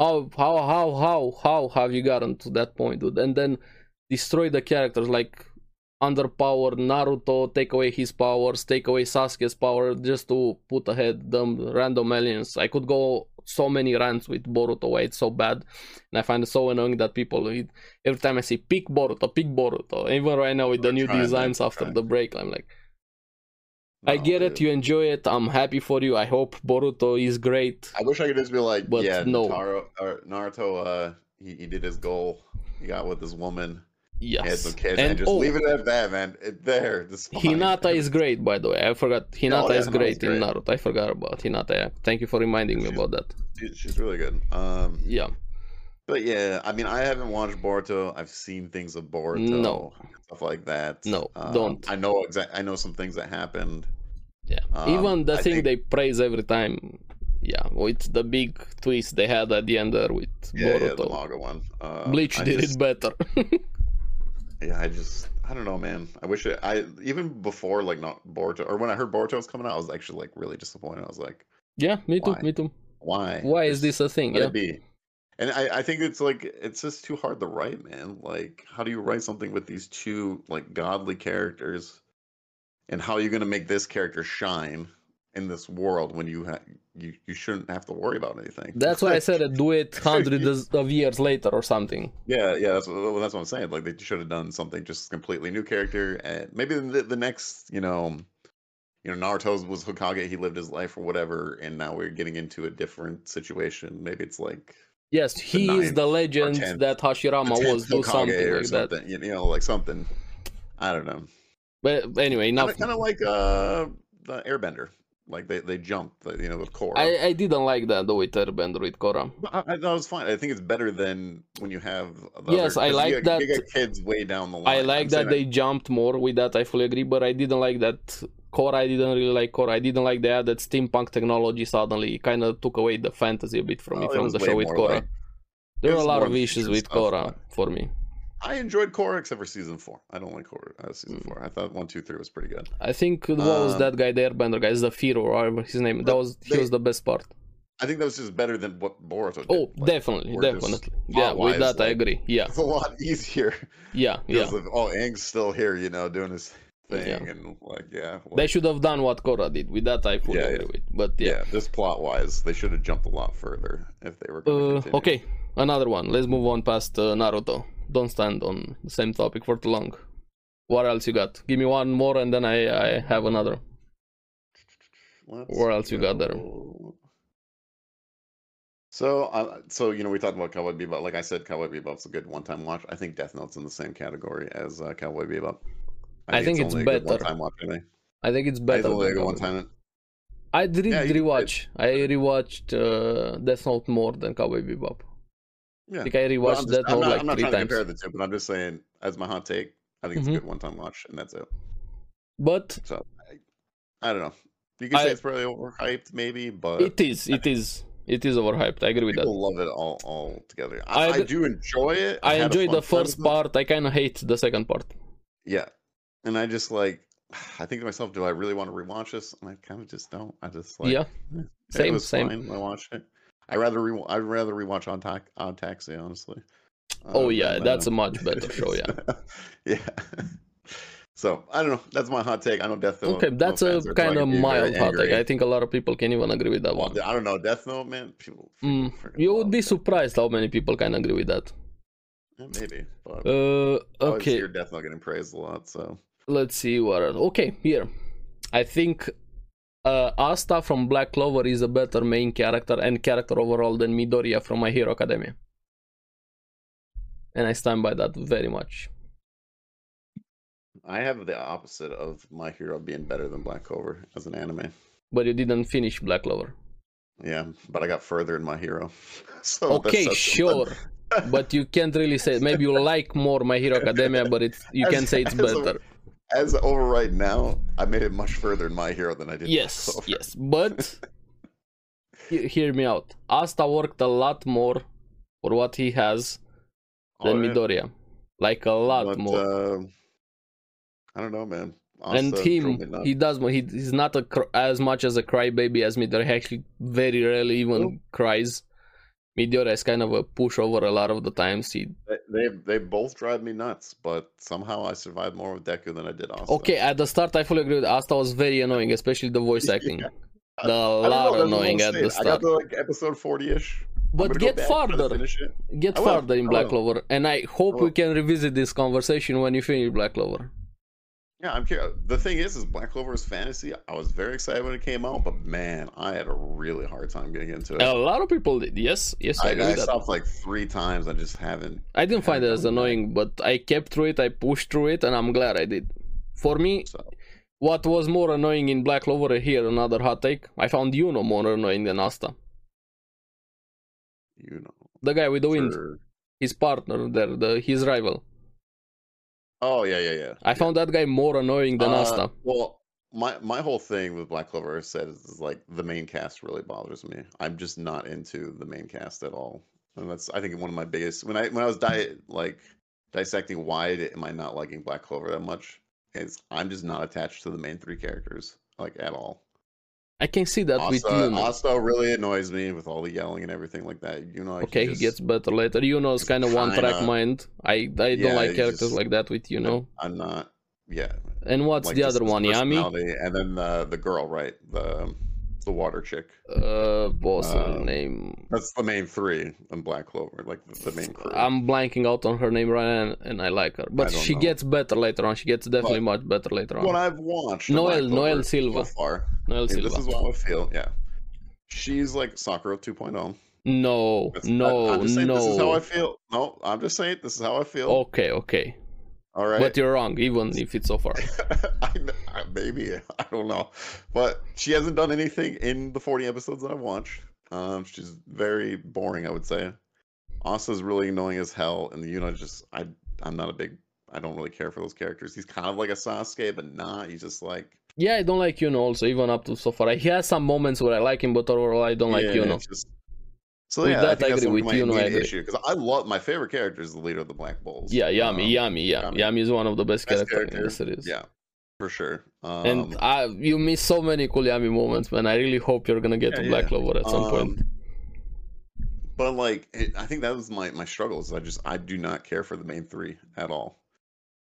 Speaker 2: How how how how how have you gotten to that point, dude? And then destroy the characters like underpower Naruto, take away his powers, take away Sasuke's power just to put ahead them random aliens. I could go so many rants with Boruto why it's so bad. And I find it so annoying that people it, every time I say pick Boruto, pick Boruto. Even right now with the
Speaker 1: They're
Speaker 2: new
Speaker 1: trying, man,
Speaker 2: designs
Speaker 1: they're
Speaker 2: after
Speaker 1: trying.
Speaker 2: the break, I'm like I
Speaker 1: No,
Speaker 2: get it,
Speaker 1: dude.
Speaker 2: you enjoy it, I'm happy for you. I hope Boruto is great.
Speaker 1: I wish I could just be like,
Speaker 2: But
Speaker 1: yeah,
Speaker 2: no.
Speaker 1: Naruto. Or Naruto uh, he, he did his goal. He got with his woman. He had
Speaker 2: Yes.
Speaker 1: some kids, and,
Speaker 2: and
Speaker 1: just
Speaker 2: oh,
Speaker 1: leave it at that, man. It, there, just fine.
Speaker 2: Hinata is great, by the way. I forgot. Hinata
Speaker 1: Oh, yeah,
Speaker 2: is
Speaker 1: Hinata's
Speaker 2: great in
Speaker 1: great.
Speaker 2: Naruto. I forgot about Hinata. Yeah. Thank you for reminding me
Speaker 1: She's-
Speaker 2: about that.
Speaker 1: Dude, she's really good. Um,
Speaker 2: Yeah.
Speaker 1: but yeah, I mean, I haven't watched Boruto. I've seen things of Boruto,
Speaker 2: No.
Speaker 1: stuff like that.
Speaker 2: No,
Speaker 1: Um,
Speaker 2: don't.
Speaker 1: I know exact. I know some things that happened.
Speaker 2: Yeah.
Speaker 1: Um,
Speaker 2: Even the
Speaker 1: I
Speaker 2: thing
Speaker 1: think-
Speaker 2: they praise every time. Yeah. With the big twist they had at the end there with
Speaker 1: Yeah, yeah, the
Speaker 2: Boruto.
Speaker 1: manga one. Um,
Speaker 2: Bleach
Speaker 1: I
Speaker 2: did
Speaker 1: just-
Speaker 2: it better.
Speaker 1: Yeah, I just I don't know, man. I wish it, I even before like not Boruto or when I heard Boruto was coming out, I was actually like really disappointed. I was like,
Speaker 2: yeah, me too,
Speaker 1: Why?
Speaker 2: me too.
Speaker 1: why?
Speaker 2: Why is
Speaker 1: Just
Speaker 2: this a thing?
Speaker 1: Let
Speaker 2: Yeah.
Speaker 1: it be. And I, I think it's like it's just too hard to write, man. Like, how do you write something with these two like godly characters? And how are you gonna make this character shine in this world when you ha- you you shouldn't have to worry about anything?
Speaker 2: That's why I said it, do it hundreds of years later or something.
Speaker 1: Yeah, yeah, that's what, that's what I'm saying. Like they should have done something just completely new character, and maybe the, the next, you know, you know, Naruto was Hokage, he lived his life or whatever, and now we're getting into a different situation. Maybe it's like
Speaker 2: Yes, he is
Speaker 1: ninth
Speaker 2: the legend
Speaker 1: tenth-
Speaker 2: that
Speaker 1: the
Speaker 2: Hashirama
Speaker 1: tenth
Speaker 2: was, do
Speaker 1: Hokage
Speaker 2: something
Speaker 1: or
Speaker 2: like that.
Speaker 1: something, you you know, like something. I don't know.
Speaker 2: But anyway, enough.
Speaker 1: Kind of like uh, the Airbender, like they they jumped, like, you know, with Korra.
Speaker 2: I, I didn't like that though with Airbender with Korra.
Speaker 1: But I, I thought it was fine. I think it's better than when you have. The
Speaker 2: Yes,
Speaker 1: 'cause
Speaker 2: I
Speaker 1: you
Speaker 2: like
Speaker 1: got- you
Speaker 2: that-
Speaker 1: got kids way down the line.
Speaker 2: I like
Speaker 1: I'm saying
Speaker 2: that they jumped more with that. I fully agree, but I didn't like that core. I didn't really like core. I didn't like they added steampunk technology suddenly. It kind of took away the fantasy a bit from me
Speaker 1: Well, Oh, it
Speaker 2: from
Speaker 1: was
Speaker 2: the
Speaker 1: way
Speaker 2: show with
Speaker 1: more
Speaker 2: Korra.
Speaker 1: like-
Speaker 2: there were
Speaker 1: was
Speaker 2: a lot
Speaker 1: more
Speaker 2: of issues
Speaker 1: future
Speaker 2: with
Speaker 1: stuff,
Speaker 2: Korra for me.
Speaker 1: I enjoyed Korra except for season four. I don't like Korra uh, season
Speaker 2: Hmm.
Speaker 1: four. I thought one, two, three was pretty good.
Speaker 2: I think what was
Speaker 1: Um,
Speaker 2: that guy, the Airbender guy, is the Firo or whatever his name. That was he
Speaker 1: they-
Speaker 2: was the best part.
Speaker 1: I think that was just better than what Boruto did.
Speaker 2: Oh,
Speaker 1: Like,
Speaker 2: definitely,
Speaker 1: we're just-
Speaker 2: definitely. Yeah, with
Speaker 1: plot-wise,
Speaker 2: that I
Speaker 1: like-
Speaker 2: agree. Yeah,
Speaker 1: It's a lot easier
Speaker 2: yeah, yeah.
Speaker 1: because of oh, Aang's still here, you know, doing his thing
Speaker 2: Yeah.
Speaker 1: and like yeah. well,
Speaker 2: They should have done what Korra did. With that I fully
Speaker 1: Yeah, yeah.
Speaker 2: agree with. But yeah.
Speaker 1: yeah. Just plot wise, they should have jumped a lot further if they were. gonna
Speaker 2: Uh,
Speaker 1: continue.
Speaker 2: okay, another one. Let's move on past uh, Naruto. Don't stand on the same topic for too long. What else you got? Give me one more, and then I, I have another.
Speaker 1: Let's
Speaker 2: Where else you got there?
Speaker 1: go. So, uh, so you know, we talked about Cowboy Bebop. Like I said, Cowboy Bebop's a good one-time watch. I think Death Note's in the same category as uh, Cowboy Bebop.
Speaker 2: I think it's
Speaker 1: only a good
Speaker 2: better.
Speaker 1: One-time watch, I think.
Speaker 2: I think
Speaker 1: I
Speaker 2: it's
Speaker 1: think
Speaker 2: better.
Speaker 1: it's only a
Speaker 2: than
Speaker 1: good
Speaker 2: Cowboy.
Speaker 1: one-time.
Speaker 2: I did
Speaker 1: Yeah, you-
Speaker 2: rewatch. I rewatched uh, Death Note more than Cowboy Bebop.
Speaker 1: Yeah.
Speaker 2: I think I
Speaker 1: But
Speaker 2: rewatched
Speaker 1: I'm, just,
Speaker 2: Death
Speaker 1: I'm
Speaker 2: Note
Speaker 1: not,
Speaker 2: like
Speaker 1: I'm not
Speaker 2: three
Speaker 1: trying to
Speaker 2: times.
Speaker 1: compare the two, but I'm just saying, as my hot take, I think it's
Speaker 2: Mhm.
Speaker 1: a good one-time watch, and that's it.
Speaker 2: But
Speaker 1: I don't know. You could
Speaker 2: I-
Speaker 1: say it's probably overhyped, maybe, but
Speaker 2: it is, it is, it is overhyped. I agree with that.
Speaker 1: people love it all all together. I,
Speaker 2: I
Speaker 1: I
Speaker 2: d-
Speaker 1: do enjoy it.
Speaker 2: I
Speaker 1: had a
Speaker 2: enjoyed
Speaker 1: fun
Speaker 2: the
Speaker 1: time with
Speaker 2: first
Speaker 1: it.
Speaker 2: part. I kind of hate the second part.
Speaker 1: Yeah. And I just like I think to myself, do I really want to rewatch this? And I kind of just don't. I just like
Speaker 2: yeah,
Speaker 1: it
Speaker 2: same,
Speaker 1: was
Speaker 2: same.
Speaker 1: fine. when I watched it. I rather re- I'd rather rewatch on ta- on taxi, honestly.
Speaker 2: Oh
Speaker 1: uh,
Speaker 2: yeah,
Speaker 1: than,
Speaker 2: that's
Speaker 1: uh,
Speaker 2: a much better show. Yeah.
Speaker 1: yeah. So I don't know. That's my hot take. I know Death Note.
Speaker 2: Okay,
Speaker 1: Note
Speaker 2: that's a
Speaker 1: fans are probably
Speaker 2: kind of
Speaker 1: gonna be very
Speaker 2: mild hot take.
Speaker 1: angry.
Speaker 2: I think a lot of people can even agree with that one.
Speaker 1: Well, I don't know Death Note, man. People.
Speaker 2: Mm,
Speaker 1: freaking
Speaker 2: You
Speaker 1: love
Speaker 2: would be
Speaker 1: it.
Speaker 2: surprised how many people can agree with that.
Speaker 1: Yeah, Maybe. But
Speaker 2: Uh,
Speaker 1: I always
Speaker 2: okay,
Speaker 1: hear Death Note getting praised a lot. So
Speaker 2: let's see what. Else. Okay, here, I think uh, Asta from Black Clover is a better main character and character overall than Midoriya from My Hero Academia, and I stand by that very much.
Speaker 1: I have the opposite of my hero being better than Black Clover as an anime.
Speaker 2: But you didn't finish Black Clover.
Speaker 1: Oh, Yeah, but I got further in my hero. So that
Speaker 2: Okay,
Speaker 1: says
Speaker 2: sure,
Speaker 1: something.
Speaker 2: but you can't really say. Maybe you like more My Hero Academia, but it's you
Speaker 1: As-
Speaker 2: can say it's
Speaker 1: as a-
Speaker 2: better.
Speaker 1: As over right now, I made it much further in my hero than I did. in
Speaker 2: yes
Speaker 1: Clover.
Speaker 2: yes but he- hear me out asta worked a lot more for what he has
Speaker 1: Oh,
Speaker 2: than
Speaker 1: yeah.
Speaker 2: midoriya like a lot
Speaker 1: But,
Speaker 2: more
Speaker 1: uh, I don't know, man.
Speaker 2: and
Speaker 1: Asta drove me
Speaker 2: him
Speaker 1: nuts.
Speaker 2: he does more he, he's not a cr- as much as a crybaby as midoriya he actually very rarely even
Speaker 1: Nope.
Speaker 2: cries midoriya is kind of a pushover a lot of the times he
Speaker 1: They, they they both drive me nuts, but somehow I survived more with Deku than I did Asta.
Speaker 2: okay at the start i fully agree with asta was very annoying especially the voice
Speaker 1: Yeah.
Speaker 2: acting
Speaker 1: I-
Speaker 2: the
Speaker 1: I don't know,
Speaker 2: lot
Speaker 1: that's what I'm
Speaker 2: annoying at the
Speaker 1: saying. I got
Speaker 2: start
Speaker 1: to like episode forty ish.
Speaker 2: but get farther
Speaker 1: Finish it.
Speaker 2: get
Speaker 1: I will,
Speaker 2: farther in
Speaker 1: I
Speaker 2: Black
Speaker 1: will.
Speaker 2: Clover, and I hope
Speaker 1: I
Speaker 2: we
Speaker 1: will.
Speaker 2: can revisit this conversation when you finish Black Clover.
Speaker 1: Yeah, I'm curious. The thing is, is Black Clover's fantasy. I was very excited when it came out, but man, I had a really hard time getting into it.
Speaker 2: A lot of people did. Yes, yes, I,
Speaker 1: I,
Speaker 2: agree
Speaker 1: I
Speaker 2: with that.
Speaker 1: stopped like three times. I just haven't.
Speaker 2: I didn't find it
Speaker 1: haven't
Speaker 2: as
Speaker 1: done that.
Speaker 2: annoying, but I kept through it. I pushed through it, and I'm glad I did. For me,
Speaker 1: So
Speaker 2: what was more annoying in Black Clover here, another hot take. I found Yuno more annoying than Asta,
Speaker 1: you know.
Speaker 2: the guy with the wind,
Speaker 1: for-
Speaker 2: his partner there, the, his rival.
Speaker 1: Oh yeah, yeah, yeah.
Speaker 2: I found that guy more annoying than
Speaker 1: Uh,
Speaker 2: Asta.
Speaker 1: Well, my my whole thing with Black Clover I said is, is like the main cast really bothers me. I'm just not into the main cast at all, and that's I think one of my biggest when I when I was di- like dissecting why di- am I not liking Black Clover that much is I'm just not attached to the main three characters like at all.
Speaker 2: I can see that with
Speaker 1: Asta,
Speaker 2: Yuno.
Speaker 1: Asta really annoys me with all the yelling and everything like that. You know, I can
Speaker 2: Okay,
Speaker 1: just-
Speaker 2: he gets better later. Yuno's kind of one track
Speaker 1: kinda-
Speaker 2: mind. I I don't
Speaker 1: Yeah,
Speaker 2: like
Speaker 1: he's
Speaker 2: characters
Speaker 1: just-
Speaker 2: like that with Yuno.
Speaker 1: I'm not. Yeah,
Speaker 2: And what's
Speaker 1: like,
Speaker 2: the
Speaker 1: just
Speaker 2: other
Speaker 1: his
Speaker 2: one? Yami?
Speaker 1: personality, and then the the girl, right? The the water chick.
Speaker 2: Uh, what's her
Speaker 1: Um,
Speaker 2: name?
Speaker 1: That's the main three in Black Clover, like the, the main crew.
Speaker 2: I'm blanking out on her name right now, and, and I like her. But
Speaker 1: uh, don't
Speaker 2: she
Speaker 1: know.
Speaker 2: gets better later on. She gets definitely much better later on.
Speaker 1: what I've watched, in
Speaker 2: Noel-
Speaker 1: Black
Speaker 2: Noel
Speaker 1: Clover
Speaker 2: Silva.
Speaker 1: So far,
Speaker 2: Noel
Speaker 1: and this
Speaker 2: Silva.
Speaker 1: is what I would feel. Yeah, she's like Sakura 2.0.
Speaker 2: No,
Speaker 1: That's- oh. I-
Speaker 2: no,
Speaker 1: I'm just saying,
Speaker 2: no.
Speaker 1: This is how I feel. No, I'm just saying this is how I feel.
Speaker 2: Okay, okay.
Speaker 1: All right.
Speaker 2: But you're wrong, even if it's so far.
Speaker 1: I, kn- I- maybe I don't know, but she hasn't done anything in the 40 episodes that I've watched. Um, she's very boring, I would say. Asta's really annoying as hell, and you know, just I I'm not a big I don't really care for those characters. He's kind of like a Sasuke, but not. He's just like
Speaker 2: Yeah, I don't like Yuno also, even up to so far. He has some moments where I like him, but overall I don't like
Speaker 1: yeah,
Speaker 2: Yuno.
Speaker 1: it's just So
Speaker 2: With
Speaker 1: yeah,
Speaker 2: that,
Speaker 1: I think
Speaker 2: I
Speaker 1: that's one
Speaker 2: agree
Speaker 1: of
Speaker 2: with
Speaker 1: my
Speaker 2: you, no, I
Speaker 1: main
Speaker 2: agree.
Speaker 1: issue because I love my favorite character is the leader of the Black Bulls.
Speaker 2: Yeah, Yami,
Speaker 1: Um,
Speaker 2: Yami, yeah,
Speaker 1: Yami.
Speaker 2: Yami is one of the best,
Speaker 1: Best
Speaker 2: characters in the
Speaker 1: character,
Speaker 2: series.
Speaker 1: Yeah, for sure. Um,
Speaker 2: and I, you miss so many cool Yami moments, man. I really hope you're gonna get
Speaker 1: Yeah,
Speaker 2: to Black
Speaker 1: yeah.
Speaker 2: Clover at some point.
Speaker 1: Um, But like, it, I think that was my my struggle is I just I do not care for the main three at all.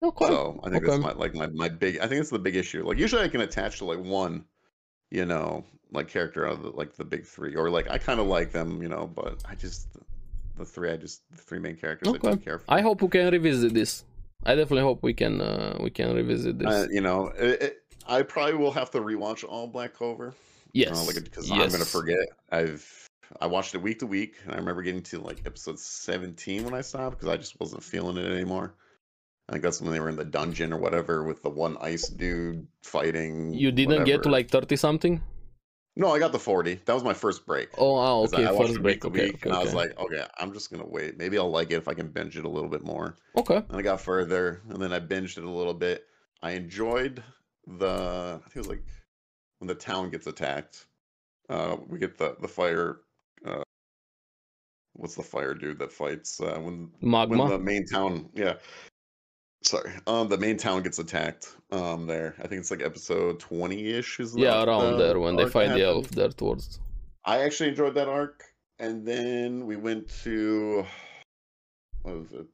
Speaker 2: Okay.
Speaker 1: So I think
Speaker 2: okay.
Speaker 1: that's my like my my big. I think it's the big issue. Like usually I can attach to like one, you know, like character out of the, like the big three, or like I kind of like them, you know. But I just the three, I just the three main characters, I
Speaker 2: Okay.
Speaker 1: don't care for.
Speaker 2: I hope we can revisit this. I definitely hope we can uh, we can revisit this.
Speaker 1: Uh, you know, it, it, I probably will have to rewatch all Black Clover.
Speaker 2: yes.
Speaker 1: Uh, like because I'm
Speaker 2: yes.
Speaker 1: gonna forget. I've I watched it week to week, and I remember getting to like episode 17 when I stopped because I just wasn't feeling it anymore. I think that's when they were in the dungeon or whatever with the one ice dude fighting.
Speaker 2: You didn't get to
Speaker 1: whatever.
Speaker 2: like thirty something.
Speaker 1: No, I got the 40. That was my first break.
Speaker 2: Oh, ah,
Speaker 1: 'Cause
Speaker 2: okay.
Speaker 1: I, I watched
Speaker 2: First
Speaker 1: it
Speaker 2: break.
Speaker 1: week to
Speaker 2: Okay.
Speaker 1: week,
Speaker 2: Okay.
Speaker 1: and I
Speaker 2: Okay.
Speaker 1: was like, okay, I'm just gonna wait. Maybe I'll like it if I can binge it a little bit more.
Speaker 2: okay.
Speaker 1: And I got further, and then I binged it a little bit. I enjoyed the. I think it was like when the town gets attacked. Uh, we get the the fire. Uh, what's the fire dude that fights uh, when when
Speaker 2: Magma.
Speaker 1: the main town? Yeah, sorry. Um, the main town gets attacked. Um, there. I think it's like episode twenty ish. Is the- uh,
Speaker 2: yeah, around
Speaker 1: the
Speaker 2: there when they
Speaker 1: arc
Speaker 2: fight the elf
Speaker 1: happens.
Speaker 2: there towards.
Speaker 1: I actually enjoyed that arc, and then we went to what was it?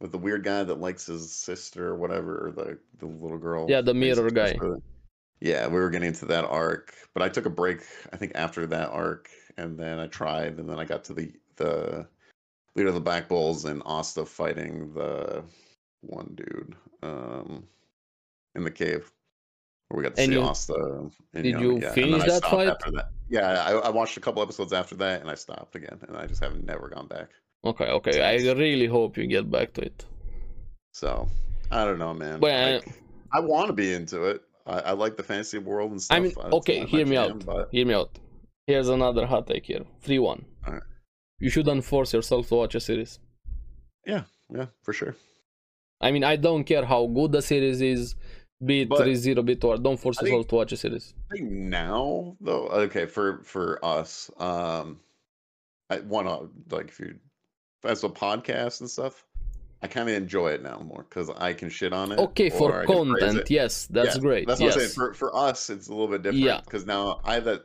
Speaker 1: With the weird guy that likes his sister or whatever, or the the little girl.
Speaker 2: Yeah, the
Speaker 1: that likes
Speaker 2: mirror
Speaker 1: her
Speaker 2: guy.
Speaker 1: sister. Yeah, we were getting into that arc, but I took a break. I think after that arc, and then I tried, and then I got to the the leader of the Black Bulls and Asta fighting the one dude um in the cave where we got to
Speaker 2: And
Speaker 1: see
Speaker 2: you-
Speaker 1: Asta. And,
Speaker 2: did you
Speaker 1: and
Speaker 2: finish
Speaker 1: then I
Speaker 2: that
Speaker 1: stopped
Speaker 2: fight?
Speaker 1: After that. Yeah, I, I watched a couple episodes after that, and I stopped again, and I just haven't never gone back
Speaker 2: Okay. Okay. I
Speaker 1: Since.
Speaker 2: really hope you get back to it.
Speaker 1: So I don't know, man.
Speaker 2: But I-
Speaker 1: Like, I want to be into it. I, I like the fantasy world and stuff.
Speaker 2: I mean,
Speaker 1: uh, it's
Speaker 2: okay,
Speaker 1: not my
Speaker 2: hear me
Speaker 1: jam,
Speaker 2: out.
Speaker 1: But
Speaker 2: Hear me out. Here's another hot take here. Free one.
Speaker 1: Alright.
Speaker 2: You shouldn't force yourself to watch a series.
Speaker 1: yeah, for sure.
Speaker 2: I mean, I don't care how good the series is, be it
Speaker 1: But-
Speaker 2: Re Zero, be it or don't force
Speaker 1: I think-
Speaker 2: yourself to watch a series.
Speaker 1: I think now though, okay, for for us, um, I want to like if you as a podcast and stuff, I kind of enjoy it now more because I can shit on it.
Speaker 2: Okay,
Speaker 1: or
Speaker 2: for
Speaker 1: I can praise
Speaker 2: content,
Speaker 1: it.
Speaker 2: yes, that's
Speaker 1: Yeah,
Speaker 2: great.
Speaker 1: That's what I'm saying.
Speaker 2: yes.
Speaker 1: For for us, it's a little bit different.
Speaker 2: Yeah.
Speaker 1: Because now I have that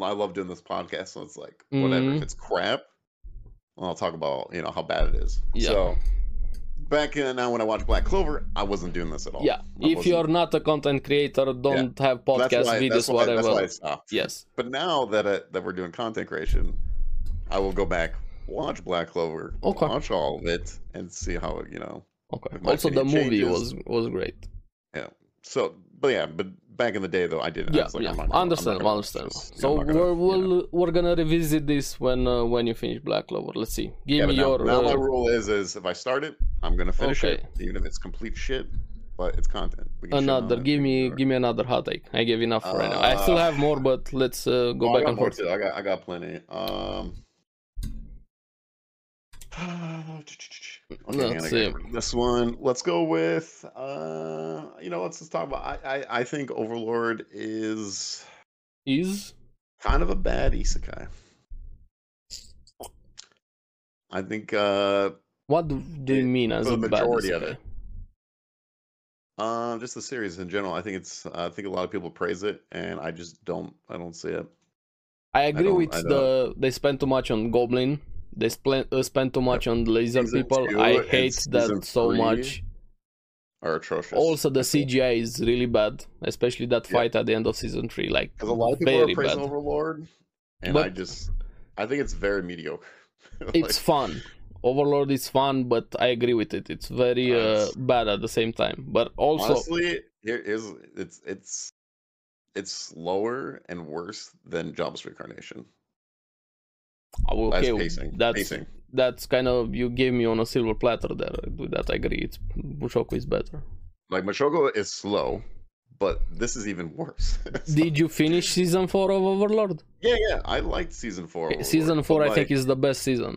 Speaker 1: I love doing this podcast, so it's like whatever.
Speaker 2: Mhm.
Speaker 1: If it's crap, well, I'll talk about you know how bad it is.
Speaker 2: Yeah.
Speaker 1: So back in now when I watched Black Clover, I wasn't doing this at all.
Speaker 2: Yeah,
Speaker 1: I
Speaker 2: if you're
Speaker 1: wasn't-
Speaker 2: not a content creator, don't have podcast
Speaker 1: that's why,
Speaker 2: videos,
Speaker 1: that's why,
Speaker 2: whatever.
Speaker 1: That's why I stopped.
Speaker 2: Yes.
Speaker 1: But now that I, that we're doing content creation, I will go back, watch Black Clover,
Speaker 2: Okay.
Speaker 1: watch all of it, and see how it you know
Speaker 2: Okay.
Speaker 1: If my
Speaker 2: Also, the
Speaker 1: opinion
Speaker 2: movie
Speaker 1: changes-
Speaker 2: was was great.
Speaker 1: So, but yeah, but back in the day though, I didn't. I
Speaker 2: Yeah,
Speaker 1: was like,
Speaker 2: yeah.
Speaker 1: I'm not gonna- I'm not
Speaker 2: understandable,
Speaker 1: gonna watch
Speaker 2: understandable.
Speaker 1: this. Yeah,
Speaker 2: So
Speaker 1: I'm not gonna,
Speaker 2: we're
Speaker 1: you know.
Speaker 2: we'll, we're gonna revisit this when uh, when you finish Black Clover. Let's see. Give
Speaker 1: Yeah,
Speaker 2: me
Speaker 1: but now,
Speaker 2: your
Speaker 1: now my
Speaker 2: uh,
Speaker 1: rule is is if I start it, I'm gonna finish
Speaker 2: Okay.
Speaker 1: it, even if it's complete shit. But it's content. We can shit on
Speaker 2: another.
Speaker 1: it,
Speaker 2: Give
Speaker 1: we
Speaker 2: me
Speaker 1: can do it.
Speaker 2: give me another hot take. I gave enough for right now. I still
Speaker 1: Uh,
Speaker 2: have more, but let's uh, go
Speaker 1: Oh, I
Speaker 2: back
Speaker 1: got
Speaker 2: and
Speaker 1: more
Speaker 2: forth.
Speaker 1: too. I got I got plenty. Um. Okay,
Speaker 2: Let's
Speaker 1: man, I
Speaker 2: see.
Speaker 1: got this one. Let's go with uh you know, let's just talk about I, I I think Overlord is
Speaker 2: Is
Speaker 1: kind of a bad isekai. I think uh
Speaker 2: what do do you
Speaker 1: It-
Speaker 2: mean as
Speaker 1: the
Speaker 2: a bad
Speaker 1: majority of
Speaker 2: isekai?
Speaker 1: it. Um, just the series in general. I think it's. I think a lot of people praise it, and I just don't. I don't see it.
Speaker 2: I agree
Speaker 1: don't-
Speaker 2: with
Speaker 1: I
Speaker 2: the they spend too much on Goblin. They spend uh, spend too much on laser
Speaker 1: Season
Speaker 2: people.
Speaker 1: two
Speaker 2: I
Speaker 1: and
Speaker 2: hate
Speaker 1: season
Speaker 2: that so
Speaker 1: three.
Speaker 2: much.
Speaker 1: Are atrocious.
Speaker 2: Also, the
Speaker 1: I think.
Speaker 2: CGI is really bad, especially that
Speaker 1: Yeah.
Speaker 2: fight at the end of season three. Like
Speaker 1: Because a lot of people
Speaker 2: very
Speaker 1: are praising
Speaker 2: bad.
Speaker 1: Overlord, and I
Speaker 2: But-
Speaker 1: just. I think it's very mediocre.
Speaker 2: it's
Speaker 1: Like,
Speaker 2: fun. Overlord is fun, but I agree with it. It's very
Speaker 1: Uh,
Speaker 2: uh,
Speaker 1: it's-
Speaker 2: bad at the same time. But also,
Speaker 1: honestly, here is it's it's it's slower and worse than Jobless Reincarnation.
Speaker 2: oh,
Speaker 1: As
Speaker 2: okay,
Speaker 1: pacing,
Speaker 2: that's
Speaker 1: pacing.
Speaker 2: that's kind of you gave me on a silver platter there. With that, I agree. It's Mushoku is better.
Speaker 1: Like Machogo is slow, but this is even worse. So-
Speaker 2: Did you finish season four of Overlord?
Speaker 1: yeah, yeah. I liked season four.
Speaker 2: Okay, Eh, season
Speaker 1: Overlord,
Speaker 2: four,
Speaker 1: but,
Speaker 2: I think,
Speaker 1: like,
Speaker 2: is the best season.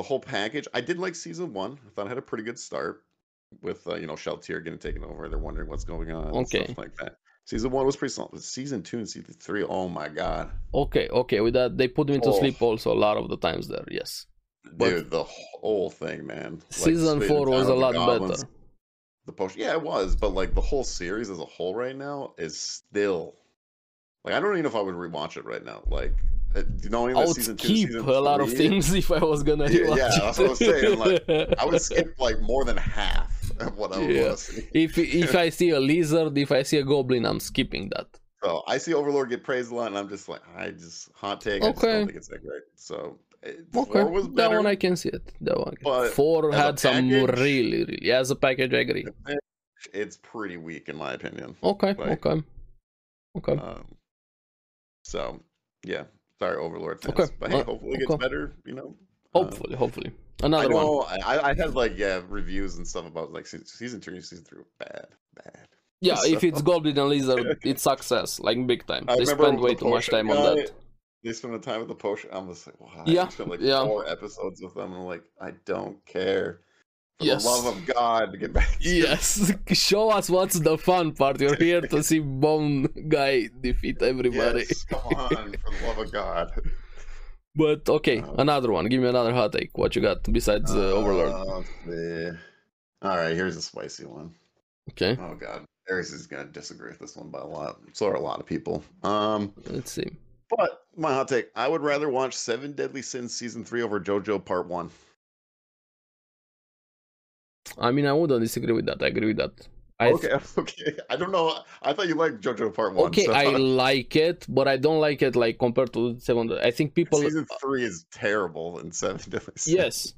Speaker 1: the whole package. I did like season one. I thought I had a pretty good start with uh, you know Sheltier getting taken over. They're wondering what's going on. And
Speaker 2: Okay.
Speaker 1: stuff like that. Season one was pretty solid. but Season two and season three, oh my god,
Speaker 2: Okay, okay. With that, they put me to
Speaker 1: Oh.
Speaker 2: sleep also a lot of the times there. Yes. But-
Speaker 1: dude, the whole thing, man. Like,
Speaker 2: Season
Speaker 1: Spade
Speaker 2: four
Speaker 1: and
Speaker 2: was
Speaker 1: Town of
Speaker 2: a
Speaker 1: the
Speaker 2: lot
Speaker 1: Goblins,
Speaker 2: better.
Speaker 1: The potion, yeah, it was, but like the whole series as a whole right now is still like I don't even know if I would rewatch it right now. Like uh, knowing
Speaker 2: I
Speaker 1: that
Speaker 2: would
Speaker 1: season two,
Speaker 2: keep
Speaker 1: season
Speaker 2: a lot of
Speaker 1: three,
Speaker 2: things if I was gonna
Speaker 1: Yeah,
Speaker 2: rewatch
Speaker 1: yeah,
Speaker 2: it.
Speaker 1: that's what I'm saying, I would skip like more than half of what I would
Speaker 2: Yeah.
Speaker 1: want to see.
Speaker 2: if if I see a lizard, if I see a goblin, I'm skipping that.
Speaker 1: So I see Overlord get praised a lot, and I'm just like, I just hot take. I just
Speaker 2: Okay.
Speaker 1: don't think it's that great. So it,
Speaker 2: Okay,
Speaker 1: four was
Speaker 2: that
Speaker 1: better.
Speaker 2: one I can see it. That one. I can-
Speaker 1: But
Speaker 2: Four
Speaker 1: as a
Speaker 2: had some
Speaker 1: package-
Speaker 2: really, really. Yeah, as a package, I agree.
Speaker 1: It's pretty weak in my opinion.
Speaker 2: Okay,
Speaker 1: Like-
Speaker 2: okay, okay.
Speaker 1: Um, so yeah, sorry Overlord.
Speaker 2: Okay,
Speaker 1: Fans. But hey,
Speaker 2: uh,
Speaker 1: hopefully it gets
Speaker 2: okay.
Speaker 1: better. You know. Um,
Speaker 2: hopefully, hopefully,
Speaker 1: I
Speaker 2: another one.
Speaker 1: know. I, I- I had like yeah reviews and stuff about like se- season two, and season three were bad, bad.
Speaker 2: Yeah, if
Speaker 1: so-
Speaker 2: it's goblin and lizard, it's success, like big time.
Speaker 1: I
Speaker 2: they
Speaker 1: remember
Speaker 2: spend
Speaker 1: with
Speaker 2: way
Speaker 1: the
Speaker 2: too much
Speaker 1: potion guy,
Speaker 2: time on that.
Speaker 1: They spent the time with the potion. I'm just like, wow.
Speaker 2: Yeah,
Speaker 1: Spent like
Speaker 2: yeah.
Speaker 1: four episodes with them, and I'm like, I don't care. For
Speaker 2: Yes.
Speaker 1: the love of God, get back. to
Speaker 2: Yes, show us what's the fun part. You're here to see Bone Guy defeat everybody.
Speaker 1: Yes, come on, for the love of God.
Speaker 2: But okay,
Speaker 1: Um,
Speaker 2: another one. Give me another hot take. What you got besides uh, Overlord?
Speaker 1: Uh, let's see. All right, here's a spicy one.
Speaker 2: Okay,
Speaker 1: Oh God, Aries is gonna disagree with this one by a lot. So are a lot of people. Um,
Speaker 2: let's see.
Speaker 1: but my hot take: I would rather watch Seven Deadly Sins season three over JoJo Part One.
Speaker 2: I mean, I wouldn't disagree with that. I agree with that. I
Speaker 1: okay, okay. I don't know. I thought you liked JoJo Part One.
Speaker 2: okay,
Speaker 1: so-
Speaker 2: I like it, but I don't like it like compared to second. I think people
Speaker 1: season three is terrible in Seven Deadly Sins.
Speaker 2: yes,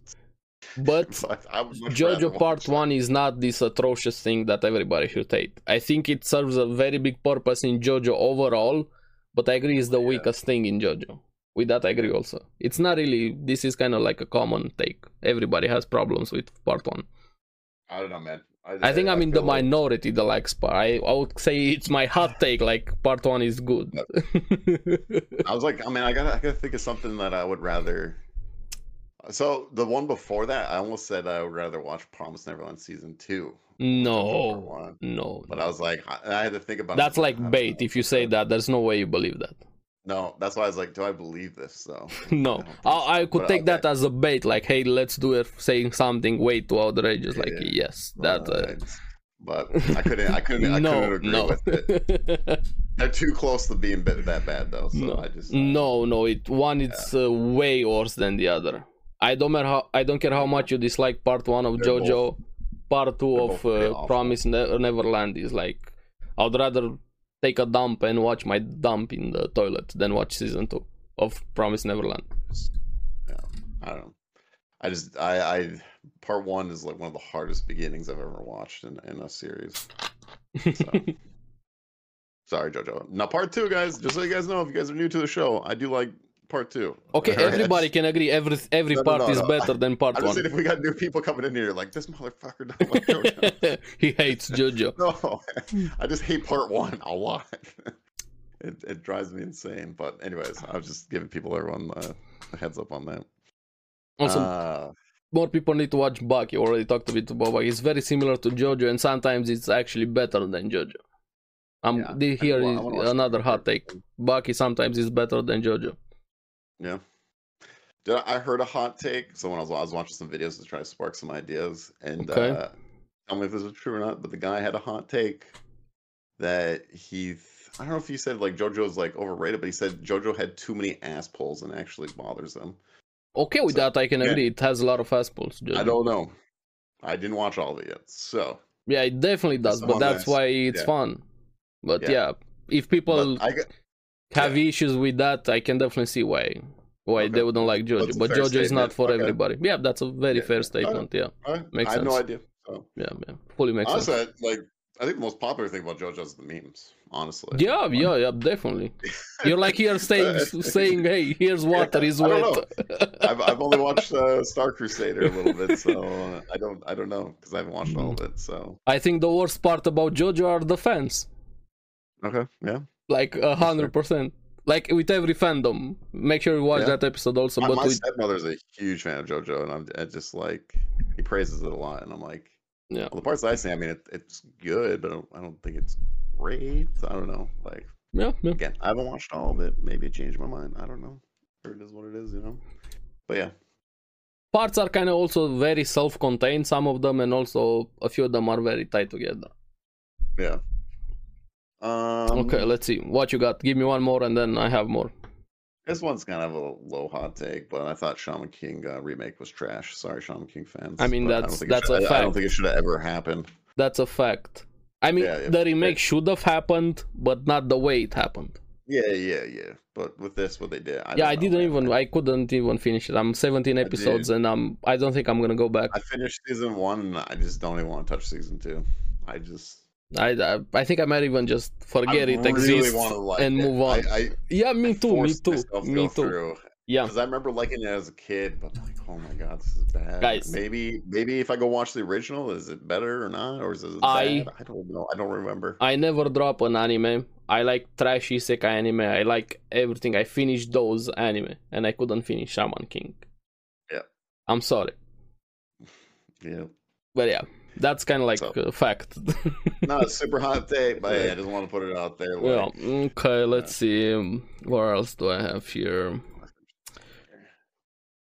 Speaker 2: but
Speaker 1: But I would much rather
Speaker 2: JoJo
Speaker 1: watch
Speaker 2: Part
Speaker 1: that.
Speaker 2: One is not this atrocious thing that everybody should hate. I think it serves a very big purpose in JoJo overall, but I agree it's the
Speaker 1: Yeah.
Speaker 2: weakest thing in JoJo. With that, I agree also. It's not really. This is kind of like a common take. Everybody has problems with Part One.
Speaker 1: I don't know, man.
Speaker 2: I think I'm in the
Speaker 1: feel like-
Speaker 2: minority that likes part. I, I would say it's my hot take. Like part one is good.
Speaker 1: I was like, I mean, I gotta, I gotta think of something that I would rather. So the one before that, I almost said I would rather watch Promise Neverland season two. over
Speaker 2: no,
Speaker 1: One,
Speaker 2: no,
Speaker 1: but I was like, I, I had to think about. it. I
Speaker 2: Oh. that's
Speaker 1: was
Speaker 2: like
Speaker 1: I don't
Speaker 2: bait.
Speaker 1: know.
Speaker 2: If you say that, there's no way you believe that.
Speaker 1: No, that's why I was like, do I believe this? though? I
Speaker 2: No,
Speaker 1: don't think so,
Speaker 2: I, I could
Speaker 1: but
Speaker 2: take
Speaker 1: was
Speaker 2: that
Speaker 1: like,
Speaker 2: as a bait. Like, hey, let's do it. Saying something way too outrageous. Like,
Speaker 1: Yeah,
Speaker 2: yes, that. Uh,
Speaker 1: "Alright." But I couldn't. I couldn't. I couldn't
Speaker 2: no,
Speaker 1: agree
Speaker 2: no,
Speaker 1: with it. They're too close to being bit, that bad, though. So I just uh,
Speaker 2: no, no. It one it's uh, way worse than the other. I don't matter how I don't care how much you dislike part one of
Speaker 1: They're both-
Speaker 2: JoJo. Part two
Speaker 1: they're
Speaker 2: of
Speaker 1: both pretty
Speaker 2: uh,
Speaker 1: awful.
Speaker 2: Promise ne- Neverland is like I'd rather take a dump and watch my dump in the toilet than watch season two of Promise Neverland.
Speaker 1: I don't. know. I just I I part one is like one of the hardest beginnings I've ever watched in, in a series. So. Sorry, Jojo. Now part two, guys. Just so you guys know, if you guys are new to the show, I do like part two.
Speaker 2: Okay,
Speaker 1: Alright?
Speaker 2: everybody can agree every every
Speaker 1: No, no,
Speaker 2: part
Speaker 1: no,
Speaker 2: is
Speaker 1: no.
Speaker 2: better than part
Speaker 1: I just said
Speaker 2: one.
Speaker 1: if we got new people coming in here, like this motherfucker don't like Jojo.
Speaker 2: he hates JoJo.
Speaker 1: no, I just hate part one a lot. It, it drives me insane. But anyways, I was just giving people everyone uh, a heads up on that.
Speaker 2: Also,
Speaker 1: Uh,
Speaker 2: more people need to watch Bucky. Already talked a bit about Bucky. It's very similar to JoJo, and sometimes it's actually better than JoJo. Um,
Speaker 1: Yeah,
Speaker 2: the,
Speaker 1: I
Speaker 2: here
Speaker 1: wa- I
Speaker 2: is
Speaker 1: wanna watch
Speaker 2: another
Speaker 1: Bucky.
Speaker 2: hot take. Bucky sometimes is better than JoJo.
Speaker 1: Did I, I heard a hot take? So when I was, I was watching some videos to try to spark some ideas, and
Speaker 2: Okay.
Speaker 1: uh, tell me if this is true or not. But the guy had a hot take that he, th- I don't know if he said like JoJo's like overrated, but he said JoJo had too many ass poles and actually bothers him.
Speaker 2: Okay, with
Speaker 1: So-
Speaker 2: that I can
Speaker 1: yeah.
Speaker 2: agree. It has a lot of fast pulls. JoJo.
Speaker 1: I don't know. I didn't watch all of it yet, so
Speaker 2: Yeah, it definitely does, but
Speaker 1: Someone
Speaker 2: that's
Speaker 1: that's-
Speaker 2: why it's
Speaker 1: yeah.
Speaker 2: fun. But yeah.
Speaker 1: Yeah.
Speaker 2: if
Speaker 1: but
Speaker 2: people
Speaker 1: I got-
Speaker 2: have issues with that, I can definitely see why why
Speaker 1: Okay.
Speaker 2: they wouldn't like JoJo.
Speaker 1: That's a
Speaker 2: But
Speaker 1: fair
Speaker 2: JoJo is
Speaker 1: statement.
Speaker 2: not for
Speaker 1: Okay.
Speaker 2: everybody. Yeah, that's a very
Speaker 1: Yeah.
Speaker 2: fair statement. Yeah,
Speaker 1: I,
Speaker 2: makes
Speaker 1: I had no
Speaker 2: sense.
Speaker 1: idea. So
Speaker 2: yeah, yeah. Fully makes sense.
Speaker 1: honestly, I, like I think the most popular thing about JoJo is the memes. Honestly,
Speaker 2: Yeah,
Speaker 1: Like,
Speaker 2: yeah, yeah, definitely. You're like here saying, saying, hey, here's water, is
Speaker 1: I don't
Speaker 2: wet.
Speaker 1: I've, I've only watched uh, Star Crusader a little bit, so uh, I don't I don't know because I haven't watched all of it. So
Speaker 2: I think the worst part about JoJo are the fans.
Speaker 1: okay, yeah.
Speaker 2: Like, a 100%. Like, with every fandom. Make sure you watch
Speaker 1: Yeah.
Speaker 2: that episode also.
Speaker 1: My,
Speaker 2: but
Speaker 1: my
Speaker 2: with,
Speaker 1: stepmother's a huge fan of JoJo, and I'm I just like he praises it a lot, and I'm like,
Speaker 2: Yeah.
Speaker 1: Well, the parts I see, I mean, it, it's good, but I don't, I don't think it's great. I don't know. Like
Speaker 2: Yeah, yeah.
Speaker 1: again, I haven't watched all of it. Maybe it changed my mind. I don't know. Sure, it is what it is, you know. But yeah,
Speaker 2: Parts are kind of also very self-contained, some of them, and also a few of them are very tied together.
Speaker 1: yeah. Um,
Speaker 2: okay, let's see what you got. Give me one more, and then I have more.
Speaker 1: This one's kind of a low hot take, but I thought Shaman King uh, remake was trash. Sorry, Shaman King fans.
Speaker 2: I mean,
Speaker 1: but
Speaker 2: that's-
Speaker 1: think it
Speaker 2: that's a
Speaker 1: should- I- I don't
Speaker 2: fact.
Speaker 1: think it should have ever happened.
Speaker 2: That's a fact. I mean,
Speaker 1: Yeah, yeah,
Speaker 2: the remake should have happened, but not the way it happened.
Speaker 1: Yeah, yeah, yeah. But with this, what they did, I
Speaker 2: yeah,
Speaker 1: don't
Speaker 2: I
Speaker 1: know,
Speaker 2: didn't
Speaker 1: man.
Speaker 2: even. I couldn't even finish it. I'm 17 episodes, and I'm. I don't think I'm gonna go back.
Speaker 1: I finished season one, and I just don't even want to touch season two. I just
Speaker 2: I. I, I think I might even just forget
Speaker 1: I
Speaker 2: it
Speaker 1: really
Speaker 2: exists
Speaker 1: wanna like
Speaker 2: and
Speaker 1: it.
Speaker 2: move on.
Speaker 1: I, I,
Speaker 2: yeah, me
Speaker 1: I
Speaker 2: too. Me
Speaker 1: forced
Speaker 2: too.
Speaker 1: myself to
Speaker 2: Me
Speaker 1: go
Speaker 2: too.
Speaker 1: through.
Speaker 2: Yeah.
Speaker 1: because I remember liking it as a kid, but like, oh my god, this is bad.
Speaker 2: Guys.
Speaker 1: maybe maybe if I go watch the original, is it better or not, or is it
Speaker 2: I-
Speaker 1: bad? I don't know. I don't remember.
Speaker 2: I never drop an anime. I like trash isekai anime. I like everything. I finished those anime, and I couldn't finish Shaman King.
Speaker 1: Yeah.
Speaker 2: I'm sorry,
Speaker 1: yeah,
Speaker 2: but yeah, that's kind of like
Speaker 1: So-
Speaker 2: a fact.
Speaker 1: not a super hot take, but hey,
Speaker 2: Yeah.
Speaker 1: I just want to put it out there.
Speaker 2: well,
Speaker 1: Like,
Speaker 2: okay. Let's see. um, What else do I have here?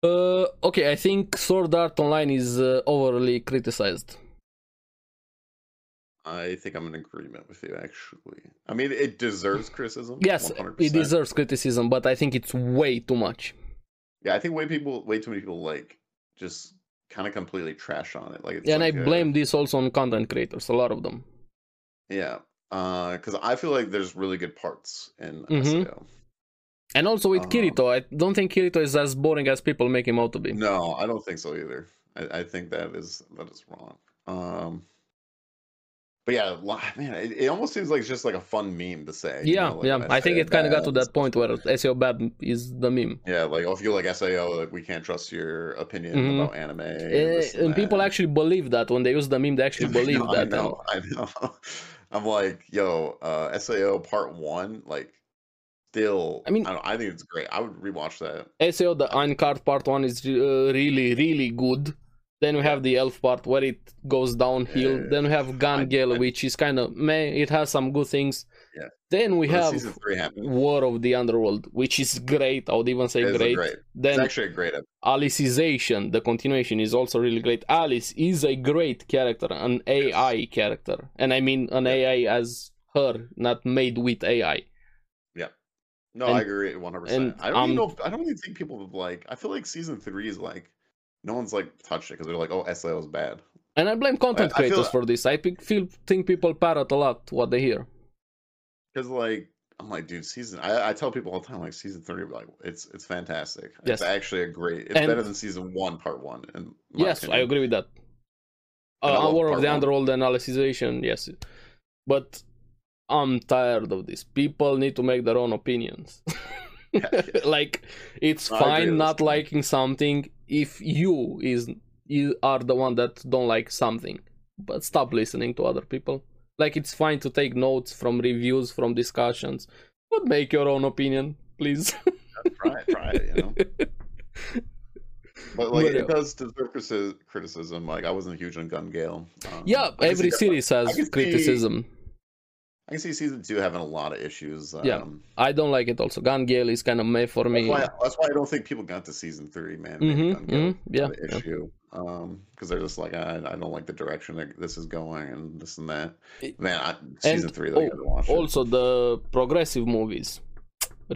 Speaker 2: Uh, okay. I think Sword Art Online is uh, overly criticized.
Speaker 1: I think I'm in agreement with you. Actually, I mean, it deserves criticism.
Speaker 2: Yes, it
Speaker 1: 100%.
Speaker 2: deserves criticism, but I think it's way too much.
Speaker 1: Yeah, I think way people, way too many people, like just kind of completely trash on it. Like, it's
Speaker 2: and I
Speaker 1: like, uh,
Speaker 2: blame this also on content creators. A lot of them.
Speaker 1: Yeah, because I feel like there's really good parts in E
Speaker 2: Mhm.
Speaker 1: SAO.
Speaker 2: And also with
Speaker 1: Um,
Speaker 2: Kirito, I don't think Kirito is as boring as people make him out to be.
Speaker 1: No, I don't think so either. I, I think that is that is wrong. Um, but yeah, li- man, it, it almost seems like it's just like a fun meme to say. you
Speaker 2: yeah,
Speaker 1: know, like,
Speaker 2: yeah. I think
Speaker 1: SAO
Speaker 2: it kind of got to
Speaker 1: bad.
Speaker 2: that point where SEO bad is the meme.
Speaker 1: Yeah, like oh, if you like SAO, like we can't trust your opinion
Speaker 2: Mhm.
Speaker 1: about anime. And,
Speaker 2: Eh,
Speaker 1: this
Speaker 2: and people
Speaker 1: that.
Speaker 2: actually believe that when they use the meme, they actually
Speaker 1: I
Speaker 2: believe
Speaker 1: know,
Speaker 2: that.
Speaker 1: I
Speaker 2: and-
Speaker 1: know, I know. I'm like, yo, uh, SAO part one, like, still.
Speaker 2: I mean-
Speaker 1: I, don't, I think it's great. I would rewatch that.
Speaker 2: SEO, E the Ankart part one is uh, really, really good. Then we have the elf part where it goes downhill.
Speaker 1: Yeah.
Speaker 2: Then we have
Speaker 1: I-
Speaker 2: Gun Gale,
Speaker 1: I-
Speaker 2: which is kind of meh. It has some good things.
Speaker 1: Yeah.
Speaker 2: Then we
Speaker 1: But when
Speaker 2: have
Speaker 1: season three happened.
Speaker 2: War of the Underworld, which is great. I would even say
Speaker 1: It is
Speaker 2: great.
Speaker 1: great. It's
Speaker 2: Then
Speaker 1: actually a great episode.
Speaker 2: Alicization, the continuation is also really great. Alice is a great character, an AI character. And I mean an
Speaker 1: Yeah.
Speaker 2: AI as her, not made with AI.
Speaker 1: No, I
Speaker 2: And-
Speaker 1: agree one hundred
Speaker 2: and,
Speaker 1: percent. I don't even
Speaker 2: um,
Speaker 1: know. If, I don't even think people would like. I feel like season three is like no one's like touched it because they're like, oh, SAO is bad.
Speaker 2: And I blame content
Speaker 1: I feel-
Speaker 2: creators for this. I pe- feel think people parrot a lot what they hear.
Speaker 1: Because like I'm like, dude, season. I, I tell people all the time like season three, like it's it's fantastic.
Speaker 2: Yes.
Speaker 1: It's actually a great. It's
Speaker 2: And-
Speaker 1: better than season one, part one. And
Speaker 2: yes, I agree with that.
Speaker 1: And I
Speaker 2: Uh,
Speaker 1: love
Speaker 2: War of
Speaker 1: part
Speaker 2: the
Speaker 1: one.
Speaker 2: Underworld and Alicization, yes. But I'm tired of this. People need to make their own opinions. like it's
Speaker 1: I agree
Speaker 2: fine
Speaker 1: with
Speaker 2: not
Speaker 1: this one.
Speaker 2: liking something if you is you are the one that don't like something but stop listening to other people like it's fine to take notes from reviews from discussions but make your own opinion please
Speaker 1: Try it, try it. You know. But like
Speaker 2: But,
Speaker 1: it
Speaker 2: uh,
Speaker 1: does deserve criti- criticism. Like I wasn't huge on Gun Gale. Um, I
Speaker 2: yeah
Speaker 1: can see
Speaker 2: every
Speaker 1: that-
Speaker 2: series
Speaker 1: I
Speaker 2: has
Speaker 1: can see-
Speaker 2: criticism
Speaker 1: I can see season two having a lot of issues. Um,
Speaker 2: Yeah. i don't like it also gun gale is kind of meh for me
Speaker 1: That's why, that's why I don't think people got to season three, man. Maybe
Speaker 2: hmm
Speaker 1: Gun Gale
Speaker 2: hmm yeah,
Speaker 1: the
Speaker 2: yeah.
Speaker 1: issue um because they're just like I, I don't like the direction that this is going and this and that
Speaker 2: It-
Speaker 1: man I, season three they
Speaker 2: oh,
Speaker 1: gotta watch
Speaker 2: also the progressive movies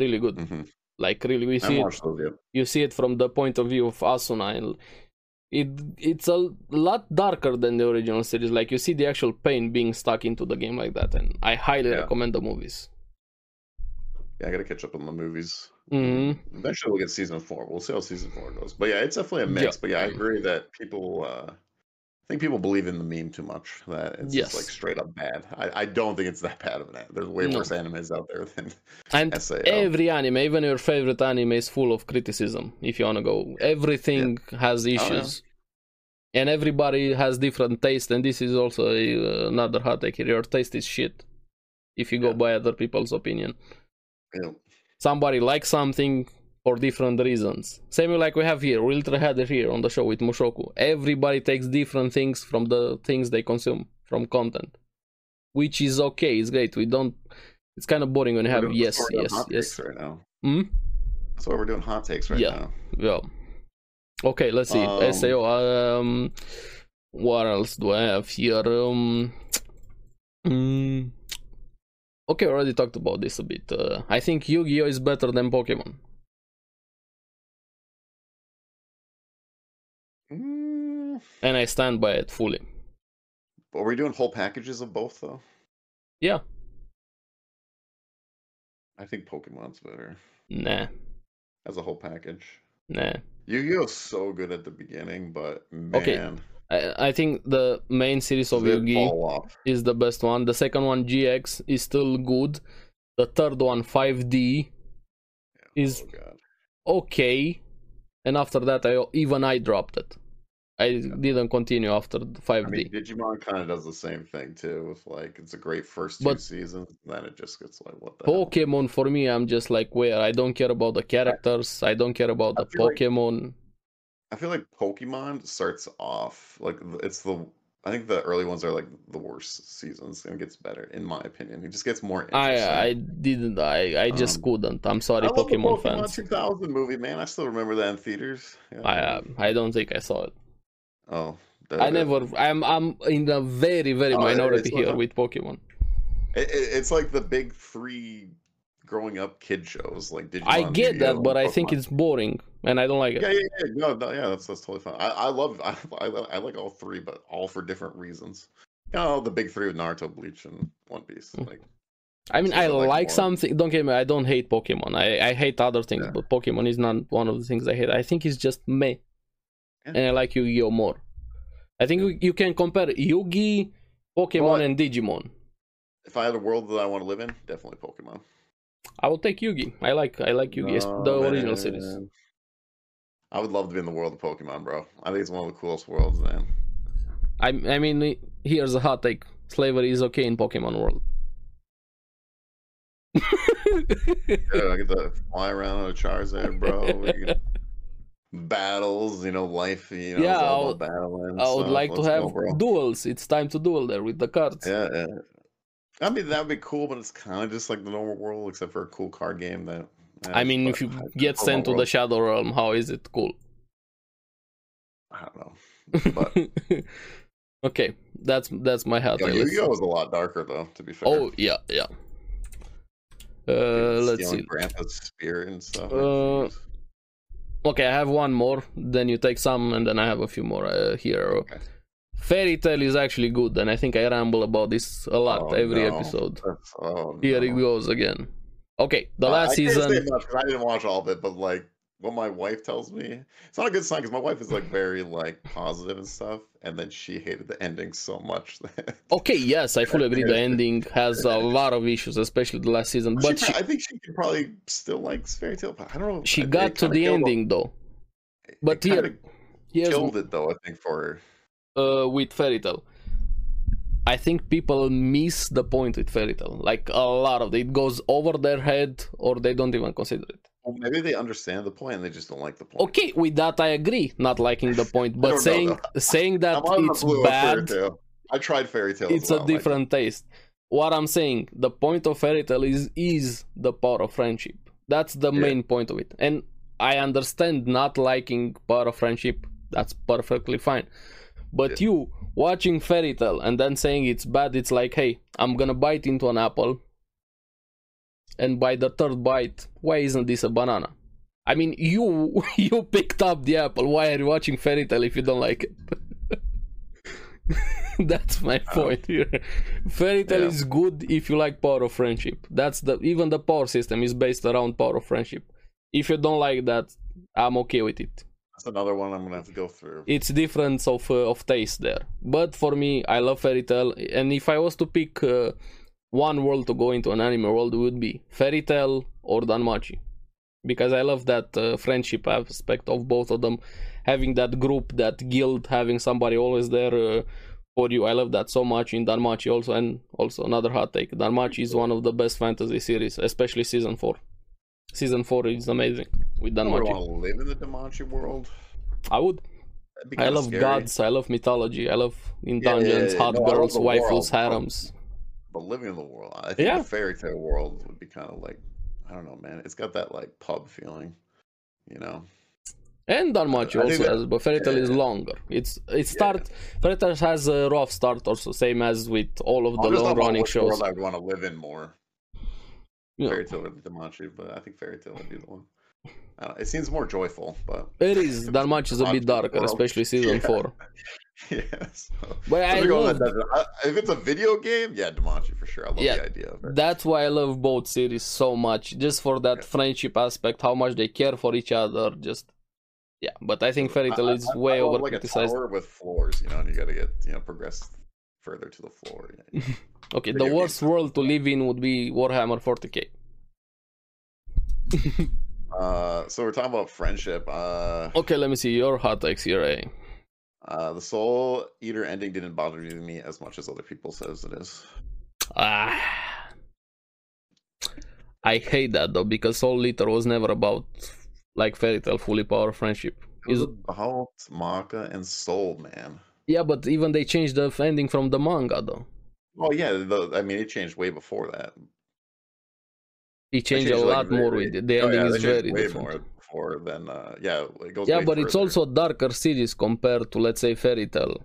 Speaker 2: really
Speaker 1: it.
Speaker 2: good
Speaker 1: Mhm.
Speaker 2: like really
Speaker 1: I
Speaker 2: we see
Speaker 1: haven't
Speaker 2: it
Speaker 1: watched those yet.
Speaker 2: you see it from the point of view of Asuna and it it's a lot darker than the original series like you see the actual pain being stuck into the game like that and I highly
Speaker 1: Yeah.
Speaker 2: recommend the movies
Speaker 1: yeah I gotta catch up on the movies
Speaker 2: hmm
Speaker 1: eventually we'll get season four we'll see how season four goes but yeah it's definitely a
Speaker 2: Yeah.
Speaker 1: mix but yeah I agree that people uh I think people believe in the meme too much that it's just like
Speaker 2: Yes.
Speaker 1: straight up bad I, I don't think it's that bad of an anime there's way
Speaker 2: No.
Speaker 1: worse animes out there than
Speaker 2: and
Speaker 1: SAO
Speaker 2: every anime even your favorite anime is full of criticism if you want to go everything has issues and everybody has different taste and this is also a, uh, another hot take here your taste is shit if you go
Speaker 1: Yeah.
Speaker 2: by other people's opinion
Speaker 1: Yeah.
Speaker 2: somebody likes something for different reasons. Same like we have here, we literally had it here on the show with Mushoku. Everybody takes different things from the things they consume from content. which is okay. It's great. We don't. It's kind of boring when you
Speaker 1: We're
Speaker 2: have
Speaker 1: doing-
Speaker 2: yes,
Speaker 1: we're doing
Speaker 2: yes,
Speaker 1: hot takes
Speaker 2: yes.
Speaker 1: Right now.
Speaker 2: Hmm?
Speaker 1: That's why we're doing hot takes right
Speaker 2: Yeah.
Speaker 1: now.
Speaker 2: Yeah. Okay, let's see.
Speaker 1: Um,
Speaker 2: SAO. Um, what else do I have here? Um, mm, okay, we already talked about this a bit. Uh, I think Yu-Gi-Oh is better than Pokemon.
Speaker 1: Mm.
Speaker 2: and I stand by it fully.
Speaker 1: But we're doing whole packages of both though.
Speaker 2: Yeah.
Speaker 1: I think Pokemon's better
Speaker 2: Nah,
Speaker 1: as a whole package.
Speaker 2: nah.
Speaker 1: Yu-Gi-Oh's so good at the beginning, but man,
Speaker 2: Okay, I, I think the main series of
Speaker 1: does it
Speaker 2: Yu-Gi
Speaker 1: fall off.
Speaker 2: is the best one. The second one GX is still good. The third one 5D is
Speaker 1: Oh god.
Speaker 2: okay, and after that I even I dropped it. I didn't continue after the 5D.
Speaker 1: I mean, Digimon kind of does the same thing too. With like, it's a great first two
Speaker 2: But-
Speaker 1: seasons, and then it just gets like, what the hell?
Speaker 2: Pokemon for me, I'm just like where I don't care about the characters. I don't care about
Speaker 1: I
Speaker 2: the
Speaker 1: feel like-
Speaker 2: Pokemon.
Speaker 1: I feel like Pokemon starts off like th- it's the I think the early ones are like the worst seasons and it gets better in my opinion. It just gets more interesting.
Speaker 2: I I didn't. I I just
Speaker 1: Um,
Speaker 2: couldn't. I'm sorry,
Speaker 1: I love the
Speaker 2: Pokemon,
Speaker 1: Pokemon
Speaker 2: fans.
Speaker 1: 2000 movie, man. I still remember that in theaters. Yeah.
Speaker 2: I uh, I don't think I saw it.
Speaker 1: oh, that-
Speaker 2: I
Speaker 1: that-
Speaker 2: never. I'm I'm in a very very
Speaker 1: Oh, it-
Speaker 2: minority
Speaker 1: it's
Speaker 2: here
Speaker 1: not-
Speaker 2: with Pokemon.
Speaker 1: It, it- it's like the big three growing up kid shows, like Digimon.
Speaker 2: I get
Speaker 1: Yu-Gi-Oh,
Speaker 2: that,
Speaker 1: and
Speaker 2: but I think
Speaker 1: Pokemon.
Speaker 2: it's boring and I don't like it.
Speaker 1: yeah, yeah, yeah. No, no, yeah. That's that's totally fine. I, I love I, I li- I like all three, but all for different reasons. You know, the big three with Naruto, Bleach, and One Piece.
Speaker 2: Mm.
Speaker 1: Like,
Speaker 2: I mean,
Speaker 1: it's just
Speaker 2: I
Speaker 1: I like
Speaker 2: like
Speaker 1: more.
Speaker 2: something. Don't get me. I don't hate Pokemon. I I hate other things,
Speaker 1: Yeah.
Speaker 2: but Pokemon is not one of the things I hate. I think it's just meh,
Speaker 1: Yeah.
Speaker 2: and I like Yu-Gi-Oh more. I think you- you can compare Yu-Gi, Pokemon,
Speaker 1: Well, I-
Speaker 2: and Digimon.
Speaker 1: if I had a world that I want to live in, definitely Pokemon.
Speaker 2: I would take Yu-Gi. I like I like Yu-Gi,
Speaker 1: No,
Speaker 2: the original series.
Speaker 1: man. I would love to be in the world of Pokemon, bro. I think it's one of the coolest worlds, man.
Speaker 2: I I mean, here's a hot take: slavery is okay in Pokemon world.
Speaker 1: Dude, I get to fly around on a Charizard, bro. We can- Battles, you know, life, you know,
Speaker 2: Yeah,
Speaker 1: it's
Speaker 2: I
Speaker 1: all
Speaker 2: would-
Speaker 1: about battling.
Speaker 2: I would
Speaker 1: so
Speaker 2: like to
Speaker 1: let's
Speaker 2: have
Speaker 1: go, bro.
Speaker 2: duels. It's time to duel there with the cards.
Speaker 1: Yeah, yeah. I mean, that would be cool, but it's kind of just like the normal world, except for a cool card game that.
Speaker 2: I mean, if you get sent to the Shadow Realm, how is it cool?
Speaker 1: I don't know. But
Speaker 2: okay, that's that's my hot
Speaker 1: yeah,
Speaker 2: take. Let's-
Speaker 1: Yu-Gi-Oh is a lot darker, though. To be fair.
Speaker 2: Oh yeah, yeah. Uh,
Speaker 1: Dude,
Speaker 2: let's
Speaker 1: stealing
Speaker 2: see.
Speaker 1: Grandpa's spear and stuff.
Speaker 2: Uh,
Speaker 1: Jeez.
Speaker 2: Okay, I have one more. Then you take some, and then I have a few more uh, here.
Speaker 1: Okay.
Speaker 2: Fairy Tale is actually good, and I think I ramble about this a lot
Speaker 1: Oh,
Speaker 2: every
Speaker 1: no.
Speaker 2: episode.
Speaker 1: That's- oh,
Speaker 2: Here it
Speaker 1: no.
Speaker 2: goes again. Okay, the
Speaker 1: Uh,
Speaker 2: last
Speaker 1: I can't say
Speaker 2: season.
Speaker 1: much 'cause I didn't watch all of it, but like what my wife tells me, it's not a good sign because my wife is like very like positive and stuff, and then she hated the ending so much. That
Speaker 2: Okay, yes, I fully agree. The ending has a lot of issues, especially the last season. But
Speaker 1: she,
Speaker 2: she
Speaker 1: pro- I think she could probably still likes Fairy Tale, but I don't know.
Speaker 2: she
Speaker 1: it- it
Speaker 2: got to
Speaker 1: kinda
Speaker 2: the
Speaker 1: killed it-
Speaker 2: ending though.
Speaker 1: it
Speaker 2: but here-
Speaker 1: kinda
Speaker 2: Here's
Speaker 1: killed it though. I think for her.
Speaker 2: uh, with Fairy Tale. I think people miss the point with Fairy Tale. Like a lot of it. it goes over their head, or they don't even consider it.
Speaker 1: Well, maybe they understand the point and they just don't like the point.
Speaker 2: Okay, with that I agree, not liking the point,
Speaker 1: don't
Speaker 2: but
Speaker 1: know,
Speaker 2: saying saying that
Speaker 1: I'm on the
Speaker 2: it's
Speaker 1: blue of Fairy
Speaker 2: bad,
Speaker 1: Tale. I tried Fairy Tale. as
Speaker 2: it's
Speaker 1: well,
Speaker 2: a
Speaker 1: and I-
Speaker 2: different taste. What I'm saying, the point of fairy tale is is the power of friendship. That's the
Speaker 1: Yeah.
Speaker 2: main point of it. And I understand not liking power of friendship. That's perfectly fine. But you watching fairy tale and then saying it's bad, it's like, hey, I'm gonna bite into an apple. And by the third bite, why isn't this a banana? I mean, you you picked up the apple. Why are you watching fairy tale if you don't like it? That's my point here. Fairy tale
Speaker 1: Yeah.
Speaker 2: is good if you like power of friendship. That's the even the power system is based around power of friendship. If you don't like that, I'm okay with it.
Speaker 1: that's another one I'm gonna have to go through.
Speaker 2: It's difference of uh, of taste there. But for me, I love fairy tale, and if I was to pick uh, one world to go into an anime world, it would be fairy tale or Danmachi, because I love that uh, friendship aspect of both of them, having that group, that guild, having somebody always there. Uh, for you, I love that so much in Danmachi also, and also another hot take. Danmachi is one of the best fantasy series, especially season four. Season four is amazing with
Speaker 1: I would want
Speaker 2: Danmachi.
Speaker 1: to live in the Damachi world.
Speaker 2: I would
Speaker 1: That'd be
Speaker 2: I
Speaker 1: kinda
Speaker 2: love
Speaker 1: scary.
Speaker 2: gods. I love mythology. I love in
Speaker 1: Yeah, yeah,
Speaker 2: dungeons,
Speaker 1: yeah,
Speaker 2: hot
Speaker 1: no, I love
Speaker 2: girls,
Speaker 1: the
Speaker 2: waifus,
Speaker 1: world, but-
Speaker 2: harems.
Speaker 1: but living in the world, I think
Speaker 2: Yeah.
Speaker 1: the fairy tale world would be kind of like, I don't know, man. It's got that like pub feeling, you know.
Speaker 2: And Don Macho
Speaker 1: I think
Speaker 2: also
Speaker 1: that-
Speaker 2: has, but Fairy Tail is
Speaker 1: yeah.
Speaker 2: longer. It's it
Speaker 1: Yeah.
Speaker 2: start Fairy Tail has a rough start also, same as with all of the
Speaker 1: I'm just
Speaker 2: long
Speaker 1: talking about
Speaker 2: running
Speaker 1: which
Speaker 2: shows.
Speaker 1: World I'd want to live in more.
Speaker 2: Yeah.
Speaker 1: Fairy tale or Damachi, but I think fairy tale would be the one. I don't- it seems more joyful, but
Speaker 2: It is Don Macho is a bit darker,
Speaker 1: Well,
Speaker 2: especially season
Speaker 1: yeah.
Speaker 2: four.
Speaker 1: yeah. So,
Speaker 2: But I
Speaker 1: so we go with
Speaker 2: love,
Speaker 1: that dungeon. I- if it's a video game, yeah, Damachi for sure. I love
Speaker 2: Yeah.
Speaker 1: the idea of it.
Speaker 2: that's why I love both series so much, just for that
Speaker 1: Yeah.
Speaker 2: friendship aspect, how much they care for each other. Just yeah, but I think Fairy
Speaker 1: I-
Speaker 2: Tail
Speaker 1: I-
Speaker 2: is
Speaker 1: I- I
Speaker 2: way
Speaker 1: love,
Speaker 2: over
Speaker 1: like a
Speaker 2: criticized.
Speaker 1: tower with floors, you know, and you got to get you know progress further to the floor. Yeah.
Speaker 2: Okay, the
Speaker 1: video game
Speaker 2: worst world to live in would be Warhammer 40k.
Speaker 1: Uh, so we're talking about friendship. Uh,
Speaker 2: Okay, let me see your hot takes here. Eh?
Speaker 1: uh, the Soul Eater ending didn't bother me as much as other people says it is.
Speaker 2: Ah. I hate that though because Soul Eater was never about like fairy tale fully power friendship.
Speaker 1: It was
Speaker 2: Is-
Speaker 1: about Maka and Soul, man.
Speaker 2: Yeah, but even they changed the ending from the manga though. Hmm.
Speaker 1: Well, yeah, the, I mean, it changed way before that.
Speaker 2: It changed a
Speaker 1: changed, like,
Speaker 2: lot more
Speaker 1: very-
Speaker 2: with it. The
Speaker 1: Oh,
Speaker 2: ending
Speaker 1: yeah, they
Speaker 2: is
Speaker 1: changed
Speaker 2: very
Speaker 1: way
Speaker 2: different.
Speaker 1: more before than uh, yeah, it goes.
Speaker 2: Yeah,
Speaker 1: way
Speaker 2: but it's
Speaker 1: further.
Speaker 2: also a darker series compared to let's say fairy tale.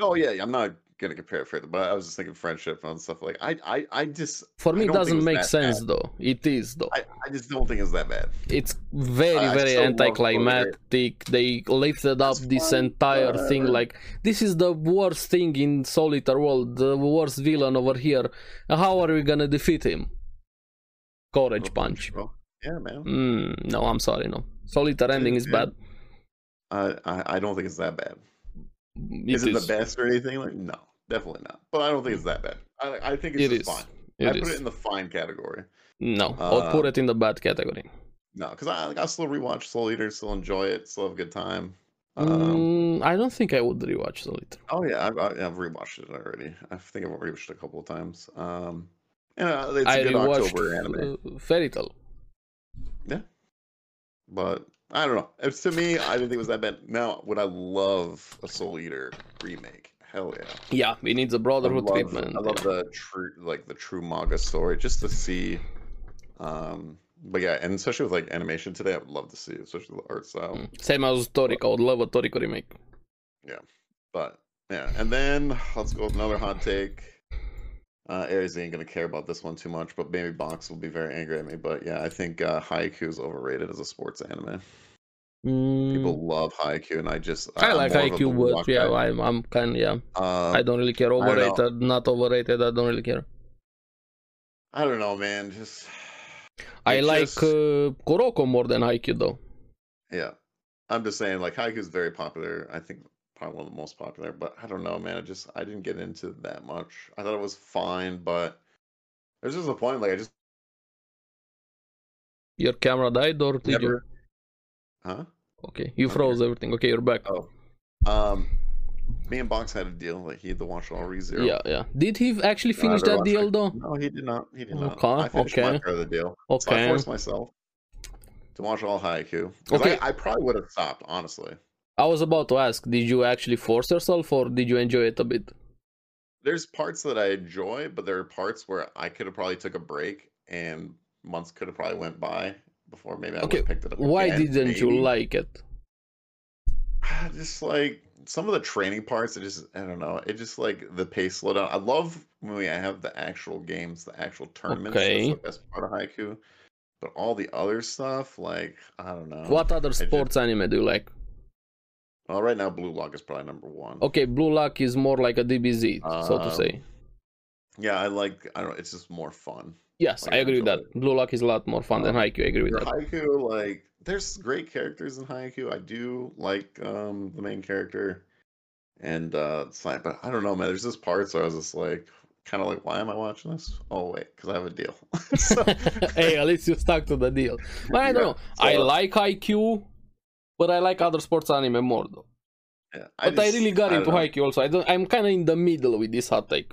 Speaker 1: Oh yeah, I'm not gonna compare it further, but I was just thinking friendship and stuff like I, I, I just,
Speaker 2: For
Speaker 1: I
Speaker 2: me, it
Speaker 1: don't think it
Speaker 2: doesn't
Speaker 1: was
Speaker 2: make
Speaker 1: that
Speaker 2: sense though. It is though.
Speaker 1: I, I just don't think it's that bad.
Speaker 2: it's very
Speaker 1: I- I
Speaker 2: very
Speaker 1: still love
Speaker 2: anticlimactic they lifted up
Speaker 1: That's
Speaker 2: this
Speaker 1: fine,
Speaker 2: entire thing
Speaker 1: whatever.
Speaker 2: like this is the worst thing in solitaire world the worst villain over here how are we gonna defeat him courage punch
Speaker 1: Well, Yeah, man.
Speaker 2: mm, no i'm sorry no solitaire ending is
Speaker 1: yeah.
Speaker 2: bad
Speaker 1: I, I, I don't think it's that bad.
Speaker 2: it
Speaker 1: is
Speaker 2: is Hmm.
Speaker 1: it the best or anything? Like no, definitely not. But I don't think it's that bad. I, I think it's
Speaker 2: it
Speaker 1: just
Speaker 2: is
Speaker 1: fine. I
Speaker 2: it
Speaker 1: put it
Speaker 2: is
Speaker 1: in the fine category.
Speaker 2: no
Speaker 1: Uh,
Speaker 2: or put it in the bad category
Speaker 1: No, because I, like, I still rewatch Soul Eater, still enjoy it, still have a good time. Um,
Speaker 2: Mm, i don't think i would rewatch solitaire
Speaker 1: Oh yeah, I've, I- I've rewatched it already. I think I've rewatched it a couple of times. Um, and uh, it's a
Speaker 2: i
Speaker 1: good
Speaker 2: rewatched
Speaker 1: October anime,
Speaker 2: uh, fairy tale
Speaker 1: but I don't know. It's to me, I didn't think it was that bad. Now, would I love a Soul Eater remake? Hell yeah!
Speaker 2: yeah it needs a
Speaker 1: I love,
Speaker 2: brotherhood treatment
Speaker 1: I love
Speaker 2: yeah.
Speaker 1: the true, like the true manga story, just to see. Um, but yeah, and especially with like animation today, I would love to see, it, especially the art style.
Speaker 2: Mm. Same as Toriko, I would love a Toriko remake.
Speaker 1: But yeah, and then let's go with another hot take. Uh, Aries ain't gonna care about this one too much, but maybe Box will be very angry at me. But yeah, I think uh, Haiku is overrated as a sports anime. People love Haiku, and I just
Speaker 2: Hmm. I
Speaker 1: I'm
Speaker 2: like
Speaker 1: more of a
Speaker 2: IQ, but
Speaker 1: Block
Speaker 2: yeah,
Speaker 1: guy.
Speaker 2: I'm, I'm kind of, yeah.
Speaker 1: Um,
Speaker 2: I don't really care.
Speaker 1: don't know.
Speaker 2: Overrated, not overrated, I don't really care.
Speaker 1: I don't know, man. Just
Speaker 2: I
Speaker 1: it
Speaker 2: like
Speaker 1: just-
Speaker 2: uh, Kuroko more than IQ, though.
Speaker 1: yeah, I'm just saying like Haiku is very popular. I think probably one of the most popular, but I don't know, man. I just I didn't get into it that much. I thought it was fine, but there's just a point like I just
Speaker 2: Your camera died, or did you?
Speaker 1: never. Huh.
Speaker 2: Okay, you
Speaker 1: I'm here.
Speaker 2: froze everything. Okay, you're back.
Speaker 1: Oh. Um, me and Box had a deal. Like he had to watch all ReZero.
Speaker 2: Yeah, yeah. Did he actually
Speaker 1: I
Speaker 2: finish that
Speaker 1: rewatched
Speaker 2: deal,
Speaker 1: it.
Speaker 2: though?
Speaker 1: No, he did not. He did not.
Speaker 2: Okay,
Speaker 1: I finished my
Speaker 2: okay.
Speaker 1: part of the deal. So I
Speaker 2: Okay.
Speaker 1: forced myself to watch all Haiku. 'Cause
Speaker 2: Okay.
Speaker 1: I, I probably would have stopped, honestly.
Speaker 2: I was about to ask, did you actually force yourself, or did you enjoy it a bit?
Speaker 1: There's parts that I enjoy, but there are parts where I could have probably took a break and months could have probably went by before maybe I
Speaker 2: Okay,
Speaker 1: would have picked it up.
Speaker 2: Why
Speaker 1: again,
Speaker 2: didn't you
Speaker 1: maybe. Uh,
Speaker 2: like it?
Speaker 1: just like some of the training parts, it just I don't know. It just like the pace slowed down. I love when we have the actual games, the actual tournaments.
Speaker 2: Okay.
Speaker 1: That's the best part of haiku. But all the other stuff, like I don't know.
Speaker 2: What other
Speaker 1: just-
Speaker 2: sports anime do you like?
Speaker 1: Well, right now, Blue Lock is probably number one.
Speaker 2: Okay, Blue Lock is more like a DBZ, so to
Speaker 1: Um,
Speaker 2: say.
Speaker 1: Yeah, I like. I don't. know, It's just more fun.
Speaker 2: Yes,
Speaker 1: like
Speaker 2: I agree with that.
Speaker 1: enjoy
Speaker 2: Blue Lock is a lot more fun than
Speaker 1: Um,
Speaker 2: Haikyuu. I agree with
Speaker 1: Your
Speaker 2: that.
Speaker 1: haiku, like, there's great characters in haiku. I do like um the main character, and uh, it's like, but I don't know, man. There's this parts where I was just like, kind of like, why am I watching this? Oh wait, because I have a deal. So-
Speaker 2: hey, at least you stuck to the deal. But I
Speaker 1: Yeah,
Speaker 2: don't know. I
Speaker 1: so-
Speaker 2: like Haikyuu, but I like other sports anime more though.
Speaker 1: Yeah,
Speaker 2: But I,
Speaker 1: just-
Speaker 2: really got
Speaker 1: I
Speaker 2: into
Speaker 1: don't know.
Speaker 2: Haikyuu also. I don't. I'm kind of in the middle with this hot take,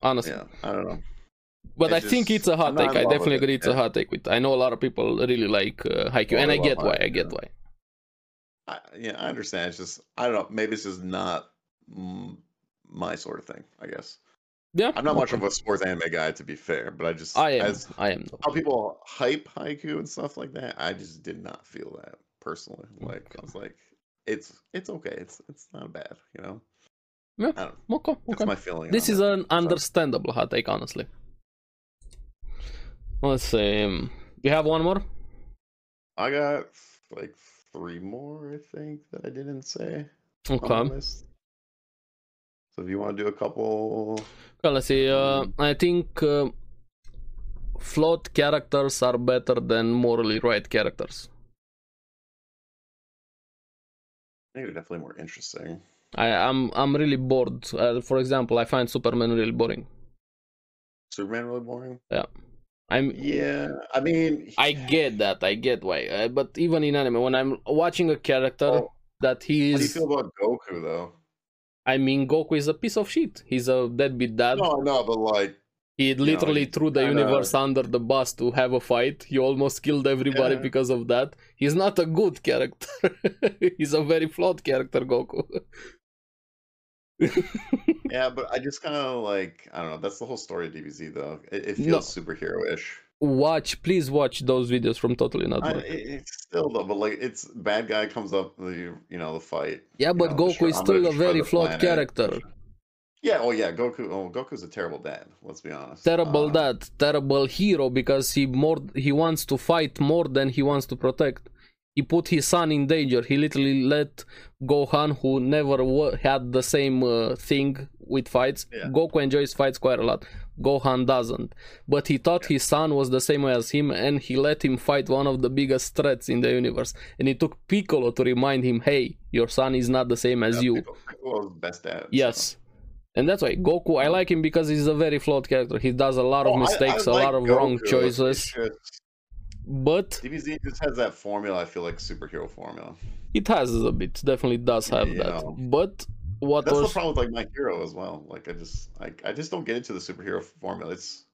Speaker 2: honestly.
Speaker 1: Yeah, I don't know.
Speaker 2: but
Speaker 1: it
Speaker 2: I think
Speaker 1: just-
Speaker 2: it's a hot
Speaker 1: I'm not
Speaker 2: take.
Speaker 1: in
Speaker 2: I
Speaker 1: love with
Speaker 2: definitely
Speaker 1: it,
Speaker 2: agree it's a
Speaker 1: yeah.
Speaker 2: hot take. With I know a lot of people really like uh, Haikyuu,
Speaker 1: Well,
Speaker 2: and
Speaker 1: I
Speaker 2: I
Speaker 1: love
Speaker 2: get why. I
Speaker 1: Haikyuu.
Speaker 2: get why.
Speaker 1: I, yeah, I understand. It's just I don't know. Maybe it's just not mm, my sort of thing. I guess.
Speaker 2: Yeah.
Speaker 1: I'm not much of a sports anime guy, to be fair, but I just
Speaker 2: I am.
Speaker 1: as
Speaker 2: I am. though.
Speaker 1: how people hype haiku and stuff like that. I just did not feel that personally. Like I was like, it's it's okay. It's it's not bad, you know.
Speaker 2: Yeah,
Speaker 1: I don't know.
Speaker 2: Okay.
Speaker 1: That's
Speaker 2: okay.
Speaker 1: my feeling.
Speaker 2: This
Speaker 1: on
Speaker 2: is
Speaker 1: it.
Speaker 2: an understandable hot take, honestly. Let's see. um, You have one more?
Speaker 1: I got like three more, I think, that I didn't say on
Speaker 2: Okay.
Speaker 1: the list. So if you want to do a couple,
Speaker 2: Okay, let's see. Uh, I think uh, float characters are better than morally right characters.
Speaker 1: I think they're definitely more interesting.
Speaker 2: I, I'm I'm really bored. Uh, for example, I find Superman really boring.
Speaker 1: Superman really boring.
Speaker 2: I'm
Speaker 1: Yeah, I mean,
Speaker 2: Mm, I get that. I get why. Uh, but even in anime, when I'm watching a character
Speaker 1: Oh,
Speaker 2: that he
Speaker 1: how do you
Speaker 2: is,
Speaker 1: feel about Goku though?
Speaker 2: I mean, Goku is a piece of shit. He's a deadbeat dad.
Speaker 1: No, no, but like,
Speaker 2: He literally
Speaker 1: he
Speaker 2: threw the
Speaker 1: kinda-
Speaker 2: universe under the bus to have a fight. He almost killed everybody
Speaker 1: Yeah.
Speaker 2: because of that. He's not a good character. He's a very flawed character, Goku.
Speaker 1: yeah, but I just kind of like, I don't know. That's the whole story of DBZ though. It, it
Speaker 2: No.
Speaker 1: feels superhero-ish.
Speaker 2: Watch, please watch those videos from Totally Not.
Speaker 1: I,
Speaker 2: Mark.
Speaker 1: it, it's still though, but like, it's bad guy comes up, the you know, the fight.
Speaker 2: yeah, but
Speaker 1: know,
Speaker 2: Goku
Speaker 1: sure,
Speaker 2: is
Speaker 1: I'm gonna
Speaker 2: still a
Speaker 1: destroy
Speaker 2: very
Speaker 1: the
Speaker 2: flawed
Speaker 1: planet.
Speaker 2: character.
Speaker 1: Yeah, oh yeah, Goku. Oh, Goku's a terrible dad. Let's be honest.
Speaker 2: Terrible
Speaker 1: Uh,
Speaker 2: dad, terrible hero because he more he wants to fight more than he wants to protect. He put his son in danger. He literally let Gohan, who never wa had the same uh, thing with fights.
Speaker 1: Yeah.
Speaker 2: Goku enjoys fights quite a lot. Gohan doesn't. But he thought his son was the same way as him, and he let him fight one of the biggest threats in the universe. And it took Piccolo to remind him, "Hey, your son is not the same as
Speaker 1: Yeah,
Speaker 2: you."
Speaker 1: Piccolo- Piccolo was the best dad. so-
Speaker 2: Yes. And that's why Goku, I like him because he's a very flawed character. He does a lot of
Speaker 1: Oh, I- I
Speaker 2: mistakes, a lot
Speaker 1: like
Speaker 2: of wrong
Speaker 1: Goku, it's
Speaker 2: choices,
Speaker 1: just-
Speaker 2: but
Speaker 1: DBZ just has that formula. I feel like superhero formula.
Speaker 2: it has a bit, definitely does have that.
Speaker 1: Yeah.
Speaker 2: But what
Speaker 1: That's the
Speaker 2: was.
Speaker 1: problem with like my hero as well. Like I just, I, I just don't get into the superhero formula. It's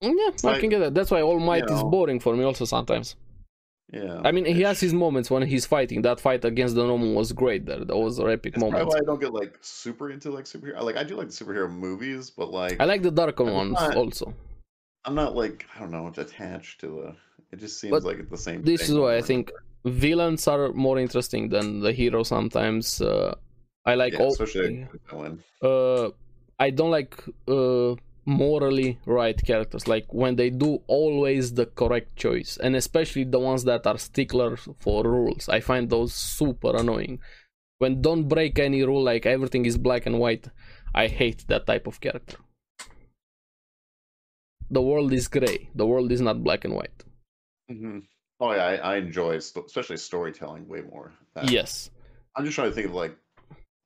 Speaker 2: yeah, I
Speaker 1: like,
Speaker 2: can get that. That's why All Might is
Speaker 1: know.
Speaker 2: boring for me also sometimes.
Speaker 1: yeah.
Speaker 2: I mean, he has
Speaker 1: it's-
Speaker 2: his moments when he's fighting. That fight against the Nomu was great there. That was an epic
Speaker 1: It's probably
Speaker 2: moment.
Speaker 1: why I don't get like super into like superhero. Like I do like the superhero movies, but like,
Speaker 2: I like the darker
Speaker 1: I'm
Speaker 2: ones
Speaker 1: not-
Speaker 2: also.
Speaker 1: I'm not like I don't know attached to the. It just seems
Speaker 2: But
Speaker 1: like it's the same.
Speaker 2: this
Speaker 1: thing
Speaker 2: is
Speaker 1: over
Speaker 2: why I
Speaker 1: and
Speaker 2: think villains are more interesting than the heroes sometimes. Uh, I like
Speaker 1: yeah,
Speaker 2: all.
Speaker 1: especially like, the villain.
Speaker 2: uh, I don't like uh, morally right characters, like when they do always the correct choice, and especially the ones that are sticklers for rules. I find those super annoying. When don't break any rule, like everything is black and white, I hate that type of character. The world is gray. The world is not black and white.
Speaker 1: hmm Oh yeah, I, I enjoy sto- especially storytelling way more. than-
Speaker 2: Yes.
Speaker 1: I'm just trying to think of like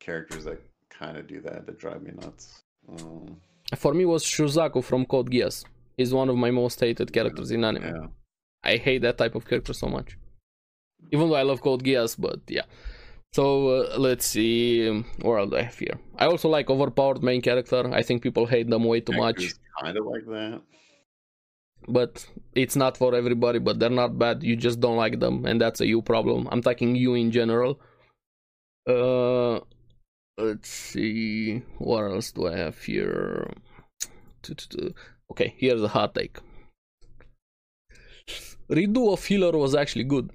Speaker 1: characters that kind of do that that drive me nuts. Um,
Speaker 2: For me, was Shuzaku from Code Geass. He's one of my most hated characters in anime.
Speaker 1: yeah,
Speaker 2: I hate that type of character so much. Even though I love Code Geass, but yeah. So uh, let's see um, what else I have here. I also like overpowered main character. I think people hate them way too much,
Speaker 1: Kind of like that.
Speaker 2: but it's not for everybody. But they're not bad. You just don't like them, and that's a you problem. I'm talking you in general. Uh, let's see. What else do I have here? Okay, here's a hot take. Redo of Healer was actually good.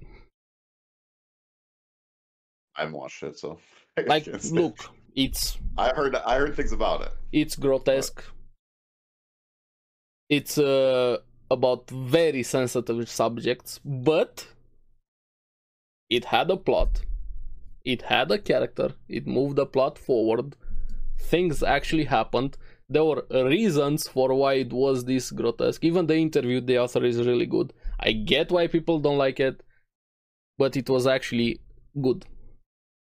Speaker 1: I haven't watched it, so I
Speaker 2: like
Speaker 1: can't say.
Speaker 2: look it's
Speaker 1: I heard I heard things about it.
Speaker 2: it's grotesque it's uh, about very sensitive subjects but it had a plot it had a character it moved the plot forward things actually happened there were reasons for why it was this grotesque even the interview the author is really good i get why people don't like it but it was actually good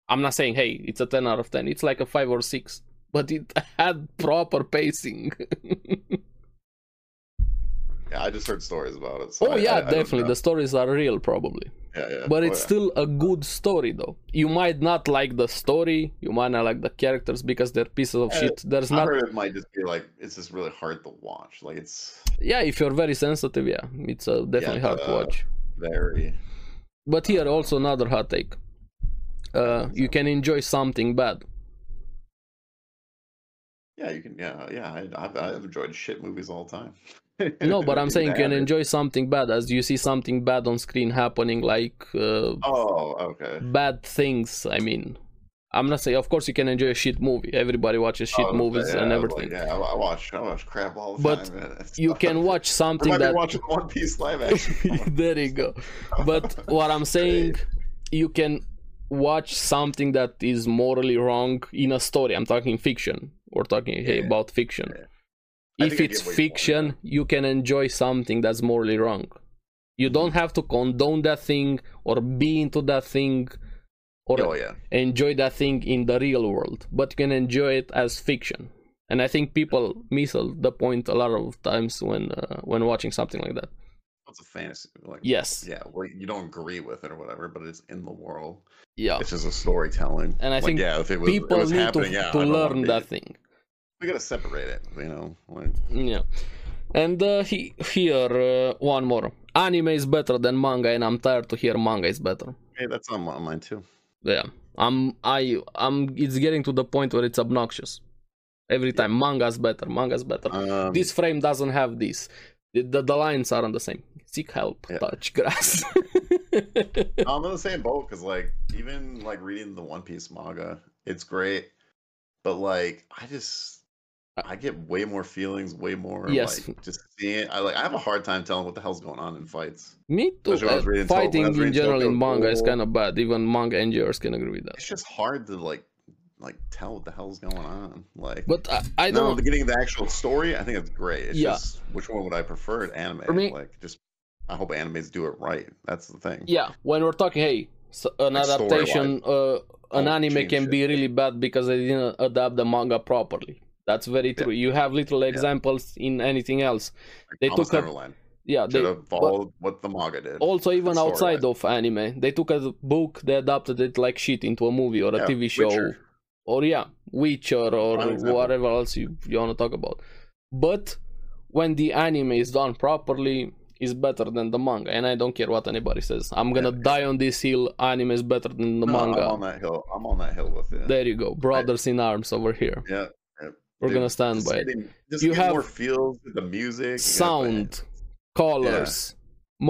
Speaker 2: i'm not saying hey it's a 10 out of 10 it's like a 5 or 6 but it had proper pacing
Speaker 1: Yeah, I just heard stories about it. so
Speaker 2: oh
Speaker 1: I-
Speaker 2: yeah
Speaker 1: I- I don't
Speaker 2: definitely
Speaker 1: know.
Speaker 2: the stories are real probably
Speaker 1: Yeah, yeah.
Speaker 2: but
Speaker 1: Oh,
Speaker 2: it's
Speaker 1: yeah.
Speaker 2: still a good story though you might not like the story you might not like the characters because they're pieces of
Speaker 1: Uh,
Speaker 2: shit there's
Speaker 1: I
Speaker 2: not
Speaker 1: heard it might just be like it's just really hard to watch. Like it's
Speaker 2: yeah if you're very sensitive yeah it's uh, definitely hard to
Speaker 1: uh,
Speaker 2: watch
Speaker 1: very
Speaker 2: but here
Speaker 1: Uh,
Speaker 2: also another hot take uh, you can enjoy something bad
Speaker 1: Yeah, you can. Yeah, yeah. I, I've, I've enjoyed shit movies all the time.
Speaker 2: No, but I'm saying you can
Speaker 1: Bad.
Speaker 2: enjoy something bad as you see something bad on screen happening, like uh,
Speaker 1: Oh, okay.
Speaker 2: bad things. I mean, I'm not saying, of course, you can enjoy a shit movie. Everybody watches shit
Speaker 1: Oh,
Speaker 2: movies
Speaker 1: yeah,
Speaker 2: and
Speaker 1: I was like,
Speaker 2: everything.
Speaker 1: yeah, I I watch. I watch crap all the
Speaker 2: But
Speaker 1: time. man. It's-
Speaker 2: You can watch
Speaker 1: I might
Speaker 2: something
Speaker 1: be
Speaker 2: that.
Speaker 1: watching One Piece live action.
Speaker 2: there you go. But what I'm saying, you can watch something that is morally wrong in a story. I'm talking fiction. We're talking here
Speaker 1: Yeah,
Speaker 2: about fiction.
Speaker 1: I
Speaker 2: If
Speaker 1: think I
Speaker 2: it's
Speaker 1: get what you're pointing
Speaker 2: fiction, you can enjoy something that's morally wrong. You don't have to condone that thing or be into that thing or
Speaker 1: oh yeah.
Speaker 2: enjoy that thing in the real world, but you can enjoy it as fiction. And I think people miss a- the point a lot of times when uh, when watching something like that.
Speaker 1: It's a fantasy. Like
Speaker 2: Yes.
Speaker 1: yeah, well, you don't agree with it or whatever, but it's in the world.
Speaker 2: Yeah.
Speaker 1: It's just a storytelling.
Speaker 2: Oh. And I
Speaker 1: Like,
Speaker 2: think
Speaker 1: yeah, if it was, it
Speaker 2: people
Speaker 1: was
Speaker 2: need to,
Speaker 1: happening, yeah,
Speaker 2: to
Speaker 1: I don't wanna
Speaker 2: learn
Speaker 1: be-
Speaker 2: that thing.
Speaker 1: We gotta separate it. You know, like
Speaker 2: Yeah. And uh, he, here, uh, one more. Anime is better than manga, and I'm tired to hear manga is better.
Speaker 1: hey, that's on, my- on mine too.
Speaker 2: Yeah. I'm, I, I'm, it's getting to the point where it's obnoxious. Every time, manga's better, manga's better.
Speaker 1: Um,
Speaker 2: this frame doesn't have this. The, the, the lines aren't the same. Seek help,
Speaker 1: Yeah.
Speaker 2: touch grass.
Speaker 1: I'm in the same boat because like even like reading the One Piece manga, it's great, but like I just I get way more feelings, way more
Speaker 2: Uh, Yes.
Speaker 1: like just seeing. I like I have a hard time telling what the hell's going on in fights.
Speaker 2: Me too.
Speaker 1: Especially when I was
Speaker 2: uh,
Speaker 1: reading Tokyo- when I
Speaker 2: fighting
Speaker 1: was
Speaker 2: in
Speaker 1: reading
Speaker 2: general in
Speaker 1: Tokyo Oh.
Speaker 2: manga is
Speaker 1: Ghoul.
Speaker 2: kind of bad. Even manga NGRs can agree with that.
Speaker 1: It's just hard to like like tell what the hell's going on. Like
Speaker 2: But I, I
Speaker 1: now
Speaker 2: don't.
Speaker 1: the beginning of the actual story, I think it's great. It's
Speaker 2: Yeah.
Speaker 1: just which one would I prefer? An anime.
Speaker 2: For me-
Speaker 1: like just I hope animes do it right. That's the thing.
Speaker 2: yeah, when we're talking, hey, s an
Speaker 1: Like story-wise. Oh,
Speaker 2: adaptation, uh, an
Speaker 1: Don't
Speaker 2: anime
Speaker 1: change
Speaker 2: can
Speaker 1: it.
Speaker 2: be really bad because they didn't adapt the manga properly. That's very
Speaker 1: Yeah.
Speaker 2: true. You have little examples in anything else.
Speaker 1: Like,
Speaker 2: They
Speaker 1: Promised
Speaker 2: took up-
Speaker 1: Neverland
Speaker 2: Yeah, they,
Speaker 1: should have followed what the manga did.
Speaker 2: also even
Speaker 1: Story-wise.
Speaker 2: outside of anime they took a book they adapted it like shit into a movie or a
Speaker 1: Yeah,
Speaker 2: tv show
Speaker 1: Witcher.
Speaker 2: or yeah witcher or
Speaker 1: Prime example.
Speaker 2: whatever else you, you want to talk about but when the anime is done properly is better than the manga and i don't care what anybody says i'm gonna
Speaker 1: Yeah, it's-
Speaker 2: die on this hill anime is better than the
Speaker 1: No,
Speaker 2: manga
Speaker 1: I'm on that hill. I'm on that hill with it.
Speaker 2: there you go brothers in arms over here
Speaker 1: yeah,
Speaker 2: we're
Speaker 1: Dude,
Speaker 2: gonna stand
Speaker 1: just
Speaker 2: by it
Speaker 1: getting, just
Speaker 2: You
Speaker 1: getting
Speaker 2: have
Speaker 1: more feels with the music, you know,
Speaker 2: sound, colors,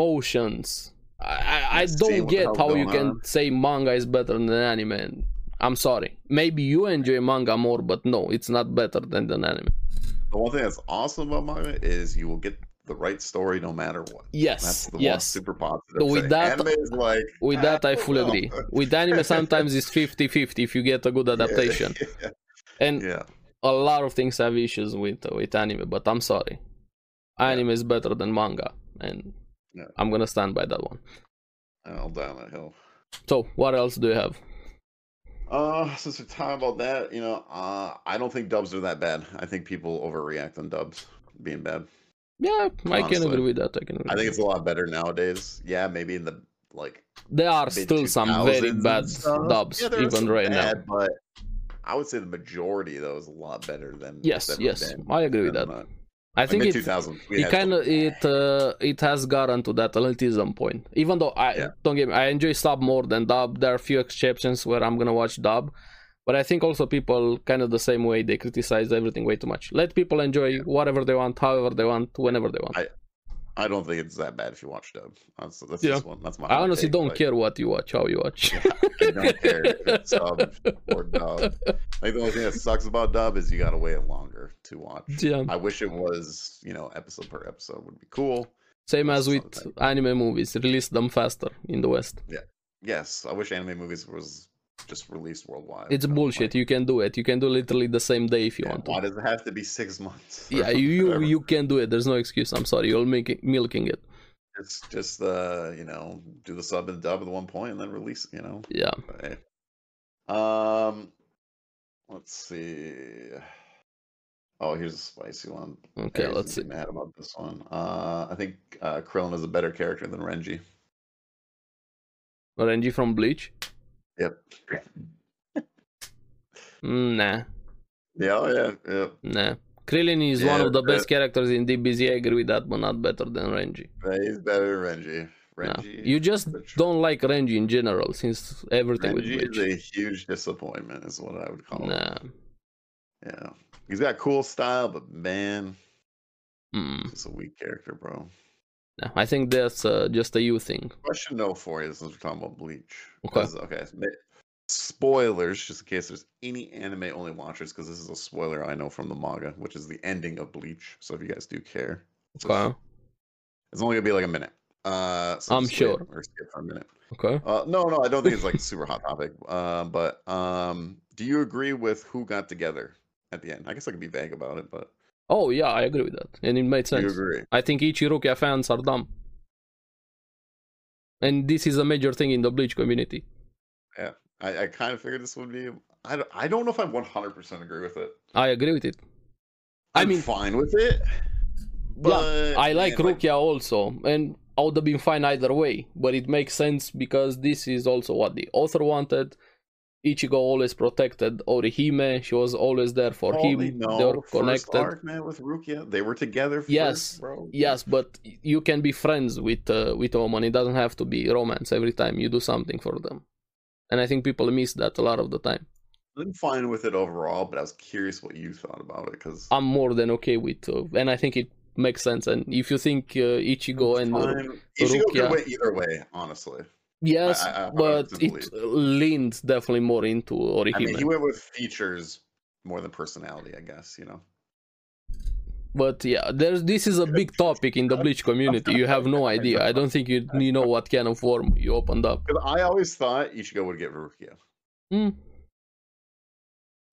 Speaker 2: motions. I I, I
Speaker 1: Just seeing
Speaker 2: don't
Speaker 1: what the
Speaker 2: get
Speaker 1: hell's
Speaker 2: how you
Speaker 1: going
Speaker 2: can
Speaker 1: on.
Speaker 2: say manga is better than anime. I'm sorry. Maybe you enjoy manga more, but no, it's not better than than anime.
Speaker 1: but The one thing that's awesome about manga is you will get the right story no matter what. That's
Speaker 2: Yes,
Speaker 1: the one
Speaker 2: yes.
Speaker 1: super positive.
Speaker 2: So with
Speaker 1: thing.
Speaker 2: that-
Speaker 1: anime is like
Speaker 2: With that, I fully
Speaker 1: don't
Speaker 2: agree.
Speaker 1: know.
Speaker 2: With anime, sometimes it's 50 50 if you get a good adaptation.
Speaker 1: Yeah,
Speaker 2: And
Speaker 1: yeah.
Speaker 2: a lot of things have issues with with anime, but I'm sorry. Anime is better than manga, and
Speaker 1: Yeah.
Speaker 2: I'm gonna stand by that one.
Speaker 1: I'll down that hill.
Speaker 2: So, what else do you have?
Speaker 1: Uh, since we're talking about that, you know, uh, I don't think dubs are that bad. I think people overreact on dubs being bad.
Speaker 2: Yeah, I can
Speaker 1: Honestly.
Speaker 2: agree with that. I can agree.
Speaker 1: I think it's a lot better nowadays. Yeah, maybe in the like
Speaker 2: there are
Speaker 1: mid
Speaker 2: still some very
Speaker 1: 2000s and
Speaker 2: bad
Speaker 1: stuff.
Speaker 2: dubs
Speaker 1: Yeah, there are
Speaker 2: even
Speaker 1: some
Speaker 2: right now
Speaker 1: bad, But I would say the majority though is a lot better than it's
Speaker 2: yes
Speaker 1: ever
Speaker 2: yes
Speaker 1: been.
Speaker 2: i agree with that
Speaker 1: And, uh,
Speaker 2: i think
Speaker 1: mid
Speaker 2: it,
Speaker 1: 2000s. we had
Speaker 2: it
Speaker 1: some
Speaker 2: kind of it uh, it has gotten to that elitism point even though i
Speaker 1: Yeah.
Speaker 2: don't get me i enjoy sub more than dub there are a few exceptions where i'm gonna watch dub but i think also people kind of the same way they criticize everything way too much let people enjoy whatever they want however they want whenever they want i,
Speaker 1: I- I don't think it's that bad if you watch dub. That's, that's
Speaker 2: Yeah.
Speaker 1: just one. That's my. hot
Speaker 2: honestly
Speaker 1: take,
Speaker 2: don't
Speaker 1: like,
Speaker 2: care what you watch how you watch
Speaker 1: I don't care if it's sub or dub. Like the only thing that sucks about dub is you gotta wait longer to watch.
Speaker 2: yeah
Speaker 1: I wish it was you know episode per episode would be cool.
Speaker 2: same as
Speaker 1: That's
Speaker 2: with anime movies release them faster in the west
Speaker 1: Yes, I wish anime movies was just released worldwide.
Speaker 2: It's
Speaker 1: you know,
Speaker 2: bullshit.
Speaker 1: like,
Speaker 2: You can do it. You can do literally the same day if you
Speaker 1: yeah,
Speaker 2: want
Speaker 1: Why
Speaker 2: to.
Speaker 1: does it have to be six months? or
Speaker 2: Yeah, you, you
Speaker 1: whatever?
Speaker 2: you can do it. There's no excuse. I'm sorry. You're making milking it.
Speaker 1: It's just uh, you know, do the sub and dub at one point and then release. it, You know,
Speaker 2: Yeah.
Speaker 1: Right. Um, let's see. Oh, here's a spicy one.
Speaker 2: Okay.
Speaker 1: Aries
Speaker 2: Let's
Speaker 1: is
Speaker 2: see.
Speaker 1: Mad about this one. Uh, I think uh, Krillin is a better character than Renji.
Speaker 2: Renji from Bleach.
Speaker 1: Yep.
Speaker 2: Mm, Nah.
Speaker 1: Yeah, oh, yeah, yeah.
Speaker 2: Nah. Krillin is one
Speaker 1: Yeah,
Speaker 2: of the
Speaker 1: uh,
Speaker 2: best characters in DBZ. I agree with that, but not better than Renji.
Speaker 1: yeah, He's better than Renji.
Speaker 2: Nah.
Speaker 1: Renji.
Speaker 2: You just
Speaker 1: the tr-
Speaker 2: don't like Renji in general, since everything with
Speaker 1: Renji is
Speaker 2: Bleach.
Speaker 1: a huge disappointment, is what I would call it.
Speaker 2: Nah.
Speaker 1: Yeah. He's got cool style, but man,
Speaker 2: Hmm.
Speaker 1: he's a weak character, bro.
Speaker 2: No, I think that's uh, just a you thing.
Speaker 1: Question no for you since we're talking about Bleach.
Speaker 2: Okay.
Speaker 1: 'Cause- Okay. so ma- Spoilers, just in case there's any anime only watchers, because this is a spoiler I know from the manga, which is the ending of Bleach. So if you guys do care, just-
Speaker 2: Okay.
Speaker 1: it's only gonna be like a minute. Uh, so
Speaker 2: I'm
Speaker 1: just wait
Speaker 2: sure.
Speaker 1: Or skip for a minute.
Speaker 2: Okay.
Speaker 1: Uh, no, no, I don't think it's like a super hot topic. Uh, but um, do you agree with who got together at the end? I guess I could be vague about it, but
Speaker 2: Oh yeah, I agree with that, and it made
Speaker 1: do you
Speaker 2: sense.
Speaker 1: agree?
Speaker 2: I think Ichirukia fans are dumb, and this is a major thing in the Bleach community.
Speaker 1: I, I kind of figured this would be. I don't, I don't know if I 100% agree with it.
Speaker 2: I agree with it. I
Speaker 1: I'm
Speaker 2: mean-
Speaker 1: fine with it. But
Speaker 2: I like
Speaker 1: man,
Speaker 2: Rukia also, and I would have been fine either way. But it makes sense because this is also what the author wanted. Ichigo always protected Orihime. She was always there for
Speaker 1: Holy
Speaker 2: him.
Speaker 1: no,
Speaker 2: they were
Speaker 1: first
Speaker 2: connected.
Speaker 1: arc, man, with Rukia, they were together. First,
Speaker 2: Yes,
Speaker 1: bro.
Speaker 2: Yes, but you can be friends with uh, with a woman. It doesn't have to be romance every time you do something for them. And I think people miss that a lot of the time.
Speaker 1: I'm fine with it overall, but I was curious what you thought about it because
Speaker 2: I'm more than okay with, uh, and I think it makes sense. And if you think uh, Ichigo and
Speaker 1: Ichigo could
Speaker 2: Rukia-
Speaker 1: went either way, honestly.
Speaker 2: Yes,
Speaker 1: I- I- I
Speaker 2: but
Speaker 1: uh, believe.
Speaker 2: it leaned definitely more into Orihime.
Speaker 1: I mean, he went with features more than personality, I guess. You know,
Speaker 2: But yeah, there's this is a big topic in the Bleach community. You have no idea. I don't think you you know what can of worm you opened up.
Speaker 1: because I always thought Ichigo would get Rukia.
Speaker 2: Hmm.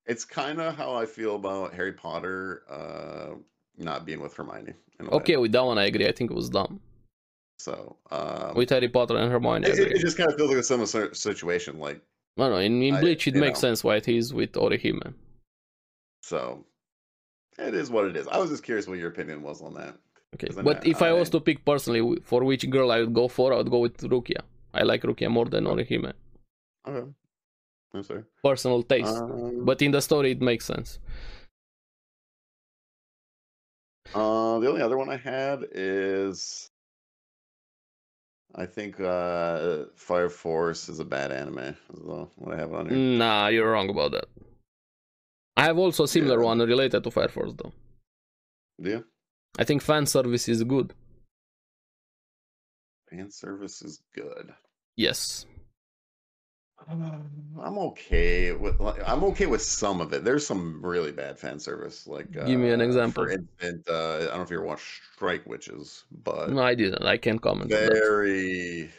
Speaker 1: It's kind of how I feel about Harry Potter uh, not being with Hermione. in a way.
Speaker 2: Okay, with that one I agree. I think it was dumb.
Speaker 1: so um,
Speaker 2: With Harry Potter and Hermione, I
Speaker 1: it, it- it
Speaker 2: agree.
Speaker 1: just kind of feels like a similar sort of situation. Like
Speaker 2: No, no, in, in
Speaker 1: I-
Speaker 2: Bleach it
Speaker 1: you
Speaker 2: makes
Speaker 1: know.
Speaker 2: sense why it is with Orihime.
Speaker 1: so, it is what it is. I was just curious what your opinion was on that.
Speaker 2: Okay,
Speaker 1: Isn't
Speaker 2: but
Speaker 1: it?
Speaker 2: if I was
Speaker 1: I-
Speaker 2: to pick personally wh- for which girl I would go for, I would go with Rukia. I like Rukia more than Orihime.
Speaker 1: Okay, I'm sorry.
Speaker 2: Personal taste.
Speaker 1: Um,
Speaker 2: But in the story it makes sense.
Speaker 1: Uh, the only other one I had is I think uh, Fire Force is a bad anime. Is the- what I have on here.
Speaker 2: Nah, you're wrong about that. I have also a similar
Speaker 1: Yeah.
Speaker 2: one related to Fire Force though.
Speaker 1: Do you?
Speaker 2: I think fan service is good.
Speaker 1: Fan service is good.
Speaker 2: Yes.
Speaker 1: Um, I'm okay with like, I'm okay with some of it. There's some really bad fan service. Like uh,
Speaker 2: Give me an example.
Speaker 1: For instance, uh, I don't know if you ever watched Strike Witches, but
Speaker 2: No, I didn't. I can't comment. on that.
Speaker 1: very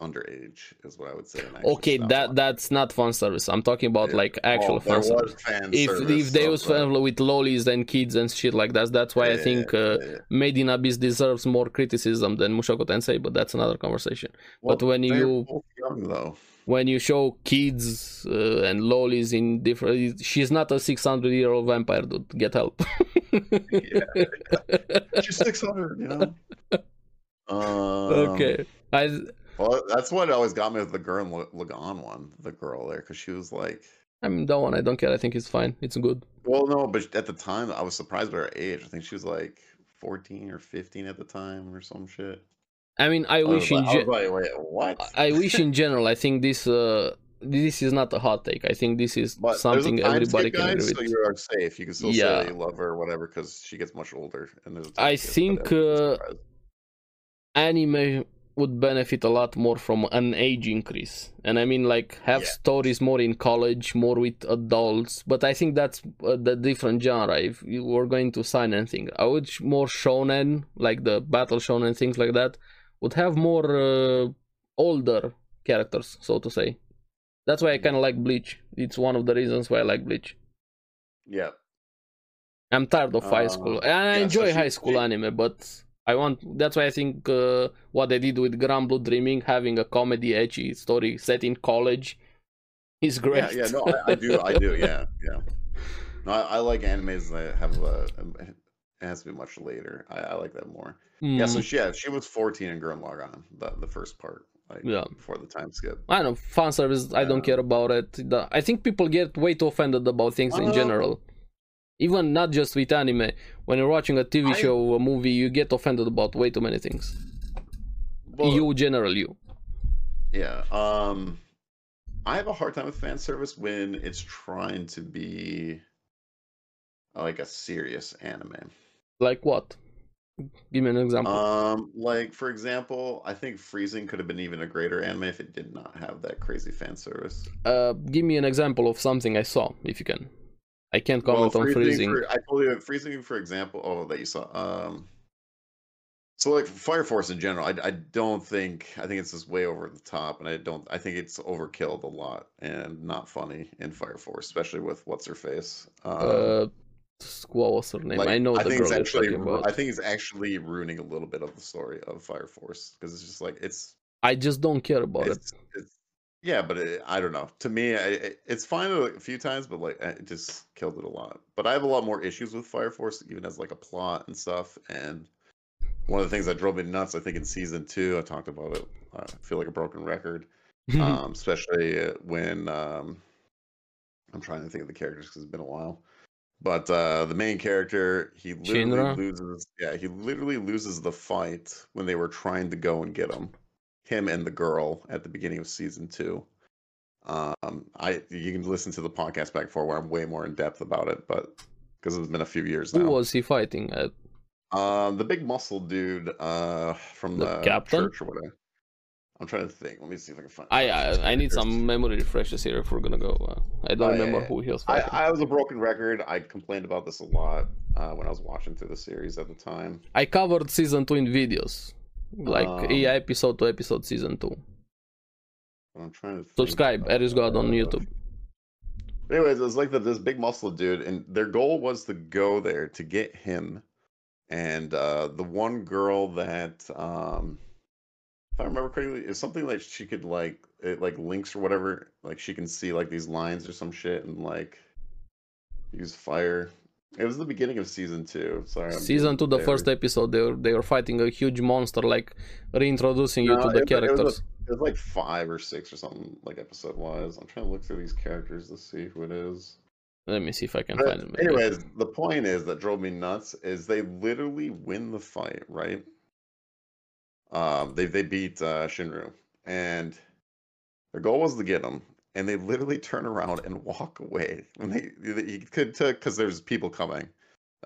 Speaker 1: underage is what I would say. and I should
Speaker 2: Okay,
Speaker 1: stop
Speaker 2: that
Speaker 1: watching.
Speaker 2: that's not fan service. I'm talking about
Speaker 1: Yeah.
Speaker 2: like actual
Speaker 1: Oh, there
Speaker 2: fan service.
Speaker 1: was fan
Speaker 2: If
Speaker 1: service
Speaker 2: if they
Speaker 1: of,
Speaker 2: use
Speaker 1: uh,
Speaker 2: fan with lollies and kids and shit like that, that's why I
Speaker 1: Yeah,
Speaker 2: think uh,
Speaker 1: yeah.
Speaker 2: Made in Abyss deserves more criticism than Mushoku Tensei. But that's another conversation. But when
Speaker 1: they're
Speaker 2: you-
Speaker 1: both young though,
Speaker 2: When you show kids uh, and lollies in different, she's not a 600 year old vampire, dude. Get help.
Speaker 1: she's six hundred, you know. Um,
Speaker 2: okay, I
Speaker 1: Well, that's what always got me with the Gurren Lag- Lagann one, the girl there, because she was like,
Speaker 2: I mean that one. I don't care. I think it's fine. It's good.
Speaker 1: well, no, but at the time I was surprised by her age. I think she was like fourteen or fifteen at the time, or some shit.
Speaker 2: I mean, I
Speaker 1: I
Speaker 2: wish
Speaker 1: was like, Uh, I
Speaker 2: in ge-
Speaker 1: was like, wait, what?
Speaker 2: I wish in general. I think this uh, this is not a hot take. I think this is
Speaker 1: But
Speaker 2: something
Speaker 1: there's a time
Speaker 2: everybody
Speaker 1: skip,
Speaker 2: can
Speaker 1: guys,
Speaker 2: agree
Speaker 1: so
Speaker 2: with.
Speaker 1: you are safe. You can still
Speaker 2: Yeah.
Speaker 1: say that you love her, or whatever, because she gets much older. And there's a time
Speaker 2: I
Speaker 1: skip, but
Speaker 2: think,
Speaker 1: everybody's
Speaker 2: uh,
Speaker 1: surprised.
Speaker 2: Anime would benefit a lot more from an age increase, and I mean like have
Speaker 1: Yeah.
Speaker 2: stories more in college, more with adults. But I think that's uh, the different genre. If you were going to sign anything, I would sh- more shonen, like the battle shonen things like that, would have more uh, older characters, so to say. That's why I kind of like Bleach. It's one of the reasons why I like Bleach.
Speaker 1: yeah.
Speaker 2: I'm tired of high school.
Speaker 1: Uh,
Speaker 2: And I
Speaker 1: yeah, so
Speaker 2: enjoy
Speaker 1: she-
Speaker 2: high school
Speaker 1: she-
Speaker 2: anime, but I want. That's why I think uh, what they did with Grand Blue Dreaming, having a comedy edgy story set in college, is great.
Speaker 1: Yeah, yeah, no, I, I do, I do, yeah, yeah. No, I, I like animes that have a. It has to be much later. I, I like that more. Yeah, so
Speaker 2: Mm,
Speaker 1: she, yeah, she was 14 in Gurren Lagann, the the first part, like
Speaker 2: Yeah.
Speaker 1: before the time skip.
Speaker 2: I don't know. Fan service. I don't
Speaker 1: Yeah.
Speaker 2: care about it. The- I think people get way too offended about things in
Speaker 1: Uh,
Speaker 2: general. Even not just with anime. When you're watching a TV
Speaker 1: I-
Speaker 2: show, a movie, you get offended about way too many things.
Speaker 1: Well,
Speaker 2: you general you.
Speaker 1: yeah. Um, I have a hard time with fan service when it's trying to be like a serious anime.
Speaker 2: Like what? Give me an example.
Speaker 1: Um, like for example, I think Freezing could have been even a greater anime if it did not have that crazy fan service.
Speaker 2: Uh, give me an example of something I saw, if you can. I can't comment on freezing.
Speaker 1: for- I told you Freezing, for example. Oh, that you saw. Um, so like Fire Force in general, I, I don't think I think it's just way over the top, and I don't I think it's overkilled a lot and not funny in Fire Force, especially with what's her face. Um,
Speaker 2: uh, what was her name?
Speaker 1: like,
Speaker 2: I know the
Speaker 1: think
Speaker 2: girl
Speaker 1: it's
Speaker 2: you're
Speaker 1: actually
Speaker 2: talking
Speaker 1: ru-
Speaker 2: about.
Speaker 1: I think it's actually ruining a little bit of the story of Fire Force because it's just like it's
Speaker 2: I just don't care about it.
Speaker 1: it's, it's yeah, but it, I don't know. To me, I, it- it's fine a few times, but like it just killed it a lot. But I have a lot more issues with Fire Force, even as like a plot and stuff. And one of the things that drove me nuts, I think, in season two, I talked about it. I feel like a broken record,
Speaker 2: Mm-hmm.
Speaker 1: um, especially uh, when um, I'm trying to think of the characters because it's been a while. But uh, the main character, he literally
Speaker 2: Shinra?
Speaker 1: loses. Yeah, he literally loses the fight when they were trying to go and get him, him and the girl at the beginning of season two. Um, I you can listen to the podcast back four where I'm way more in depth about it, but because it's been a few years
Speaker 2: Who
Speaker 1: now.
Speaker 2: was he fighting? Uh,
Speaker 1: Um, the big muscle dude, uh, from
Speaker 2: The
Speaker 1: the,
Speaker 2: captain?
Speaker 1: church or whatever. I'm trying to think. Let me see if I can find.
Speaker 2: I, uh,
Speaker 1: find his
Speaker 2: I I need
Speaker 1: characters.
Speaker 2: some memory refreshes here if we're gonna go. Uh, I don't
Speaker 1: Oh, yeah,
Speaker 2: remember
Speaker 1: yeah.
Speaker 2: who he was
Speaker 1: I,
Speaker 2: fighting. I,
Speaker 1: I was a broken record. I complained about this a lot uh, when I was watching through the series at the time.
Speaker 2: covered season two in videos, like
Speaker 1: Um,
Speaker 2: yeah, episode to episode, season two.
Speaker 1: But I'm trying to think
Speaker 2: Subscribe,
Speaker 1: of,
Speaker 2: Eris God on
Speaker 1: uh,
Speaker 2: YouTube.
Speaker 1: Anyways, it was like the, this big muscle dude, and their goal was to go there to get him, and uh, the one girl that, um, if I remember correctly, is something like she could like it like links or whatever, like she can see like these lines or some shit, and like use fire. It was the beginning of season two. Sorry, I'm
Speaker 2: Season
Speaker 1: getting
Speaker 2: two, the
Speaker 1: there.
Speaker 2: first episode, they were, they were fighting a huge monster, like reintroducing you
Speaker 1: No,
Speaker 2: to
Speaker 1: it was-
Speaker 2: the
Speaker 1: it was a-
Speaker 2: characters.
Speaker 1: It was like five or six or something, like episode wise. I'm trying to look through these characters to see who it is.
Speaker 2: Let me see if I can
Speaker 1: But
Speaker 2: find him.
Speaker 1: anyways, the point is that drove me nuts is they literally win the fight, right? Um, they they beat uh, Shinru, and their goal was to get him, and they literally turn around and walk away. And they he could took because there's people coming,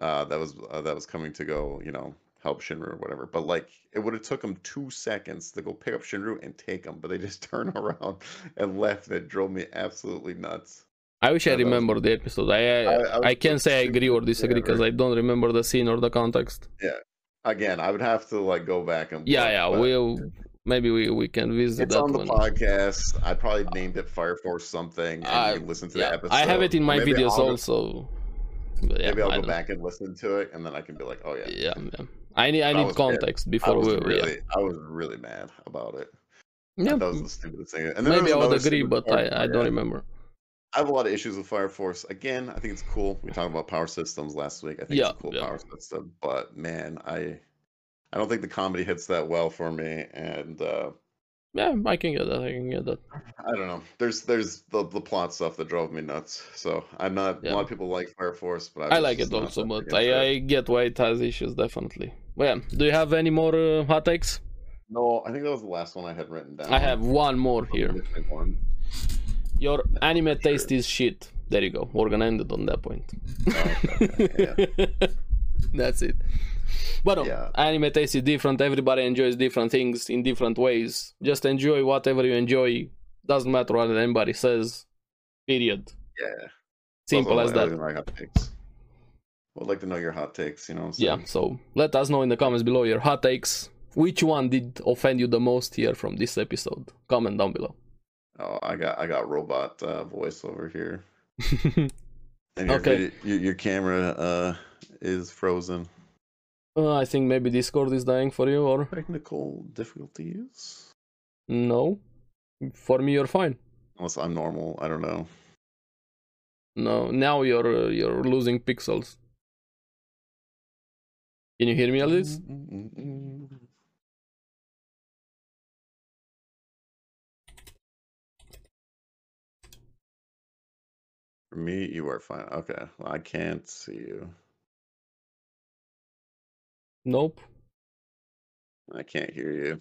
Speaker 1: uh, that was uh, that was coming to go, you know, help Shinru or whatever. But like, it would have took him two seconds to go pick up Shinru and take him, but they just turn around and left. And it drove me absolutely nuts.
Speaker 2: I wish I
Speaker 1: Yeah, that was-
Speaker 2: remember the episode. I I,
Speaker 1: I was
Speaker 2: I can't
Speaker 1: like,
Speaker 2: say I
Speaker 1: "Dude,
Speaker 2: agree or disagree because
Speaker 1: whatever."
Speaker 2: I don't remember the scene or the context.
Speaker 1: again, I would have to like go back and
Speaker 2: Yeah,
Speaker 1: look,
Speaker 2: yeah.
Speaker 1: but
Speaker 2: We'll maybe we, we can visit
Speaker 1: It's
Speaker 2: that
Speaker 1: on the
Speaker 2: one.
Speaker 1: podcast. I probably named it Fire Force something, and
Speaker 2: I-
Speaker 1: you can listen to the
Speaker 2: Yeah,
Speaker 1: episode.
Speaker 2: I have it in my
Speaker 1: Maybe
Speaker 2: videos
Speaker 1: I'll,
Speaker 2: also. But yeah,
Speaker 1: maybe I'll
Speaker 2: I
Speaker 1: go
Speaker 2: don't-
Speaker 1: back and listen to it, and then I can be like, "Oh yeah,
Speaker 2: Yeah, yeah. I need I
Speaker 1: I
Speaker 2: need
Speaker 1: was mad.
Speaker 2: context
Speaker 1: I
Speaker 2: before
Speaker 1: was
Speaker 2: we.
Speaker 1: really, I was really mad about it.
Speaker 2: Yeah,
Speaker 1: That
Speaker 2: yeah.
Speaker 1: was the stupidest thing." And then there
Speaker 2: Maybe
Speaker 1: was
Speaker 2: I would
Speaker 1: another
Speaker 2: agree,
Speaker 1: stupid
Speaker 2: but
Speaker 1: part
Speaker 2: I, I
Speaker 1: where-
Speaker 2: don't remember.
Speaker 1: I have a lot of issues with Fire Force. Again, I think it's cool. We talked about power systems last week. I think
Speaker 2: Yeah,
Speaker 1: it's a cool
Speaker 2: yeah.
Speaker 1: power system, but man, I I don't think the comedy hits that well for me. And uh,
Speaker 2: Yeah, I can get that. I can get that.
Speaker 1: I don't know. There's there's the, the plot stuff that drove me nuts. So I'm not
Speaker 2: Yeah.
Speaker 1: a lot of people like Fire Force, but I,
Speaker 2: I
Speaker 1: was
Speaker 2: like
Speaker 1: just
Speaker 2: it
Speaker 1: not
Speaker 2: also,
Speaker 1: that
Speaker 2: but
Speaker 1: big into
Speaker 2: I,
Speaker 1: it.
Speaker 2: I get why it has issues definitely. Well, yeah. Do you have any more uh, hot takes?
Speaker 1: no, I think that was the last one I had written down.
Speaker 2: I have one more here.
Speaker 1: Missing one.
Speaker 2: Your anime
Speaker 1: sure.
Speaker 2: taste is shit. There you go. We're gonna end it on that point.
Speaker 1: Oh, okay, okay,
Speaker 2: That's it. But no,
Speaker 1: Yeah.
Speaker 2: anime taste is different. Everybody enjoys different things in different ways. Just enjoy whatever you enjoy. Doesn't matter what anybody says. Period.
Speaker 1: yeah. yeah.
Speaker 2: Simple
Speaker 1: Those
Speaker 2: as
Speaker 1: are
Speaker 2: that.
Speaker 1: my hot takes. I would like to know your hot takes. You know. What I'm
Speaker 2: Yeah.
Speaker 1: saying?
Speaker 2: So let us know in the comments below your hot takes. Which one did offend you the most here from this episode? Comment down below.
Speaker 1: Oh, I got I got robot uh, voice over here. And your,
Speaker 2: Okay.
Speaker 1: video, your, your camera uh, is frozen.
Speaker 2: Uh, I think maybe Discord is dying for you, or
Speaker 1: Technical difficulties?
Speaker 2: no? For me, you're fine.
Speaker 1: Unless I'm normal, I don't know.
Speaker 2: No, now you're uh, you're losing pixels. Can you hear me at least?
Speaker 1: Mm-hmm. Mm, For me, you are fine. Okay, well, I can't see you.
Speaker 2: Nope,
Speaker 1: I can't hear you.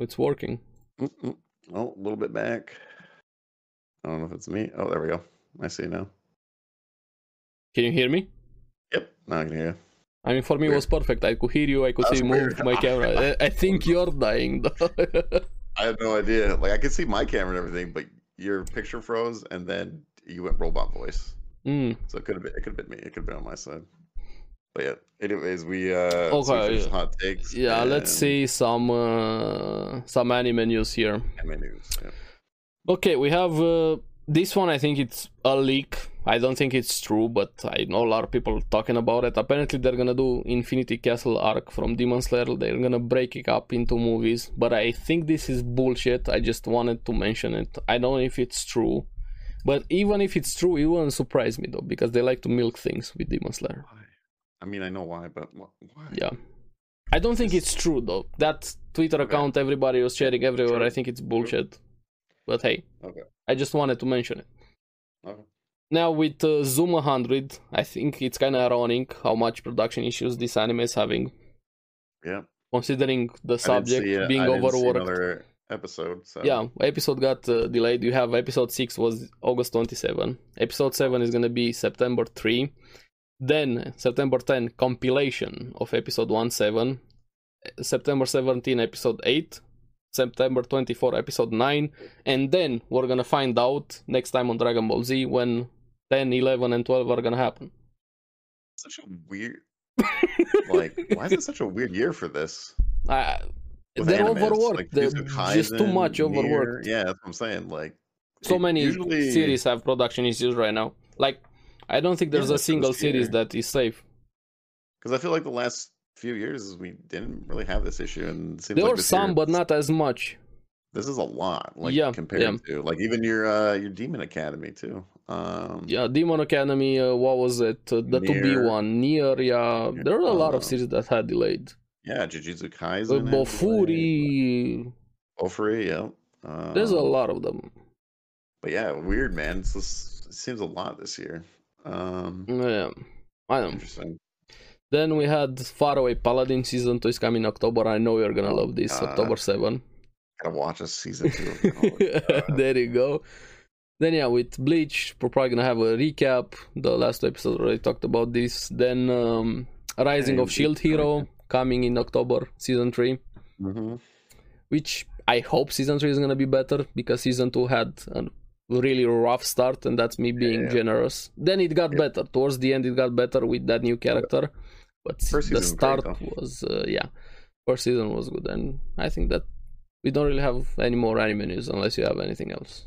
Speaker 2: it's working.
Speaker 1: Mm, mm. Oh, a little bit back. I don't know if it's me. Oh, there we go. I see now.
Speaker 2: Can you hear me?
Speaker 1: Yep, now I can hear you.
Speaker 2: I mean, for me, it was perfect. I could hear you. I could
Speaker 1: That's
Speaker 2: see you move
Speaker 1: weird.
Speaker 2: my camera. I I think you're dying. Though.
Speaker 1: I had no idea. Like I could see my camera and everything, but your picture froze, and then you went robot voice.
Speaker 2: mm.
Speaker 1: So it could have been. It could have been me. It could have been on my side. But yeah. Anyways, we uh. so we
Speaker 2: Okay,
Speaker 1: finished
Speaker 2: yeah.
Speaker 1: Hot takes.
Speaker 2: Yeah, let's
Speaker 1: and
Speaker 2: see some uh, some anime news here.
Speaker 1: anime news. Yeah.
Speaker 2: Okay, we have uh, this one. I think it's a leak. I don't think it's true, but I know a lot of people talking about it. Apparently, they're gonna do Infinity Castle arc from Demon Slayer. They're gonna break it up into movies, but I think this is bullshit. I just wanted to mention it. I don't know if it's true, but even if it's true, it wouldn't surprise me though because they like to milk things with Demon Slayer.
Speaker 1: I mean, I know why, but wh- why?
Speaker 2: Yeah. I don't think it's true though. That Twitter
Speaker 1: Okay.
Speaker 2: account everybody was sharing everywhere,
Speaker 1: True.
Speaker 2: I think it's bullshit. But hey,
Speaker 1: Okay.
Speaker 2: I just wanted to mention it.
Speaker 1: Okay.
Speaker 2: Now with uh, Zoom 100, I think it's kind of ironic how much production issues this anime is having,
Speaker 1: Yeah.
Speaker 2: considering the subject
Speaker 1: I didn't see, uh,
Speaker 2: being
Speaker 1: I didn't see
Speaker 2: overworked.
Speaker 1: another episode. So
Speaker 2: Yeah, episode got uh, delayed. You have episode 6 was August 27. Episode 7 is going to be September 3. Then September 10 compilation of episode 1 7. Uh, September 17 episode 8. September 24 episode 9 and then we're going to find out next time on Dragon Ball Z when 10, 11 and 12 are going to happen.
Speaker 1: Such a weird. Like, why is it such a weird year for this?
Speaker 2: Uh,
Speaker 1: with
Speaker 2: they're
Speaker 1: anime, it's
Speaker 2: overworked.
Speaker 1: like
Speaker 2: they're
Speaker 1: Jujutsu
Speaker 2: just too
Speaker 1: Kaisen,
Speaker 2: much
Speaker 1: Nier,
Speaker 2: overworked.
Speaker 1: Yeah, that's what I'm saying. Like
Speaker 2: so
Speaker 1: it-
Speaker 2: many series have production issues right now. Like, I don't think there's
Speaker 1: Yeah,
Speaker 2: a
Speaker 1: it's
Speaker 2: single
Speaker 1: crazy,
Speaker 2: series
Speaker 1: yeah.
Speaker 2: that is safe.
Speaker 1: Because I feel like the last few years we didn't really have this issue, and it seems
Speaker 2: there
Speaker 1: like
Speaker 2: are
Speaker 1: this
Speaker 2: some,
Speaker 1: year,
Speaker 2: but not as much.
Speaker 1: This is a lot, like
Speaker 2: Yeah,
Speaker 1: compared
Speaker 2: yeah.
Speaker 1: to like even your uh your Demon Academy too. Um,
Speaker 2: Yeah, Demon Academy. Uh, what was it? Uh, the two B
Speaker 1: Nier.
Speaker 2: one, Nier. Yeah,
Speaker 1: Yeah,
Speaker 2: there are a lot
Speaker 1: uh,
Speaker 2: of series that had delayed.
Speaker 1: yeah, Jujutsu
Speaker 2: Uh,
Speaker 1: Kaisen,
Speaker 2: Bofuri.
Speaker 1: Ofuri, yeah. Um,
Speaker 2: There's a lot of them.
Speaker 1: but yeah, weird man. It's just, it seems a lot this year. Um,
Speaker 2: Yeah, I don't. know.
Speaker 1: interesting.
Speaker 2: Then we had Faraway Paladin season two is coming October. I know you're gonna love this.
Speaker 1: Oh, God.
Speaker 2: October seven.
Speaker 1: Gotta watch a season two. Of Gone. God.
Speaker 2: there you go. Then yeah, with Bleach, we're probably gonna have a recap. The last episode already talked about this. Then um, Rising
Speaker 1: Yeah,
Speaker 2: of Shield
Speaker 1: Bleach,
Speaker 2: Hero
Speaker 1: yeah.
Speaker 2: coming in October, season three,
Speaker 1: Mhm.
Speaker 2: which I hope season three is gonna be better because season two had a really rough start, and that's me being
Speaker 1: yeah.
Speaker 2: generous. Then it got
Speaker 1: Yeah.
Speaker 2: better. Towards the end, it got better with that new character, but
Speaker 1: First
Speaker 2: the
Speaker 1: season was
Speaker 2: start
Speaker 1: great,
Speaker 2: was uh, yeah, first season was good, and I think that we don't really have any more anime news unless you have anything else.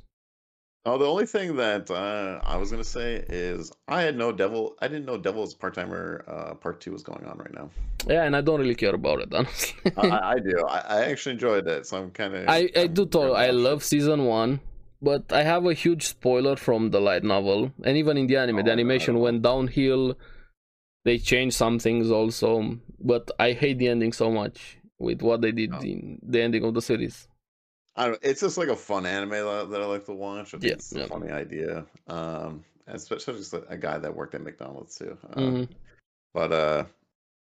Speaker 1: Oh, the only thing that uh, I was gonna say is I had no devil. I didn't know Devil's Part Timer uh, Part Two was going on right now.
Speaker 2: Yeah, and I don't really care about it, honestly.
Speaker 1: I, I I do. I, I actually enjoyed it, so I'm kind of.
Speaker 2: I, I do tell I love season one, but I have a huge spoiler from the light novel, and even in the anime,
Speaker 1: Oh, I-
Speaker 2: the
Speaker 1: I
Speaker 2: animation
Speaker 1: don't-
Speaker 2: went downhill. They changed some things also, but I hate the ending so much with what they did
Speaker 1: Oh.
Speaker 2: in the ending of the series.
Speaker 1: I don't, it's just like a fun anime that, that I like to watch. I think
Speaker 2: Yeah,
Speaker 1: it's a
Speaker 2: yeah.
Speaker 1: funny idea. Um, and especially just a, a guy that worked at McDonald's too. Uh,
Speaker 2: Mhm.
Speaker 1: But uh,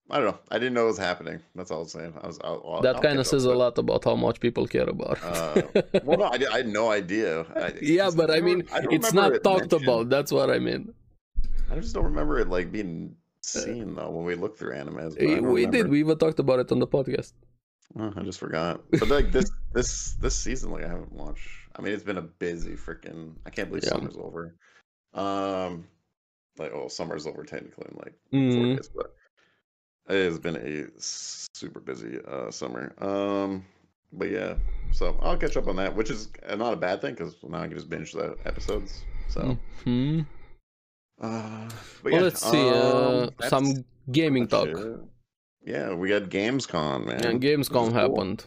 Speaker 1: I don't know. I didn't know it was happening. That's all I was saying. I was I'll, I'll,
Speaker 2: that
Speaker 1: I'll
Speaker 2: kind of
Speaker 1: catch up
Speaker 2: says a
Speaker 1: with it.
Speaker 2: lot about how much people care about.
Speaker 1: Uh,
Speaker 2: it.
Speaker 1: Well, no, I, di- I had no idea. I,
Speaker 2: yeah,
Speaker 1: 'cause
Speaker 2: but I
Speaker 1: don't-
Speaker 2: mean,
Speaker 1: don't
Speaker 2: it's
Speaker 1: remember
Speaker 2: not
Speaker 1: it
Speaker 2: talked
Speaker 1: mentioned.
Speaker 2: about. That's what I mean.
Speaker 1: I just don't remember it like being seen though when we look through animes. but I
Speaker 2: We
Speaker 1: don't
Speaker 2: Uh, we did.
Speaker 1: remember.
Speaker 2: We even talked about it on the podcast.
Speaker 1: Oh, I just forgot. But like this, this, this season, like I haven't watched. I mean, it's been a busy freaking. I can't believe
Speaker 2: Yeah.
Speaker 1: summer's over. Um, like well, summer's over technically in like four
Speaker 2: Mhm.
Speaker 1: days, but it has been a super busy uh summer. Um, but yeah, so I'll catch up on that, which is not a bad thing because now I can just binge the episodes. So.
Speaker 2: Mhm.
Speaker 1: Uh, but
Speaker 2: Well,
Speaker 1: yeah,
Speaker 2: let's see.
Speaker 1: um,
Speaker 2: Uh,
Speaker 1: that's
Speaker 2: some gaming
Speaker 1: pretty
Speaker 2: talk.
Speaker 1: much it. Yeah, we got GamesCon, man.
Speaker 2: And
Speaker 1: which is
Speaker 2: Gamescom
Speaker 1: cool.
Speaker 2: happened.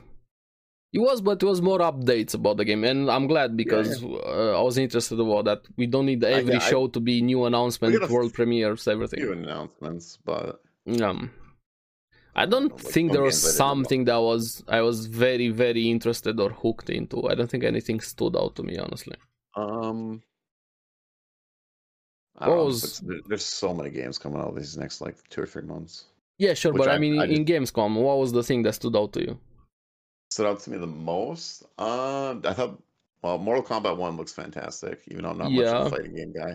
Speaker 2: It was, but it was more updates about the game, and I'm glad because Uh, I was interested about that. We don't need every
Speaker 1: I-
Speaker 2: show to be new announcement,
Speaker 1: We got a
Speaker 2: world premieres, everything.
Speaker 1: Few announcements, but
Speaker 2: Um, I
Speaker 1: don't
Speaker 2: don't
Speaker 1: know, like,
Speaker 2: think
Speaker 1: some
Speaker 2: there was
Speaker 1: games I didn't know.
Speaker 2: something that was I was very very interested or hooked into. I don't think anything stood out to me honestly.
Speaker 1: um, I
Speaker 2: What
Speaker 1: don't know,
Speaker 2: was-
Speaker 1: it's- there- there's so many games coming out these next like two or three months.
Speaker 2: Yeah, sure,
Speaker 1: Which
Speaker 2: but I,
Speaker 1: I-
Speaker 2: mean,
Speaker 1: I
Speaker 2: in Gamescom, what was the thing that stood out to you?
Speaker 1: Stood out to me the most. uh, Um, I thought well, Mortal Kombat One looks fantastic, even though I'm not much
Speaker 2: Yeah.
Speaker 1: of a fighting game guy.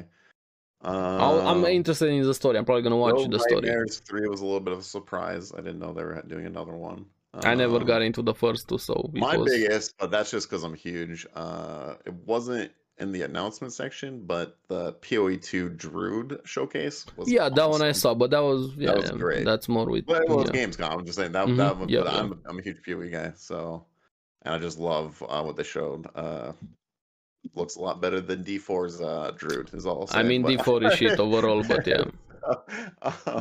Speaker 2: I'll, I'm
Speaker 1: Um,
Speaker 2: interested in the story. I'm probably gonna watch
Speaker 1: Rogue
Speaker 2: the story.
Speaker 1: Nightmares Three was a little bit of a surprise. I didn't know they were doing another one.
Speaker 2: I never
Speaker 1: Um,
Speaker 2: got into the first two, so it
Speaker 1: My
Speaker 2: was-
Speaker 1: biggest, but that's just because I'm huge. Uh, it wasn't in the announcement section, but the PoE2 Druid showcase was.
Speaker 2: yeah, that one I
Speaker 1: awesome.
Speaker 2: saw, but that was yeah,
Speaker 1: was great.
Speaker 2: that's more with
Speaker 1: But it was
Speaker 2: yeah.
Speaker 1: Gamescom. I'm just saying that.
Speaker 2: Mhm,
Speaker 1: that one,
Speaker 2: yeah,
Speaker 1: but
Speaker 2: yeah.
Speaker 1: I'm, I'm a huge PoE guy, so and I just love uh, what they showed. Uh, looks a lot better than D4's uh, Druid. Is all. I'll say,
Speaker 2: I mean,
Speaker 1: but-
Speaker 2: D4 is shit overall, but yeah,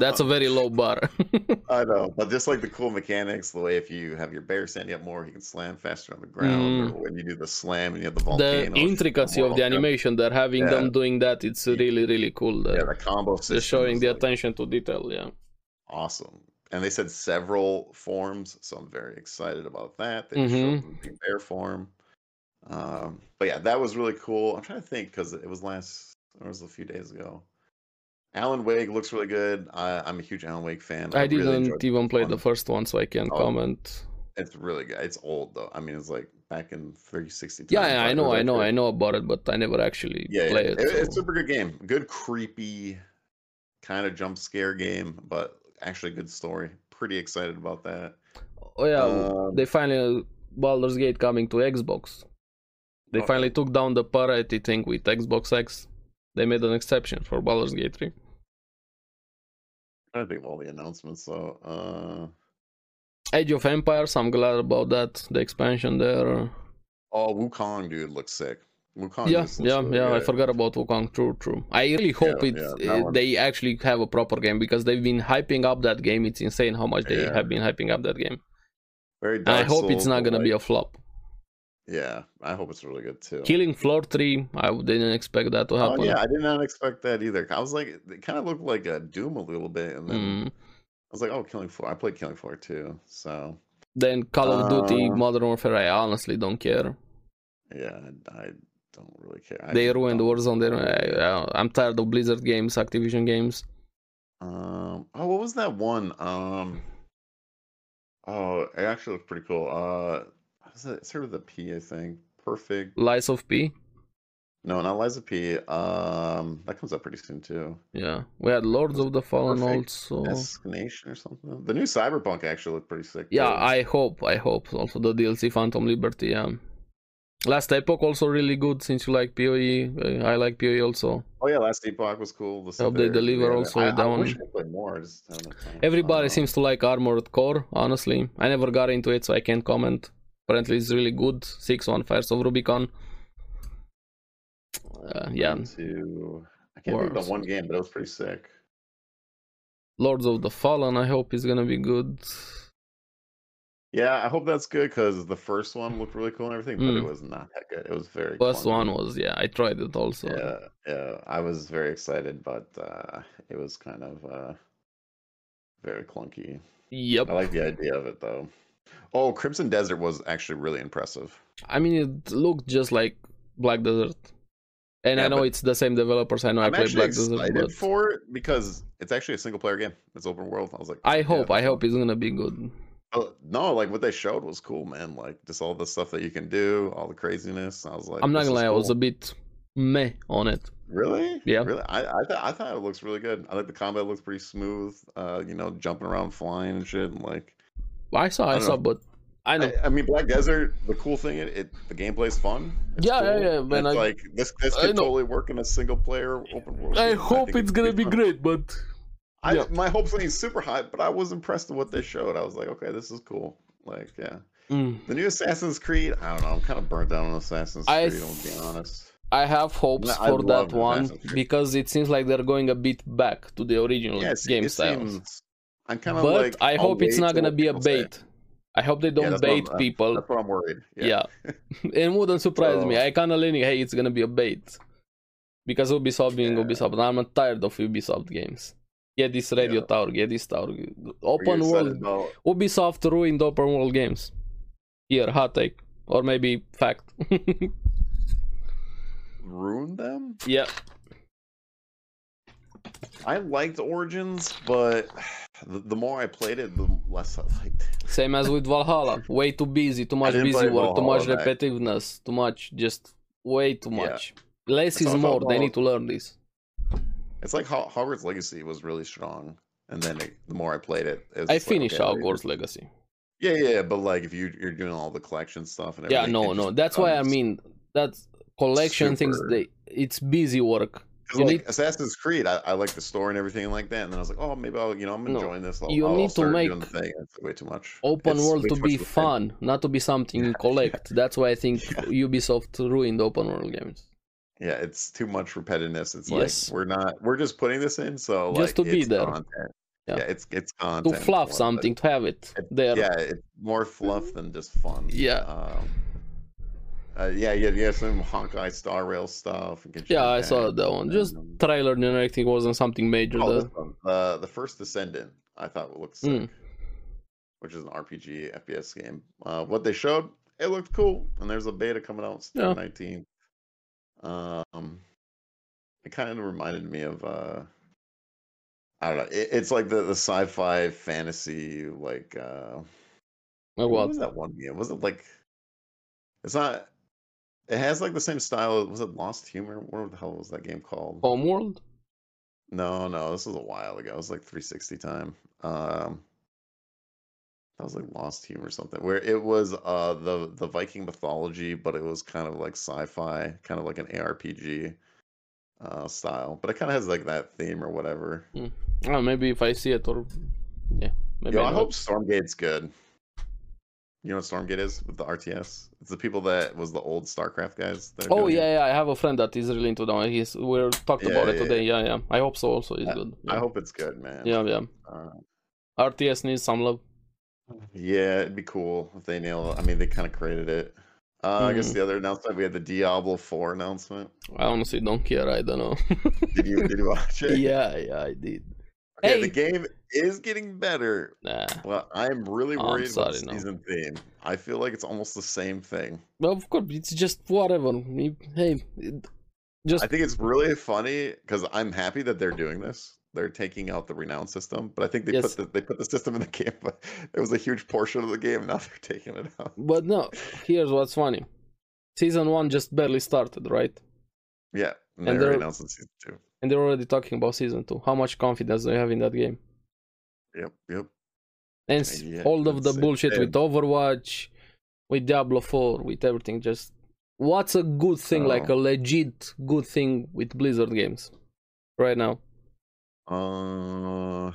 Speaker 2: that's a very low bar.
Speaker 1: I know, but just like the cool mechanics, the way if you have your bear standing up more, he can slam faster on the ground. Or when you do the slam and you have the volcano,
Speaker 2: Mm. the intricacy of the animation, they're having
Speaker 1: Yeah.
Speaker 2: them doing that. It's really, really cool. They're,
Speaker 1: yeah, the combo system,
Speaker 2: uh, they're showing
Speaker 1: is,
Speaker 2: the
Speaker 1: like,
Speaker 2: attention to detail. Yeah,
Speaker 1: awesome. And they said several forms, so I'm very excited about that. They
Speaker 2: Mm-hmm.
Speaker 1: showed the bear form, um, but yeah, that was really cool. I'm trying to think because it was last, it was a few days ago. Alan Wake looks really good. I, I'm a huge Alan Wake fan.
Speaker 2: I,
Speaker 1: really
Speaker 2: didn't
Speaker 1: enjoyed
Speaker 2: even play the
Speaker 1: one.
Speaker 2: first one, so I can't
Speaker 1: Oh.
Speaker 2: comment.
Speaker 1: It's really good. It's old though. I mean, it's like back in 360.
Speaker 2: Yeah,
Speaker 1: times,
Speaker 2: yeah,
Speaker 1: but
Speaker 2: I
Speaker 1: it
Speaker 2: know,
Speaker 1: was
Speaker 2: I know,
Speaker 1: actually-
Speaker 2: I know about it, but I never actually
Speaker 1: Yeah, yeah.
Speaker 2: play
Speaker 1: It-
Speaker 2: it.
Speaker 1: it's
Speaker 2: so-
Speaker 1: super good game. Good creepy, kind of jump scare game, but actually good story. Pretty excited about that.
Speaker 2: Oh yeah,
Speaker 1: Um,
Speaker 2: they finally Baldur's Gate coming to Xbox. They
Speaker 1: Okay.
Speaker 2: finally took down the parity thing with Xbox X. They made an exception for Baldur's Gate 3.
Speaker 1: I think of all the announcements. So, uh,
Speaker 2: Age of Empires, I'm glad about that. The expansion there.
Speaker 1: oh, Wukong dude looks sick. Wukong.
Speaker 2: yeah,
Speaker 1: just looks
Speaker 2: yeah,
Speaker 1: really
Speaker 2: yeah. I
Speaker 1: good.
Speaker 2: forgot about Wukong. True, true. I really hope
Speaker 1: Yeah,
Speaker 2: it,
Speaker 1: yeah, that
Speaker 2: it-
Speaker 1: one.
Speaker 2: they actually have a proper game because they've been hyping up that game. It's insane how much they
Speaker 1: Yeah.
Speaker 2: have been hyping up that game.
Speaker 1: Very.
Speaker 2: And I
Speaker 1: Dark
Speaker 2: hope it's
Speaker 1: Souls,
Speaker 2: not
Speaker 1: but,
Speaker 2: gonna be
Speaker 1: like-
Speaker 2: a flop.
Speaker 1: Yeah, I hope it's really good too.
Speaker 2: Killing Floor 3, I didn't expect that to
Speaker 1: Oh,
Speaker 2: happen.
Speaker 1: yeah, I did not expect that either. I was like, it kind of looked like a Doom a little bit, and then
Speaker 2: Mm.
Speaker 1: I was like, oh, Killing Floor. I played Killing Floor too, so
Speaker 2: Then Call of Duty,
Speaker 1: Uh,
Speaker 2: Modern Warfare, I honestly don't care.
Speaker 1: Yeah, I I don't really care. I
Speaker 2: They
Speaker 1: just
Speaker 2: ruined
Speaker 1: don't.
Speaker 2: Warzone. They, ruined- I, I, I'm tired of Blizzard games, Activision games.
Speaker 1: Um, oh, what was that one? Um, oh, it actually looks pretty cool. Uh, what is it? It's sort of the P, I think. Perfect.
Speaker 2: Lies of P.
Speaker 1: No, not Liza P. Um, that comes up pretty soon too.
Speaker 2: Yeah, we had Lords of the Fallen
Speaker 1: Perfect.
Speaker 2: also.
Speaker 1: Destination or something. The new Cyberpunk actually looked pretty sick.
Speaker 2: Yeah,
Speaker 1: too.
Speaker 2: I hope, I hope also the DLC Phantom Liberty. Yeah, Last Epoch also really good since you like Poe. uh, I like Poe also.
Speaker 1: Oh yeah, Last Epoch was cool. The
Speaker 2: Hope they
Speaker 1: Severity,
Speaker 2: deliver
Speaker 1: yeah,
Speaker 2: also
Speaker 1: I,
Speaker 2: with that
Speaker 1: I wish
Speaker 2: one.
Speaker 1: I played more. I just haven't had time.
Speaker 2: Everybody
Speaker 1: Um,
Speaker 2: seems to like Armored Core. Honestly, I never got into it, so I can't comment. Apparently, it's really good. Six on Fires of Rubicon. Uh, yeah,
Speaker 1: into- I can't think of
Speaker 2: Wars.
Speaker 1: the one game, but it was pretty sick.
Speaker 2: Lords of the Fallen. I hope is gonna be good.
Speaker 1: Yeah, I hope that's good because the first one looked really cool and everything, but it
Speaker 2: Mm.
Speaker 1: was not that good. It was very
Speaker 2: First
Speaker 1: clunky.
Speaker 2: one was yeah. I tried it also.
Speaker 1: Yeah, yeah. I was very excited, but uh, it was kind of uh, very clunky.
Speaker 2: Yep.
Speaker 1: I like the idea of it though. Oh, Crimson Desert was actually really impressive.
Speaker 2: I mean, it looked just like Black Desert, and I
Speaker 1: Yeah,
Speaker 2: know
Speaker 1: but-
Speaker 2: it's the same developers. I know i
Speaker 1: I'm
Speaker 2: played
Speaker 1: actually
Speaker 2: Black Desert,
Speaker 1: excited
Speaker 2: but
Speaker 1: for it because it's actually a single player game. It's open world. I was like,
Speaker 2: I
Speaker 1: "Yeah,
Speaker 2: hope I
Speaker 1: that's
Speaker 2: hope it's gonna be good.
Speaker 1: cool." Uh, No, like what they showed was cool, man. Like just all the stuff that you can do, all the craziness. I was like,
Speaker 2: I'm not
Speaker 1: "This
Speaker 2: gonna
Speaker 1: is
Speaker 2: lie. I was
Speaker 1: cool."
Speaker 2: a bit meh on it.
Speaker 1: Really?
Speaker 2: Yeah.
Speaker 1: Really? I I, th- I thought it looks really good. I like the combat looks pretty smooth. Uh, you know, jumping around, flying and shit. And like,
Speaker 2: I saw,
Speaker 1: I
Speaker 2: I,
Speaker 1: don't
Speaker 2: saw, but I know.
Speaker 1: I, I mean, Black Desert. The cool thing, it, it the gameplay's fun. It's
Speaker 2: Yeah, yeah,
Speaker 1: cool,
Speaker 2: yeah,
Speaker 1: and
Speaker 2: man,
Speaker 1: it's
Speaker 2: I-
Speaker 1: like this this
Speaker 2: I
Speaker 1: could
Speaker 2: know.
Speaker 1: totally work in a single player open world.
Speaker 2: I,
Speaker 1: game, and
Speaker 2: hope
Speaker 1: think
Speaker 2: it's
Speaker 1: it could
Speaker 2: gonna be
Speaker 1: fun.
Speaker 2: great, but
Speaker 1: I,
Speaker 2: yeah.
Speaker 1: My hopes ain't super high, but I was impressed with what they showed. I was like, okay, this is cool. Like, yeah,
Speaker 2: mm,
Speaker 1: the new Assassin's Creed. I don't know. I'm kind of burnt down on Assassin's
Speaker 2: I
Speaker 1: Creed. I'm gonna be honest.
Speaker 2: I have hopes
Speaker 1: I
Speaker 2: for
Speaker 1: love
Speaker 2: that one
Speaker 1: Assassin's Creed.
Speaker 2: because it seems like they're going a bit back to the original
Speaker 1: Yeah, it's,
Speaker 2: Oh, game
Speaker 1: it
Speaker 2: styles.
Speaker 1: seems. I'm kind of
Speaker 2: but
Speaker 1: like.
Speaker 2: I
Speaker 1: I'll
Speaker 2: hope it's
Speaker 1: wait
Speaker 2: not
Speaker 1: till
Speaker 2: gonna
Speaker 1: what
Speaker 2: be a
Speaker 1: people say.
Speaker 2: bait. I hope they don't
Speaker 1: that's what I'm-
Speaker 2: bait
Speaker 1: uh,
Speaker 2: people.
Speaker 1: That's what I'm worried.
Speaker 2: yeah, and wouldn't surprise me.
Speaker 1: So-
Speaker 2: I kind of leaning, hey, it's gonna be a bait because Ubisoft being
Speaker 1: Yeah.
Speaker 2: Ubisoft, and I'm tired of Ubisoft games. Get this radio
Speaker 1: Yeah.
Speaker 2: tower, get this tower,
Speaker 1: Were you
Speaker 2: open
Speaker 1: excited
Speaker 2: world.
Speaker 1: about-
Speaker 2: Ubisoft ruined open world games. Here, hot take, or maybe fact.
Speaker 1: ruin them.
Speaker 2: yeah,
Speaker 1: I liked Origins, but the, the more I played it, the less I liked it.
Speaker 2: same as with Valhalla. Way too busy, too much
Speaker 1: didn't
Speaker 2: busy
Speaker 1: play
Speaker 2: work, too much
Speaker 1: Valhalla, right?
Speaker 2: repetitiveness, too much, just way too
Speaker 1: Yeah.
Speaker 2: much. Less
Speaker 1: That's
Speaker 2: is
Speaker 1: how I felt
Speaker 2: more. They
Speaker 1: about-
Speaker 2: need to learn this.
Speaker 1: It's like Ho- Hogwarts Legacy was really strong, and then it, the more I played it, it was
Speaker 2: I
Speaker 1: just like,
Speaker 2: finished
Speaker 1: okay,
Speaker 2: Hogwarts Legacy.
Speaker 1: Yeah, yeah, but like if you you're doing all the collection stuff and
Speaker 2: Yeah,
Speaker 1: everything,
Speaker 2: no,
Speaker 1: it
Speaker 2: no.
Speaker 1: just
Speaker 2: That's why I
Speaker 1: becomes-
Speaker 2: mean that collection things.
Speaker 1: super-
Speaker 2: They it's busy work.
Speaker 1: 'cause,
Speaker 2: you
Speaker 1: like
Speaker 2: need-
Speaker 1: Assassin's Creed, I, I like the story and everything like that, and then I was like, oh, maybe I'll you know I'm
Speaker 2: No,
Speaker 1: enjoying this. I'll,
Speaker 2: you
Speaker 1: I'll
Speaker 2: need to
Speaker 1: start doing
Speaker 2: make
Speaker 1: the thing. It's way too much.
Speaker 2: Open
Speaker 1: It's
Speaker 2: world
Speaker 1: way
Speaker 2: to
Speaker 1: too much
Speaker 2: be
Speaker 1: of a thing.
Speaker 2: fun, not to be something you collect. That's why I think Ubisoft ruined open world games.
Speaker 1: Yeah, it's too much repetitiveness. It's
Speaker 2: Yes.
Speaker 1: like we're not we're just putting this in so
Speaker 2: Just
Speaker 1: like
Speaker 2: to be
Speaker 1: it's
Speaker 2: there.
Speaker 1: Content.
Speaker 2: Yeah.
Speaker 1: Yeah. it's it's content.
Speaker 2: To
Speaker 1: is
Speaker 2: fluff
Speaker 1: what it is.
Speaker 2: something, to have it
Speaker 1: It-
Speaker 2: there.
Speaker 1: Yeah, it's more fluff than just fun.
Speaker 2: Yeah.
Speaker 1: Um, uh, yeah, yeah, yeah. Some Hawkeye Star Rail stuff. and get you
Speaker 2: Yeah,
Speaker 1: in
Speaker 2: I saw
Speaker 1: that,
Speaker 2: that one.
Speaker 1: and,
Speaker 2: Just
Speaker 1: um,
Speaker 2: trailer and everything wasn't something major.
Speaker 1: oh,
Speaker 2: though.
Speaker 1: this one, Hmm. uh, the first Descendant. I thought looked sick,
Speaker 2: Mm.
Speaker 1: which is an RPG FPS game. Uh, what they showed, it looked cool, and there's a beta coming out
Speaker 2: Yeah.
Speaker 1: September 19th. Um, it kind of reminded me of uh, I don't know. It, it's like the the sci-fi fantasy like uh. What
Speaker 2: Like what?
Speaker 1: was that one game? Was it like? It's not. It has like the same style. of- Was it Lost Humor? What the hell was that game called?
Speaker 2: Homeworld?
Speaker 1: No, no, this was a while ago. It was like 360 time. Um, that was like Lost Humor or something, where it was uh the the Viking mythology, but it was kind of like sci-fi, kind of like an ARPG uh style. But it kind of has like that theme or whatever.
Speaker 2: Oh, maybe if I see it or yeah, maybe
Speaker 1: Yo, I
Speaker 2: know
Speaker 1: hope
Speaker 2: it.
Speaker 1: Stormgate's good. You know what Stormgate is with the RTS? It's the people that was the old StarCraft guys. That are
Speaker 2: Oh
Speaker 1: doing it.
Speaker 2: yeah, yeah. I have a friend that is really into that. One. He's we talked
Speaker 1: Yeah,
Speaker 2: about it
Speaker 1: yeah,
Speaker 2: today. Yeah, yeah. I hope so. Also, it's good.
Speaker 1: I
Speaker 2: Yeah.
Speaker 1: hope it's good, man.
Speaker 2: yeah, yeah.
Speaker 1: Uh,
Speaker 2: RTS needs some love.
Speaker 1: yeah, it'd be cool if they nail. I mean, they kind of created it. Uh, I guess
Speaker 2: Mhm.
Speaker 1: the other announcement we had the Diablo Four announcement.
Speaker 2: I honestly don't care. I don't know.
Speaker 1: Did you did you watch it?
Speaker 2: yeah, yeah, I did.
Speaker 1: Okay, the
Speaker 2: Hey.
Speaker 1: game is getting better.
Speaker 2: Nah.
Speaker 1: Well, I am really
Speaker 2: Oh, I'm
Speaker 1: worried about the
Speaker 2: sorry, no.
Speaker 1: season theme. I feel like it's almost the same thing.
Speaker 2: Well, of course, it's just whatever. You- Hey, it- just
Speaker 1: I think it's really funny because I'm happy that they're doing this. They're taking out the renown system, but I think they
Speaker 2: Yes.
Speaker 1: put the, they put the system in the game. But it was a huge portion of the game. Now they're taking it out.
Speaker 2: but no. Here's what's funny. Season one just barely started, right?
Speaker 1: Yeah, and,
Speaker 2: And
Speaker 1: they
Speaker 2: they're-
Speaker 1: already announced in season two.
Speaker 2: And they're already talking about season two. How much confidence do you have in that game?
Speaker 1: Yep, yep.
Speaker 2: and s-
Speaker 1: Yeah,
Speaker 2: all of the
Speaker 1: that's it.
Speaker 2: bullshit with
Speaker 1: And-
Speaker 2: Overwatch, with Diablo 4, with everything. Just what's a good thing, like a
Speaker 1: Oh.
Speaker 2: legit good thing with Blizzard games right now?
Speaker 1: Uh,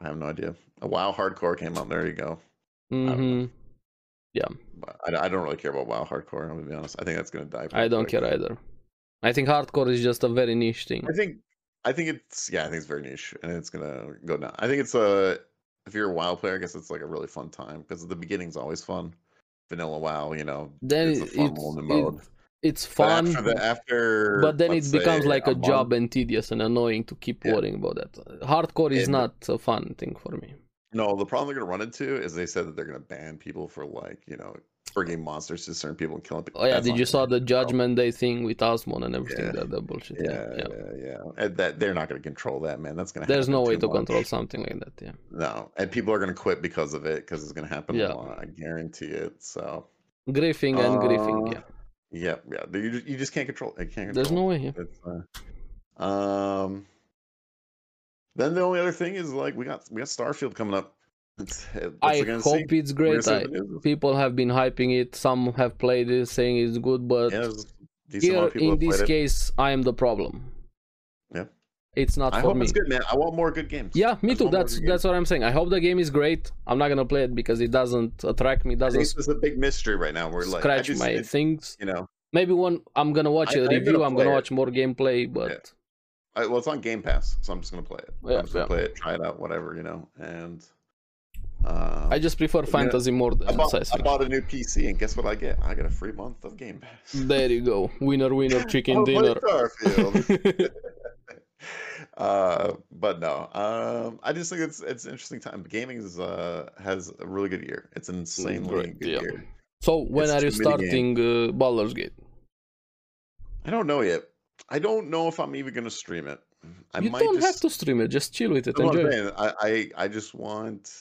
Speaker 1: I have no idea. A WoW Hardcore came out. There you go.
Speaker 2: hmm
Speaker 1: But I, I don't really care about WoW Hardcore. I'm gonna be honest. I think that's gonna die.
Speaker 2: I
Speaker 1: pretty
Speaker 2: don't
Speaker 1: quick.
Speaker 2: care either. I think hardcore is just a very niche thing.
Speaker 1: I think I think it's yeah, I think it's very niche and it's gonna go down. I think it's a if you're a WoW player, I guess it's like a really fun time because the beginning's always fun. Vanilla Wow, you know,
Speaker 2: Then
Speaker 1: it's a
Speaker 2: it's
Speaker 1: fun one
Speaker 2: it-
Speaker 1: mode.
Speaker 2: it's
Speaker 1: But
Speaker 2: fun,
Speaker 1: after the after,
Speaker 2: but then
Speaker 1: let's
Speaker 2: it becomes
Speaker 1: say,
Speaker 2: like a, job
Speaker 1: month-
Speaker 2: and tedious and annoying to keep
Speaker 1: Yeah.
Speaker 2: worrying about that. Hardcore is
Speaker 1: And-
Speaker 2: not a fun thing for me.
Speaker 1: No, the problem they're gonna run into is they said that they're gonna ban people for like you know bringing monsters to certain people and killing people.
Speaker 2: Oh yeah,
Speaker 1: That's
Speaker 2: did
Speaker 1: not
Speaker 2: you
Speaker 1: gonna
Speaker 2: saw
Speaker 1: happen,
Speaker 2: the
Speaker 1: bro.
Speaker 2: Judgment Day thing with Asmon and everything?
Speaker 1: Yeah.
Speaker 2: That, that bullshit.
Speaker 1: Yeah,
Speaker 2: yeah. yeah.
Speaker 1: yeah, yeah. And that they're not gonna control that, man. That's gonna.
Speaker 2: There's
Speaker 1: happen
Speaker 2: no way
Speaker 1: too
Speaker 2: to
Speaker 1: much.
Speaker 2: control something like that. Yeah.
Speaker 1: No, and people are gonna quit because of it because it's gonna happen
Speaker 2: Yeah.
Speaker 1: a lot. I guarantee it. So
Speaker 2: Griefing and griefing.
Speaker 1: Uh,
Speaker 2: Yeah.
Speaker 1: Yeah, yeah. but You just, you just can't control. It can't
Speaker 2: There's no
Speaker 1: control.
Speaker 2: way. Yeah.
Speaker 1: it. It's, uh, um. Then the only other thing is like we got we got Starfield coming up. It's, it, what's
Speaker 2: I
Speaker 1: it gonna
Speaker 2: hope
Speaker 1: see?
Speaker 2: it's
Speaker 1: We're
Speaker 2: great.
Speaker 1: gonna see
Speaker 2: I,
Speaker 1: what the news is.
Speaker 2: people have been hyping it. Some have played it, saying it's good, but
Speaker 1: Yeah, there's a decent
Speaker 2: here
Speaker 1: amount of people
Speaker 2: in
Speaker 1: that
Speaker 2: this
Speaker 1: played it.
Speaker 2: case, I am the problem.
Speaker 1: Yeah.
Speaker 2: It's not
Speaker 1: I
Speaker 2: for
Speaker 1: hope
Speaker 2: me.
Speaker 1: it's good, man. I want more good games.
Speaker 2: Yeah, me
Speaker 1: There's
Speaker 2: too.
Speaker 1: one more
Speaker 2: That's
Speaker 1: good game.
Speaker 2: that's what I'm saying. I hope the game is great. I'm not gonna play it because it doesn't attract me.
Speaker 1: I think
Speaker 2: Doesn't
Speaker 1: this is a big mystery right now. We're like I
Speaker 2: scratch
Speaker 1: just-
Speaker 2: my
Speaker 1: it's,
Speaker 2: things.
Speaker 1: You know,
Speaker 2: Maybe one. I'm gonna watch
Speaker 1: I-
Speaker 2: a
Speaker 1: I'm gonna
Speaker 2: review. I'm
Speaker 1: play
Speaker 2: gonna
Speaker 1: it.
Speaker 2: watch more gameplay, but
Speaker 1: I, well, it's on Game Pass, so I'm just gonna play it.
Speaker 2: Yeah,
Speaker 1: I'm just gonna
Speaker 2: yeah.
Speaker 1: play it, try it out, whatever, you know. And uh,
Speaker 2: I just prefer
Speaker 1: Yeah.
Speaker 2: fantasy more than
Speaker 1: I bought, I
Speaker 2: Assassin's.
Speaker 1: bought a new PC, and guess what I get? I get a free month of Game Pass.
Speaker 2: There you go. Winner, winner, chicken
Speaker 1: I'll play
Speaker 2: dinner.
Speaker 1: Starfield. uh, but no, um, I just think it's it's an interesting time. Gaming is uh, has a really good year. It's an insanely
Speaker 2: Mm, great,
Speaker 1: good
Speaker 2: yeah.
Speaker 1: year.
Speaker 2: so when
Speaker 1: It's
Speaker 2: are you
Speaker 1: too many
Speaker 2: starting uh, Baldur's Gate?
Speaker 1: I don't know yet. I don't know if I'm even gonna stream it. I
Speaker 2: you
Speaker 1: might
Speaker 2: don't
Speaker 1: just...
Speaker 2: have to stream it. Just chill with it.
Speaker 1: That's what I'm
Speaker 2: Enjoy. it.
Speaker 1: saying. I, I I just want.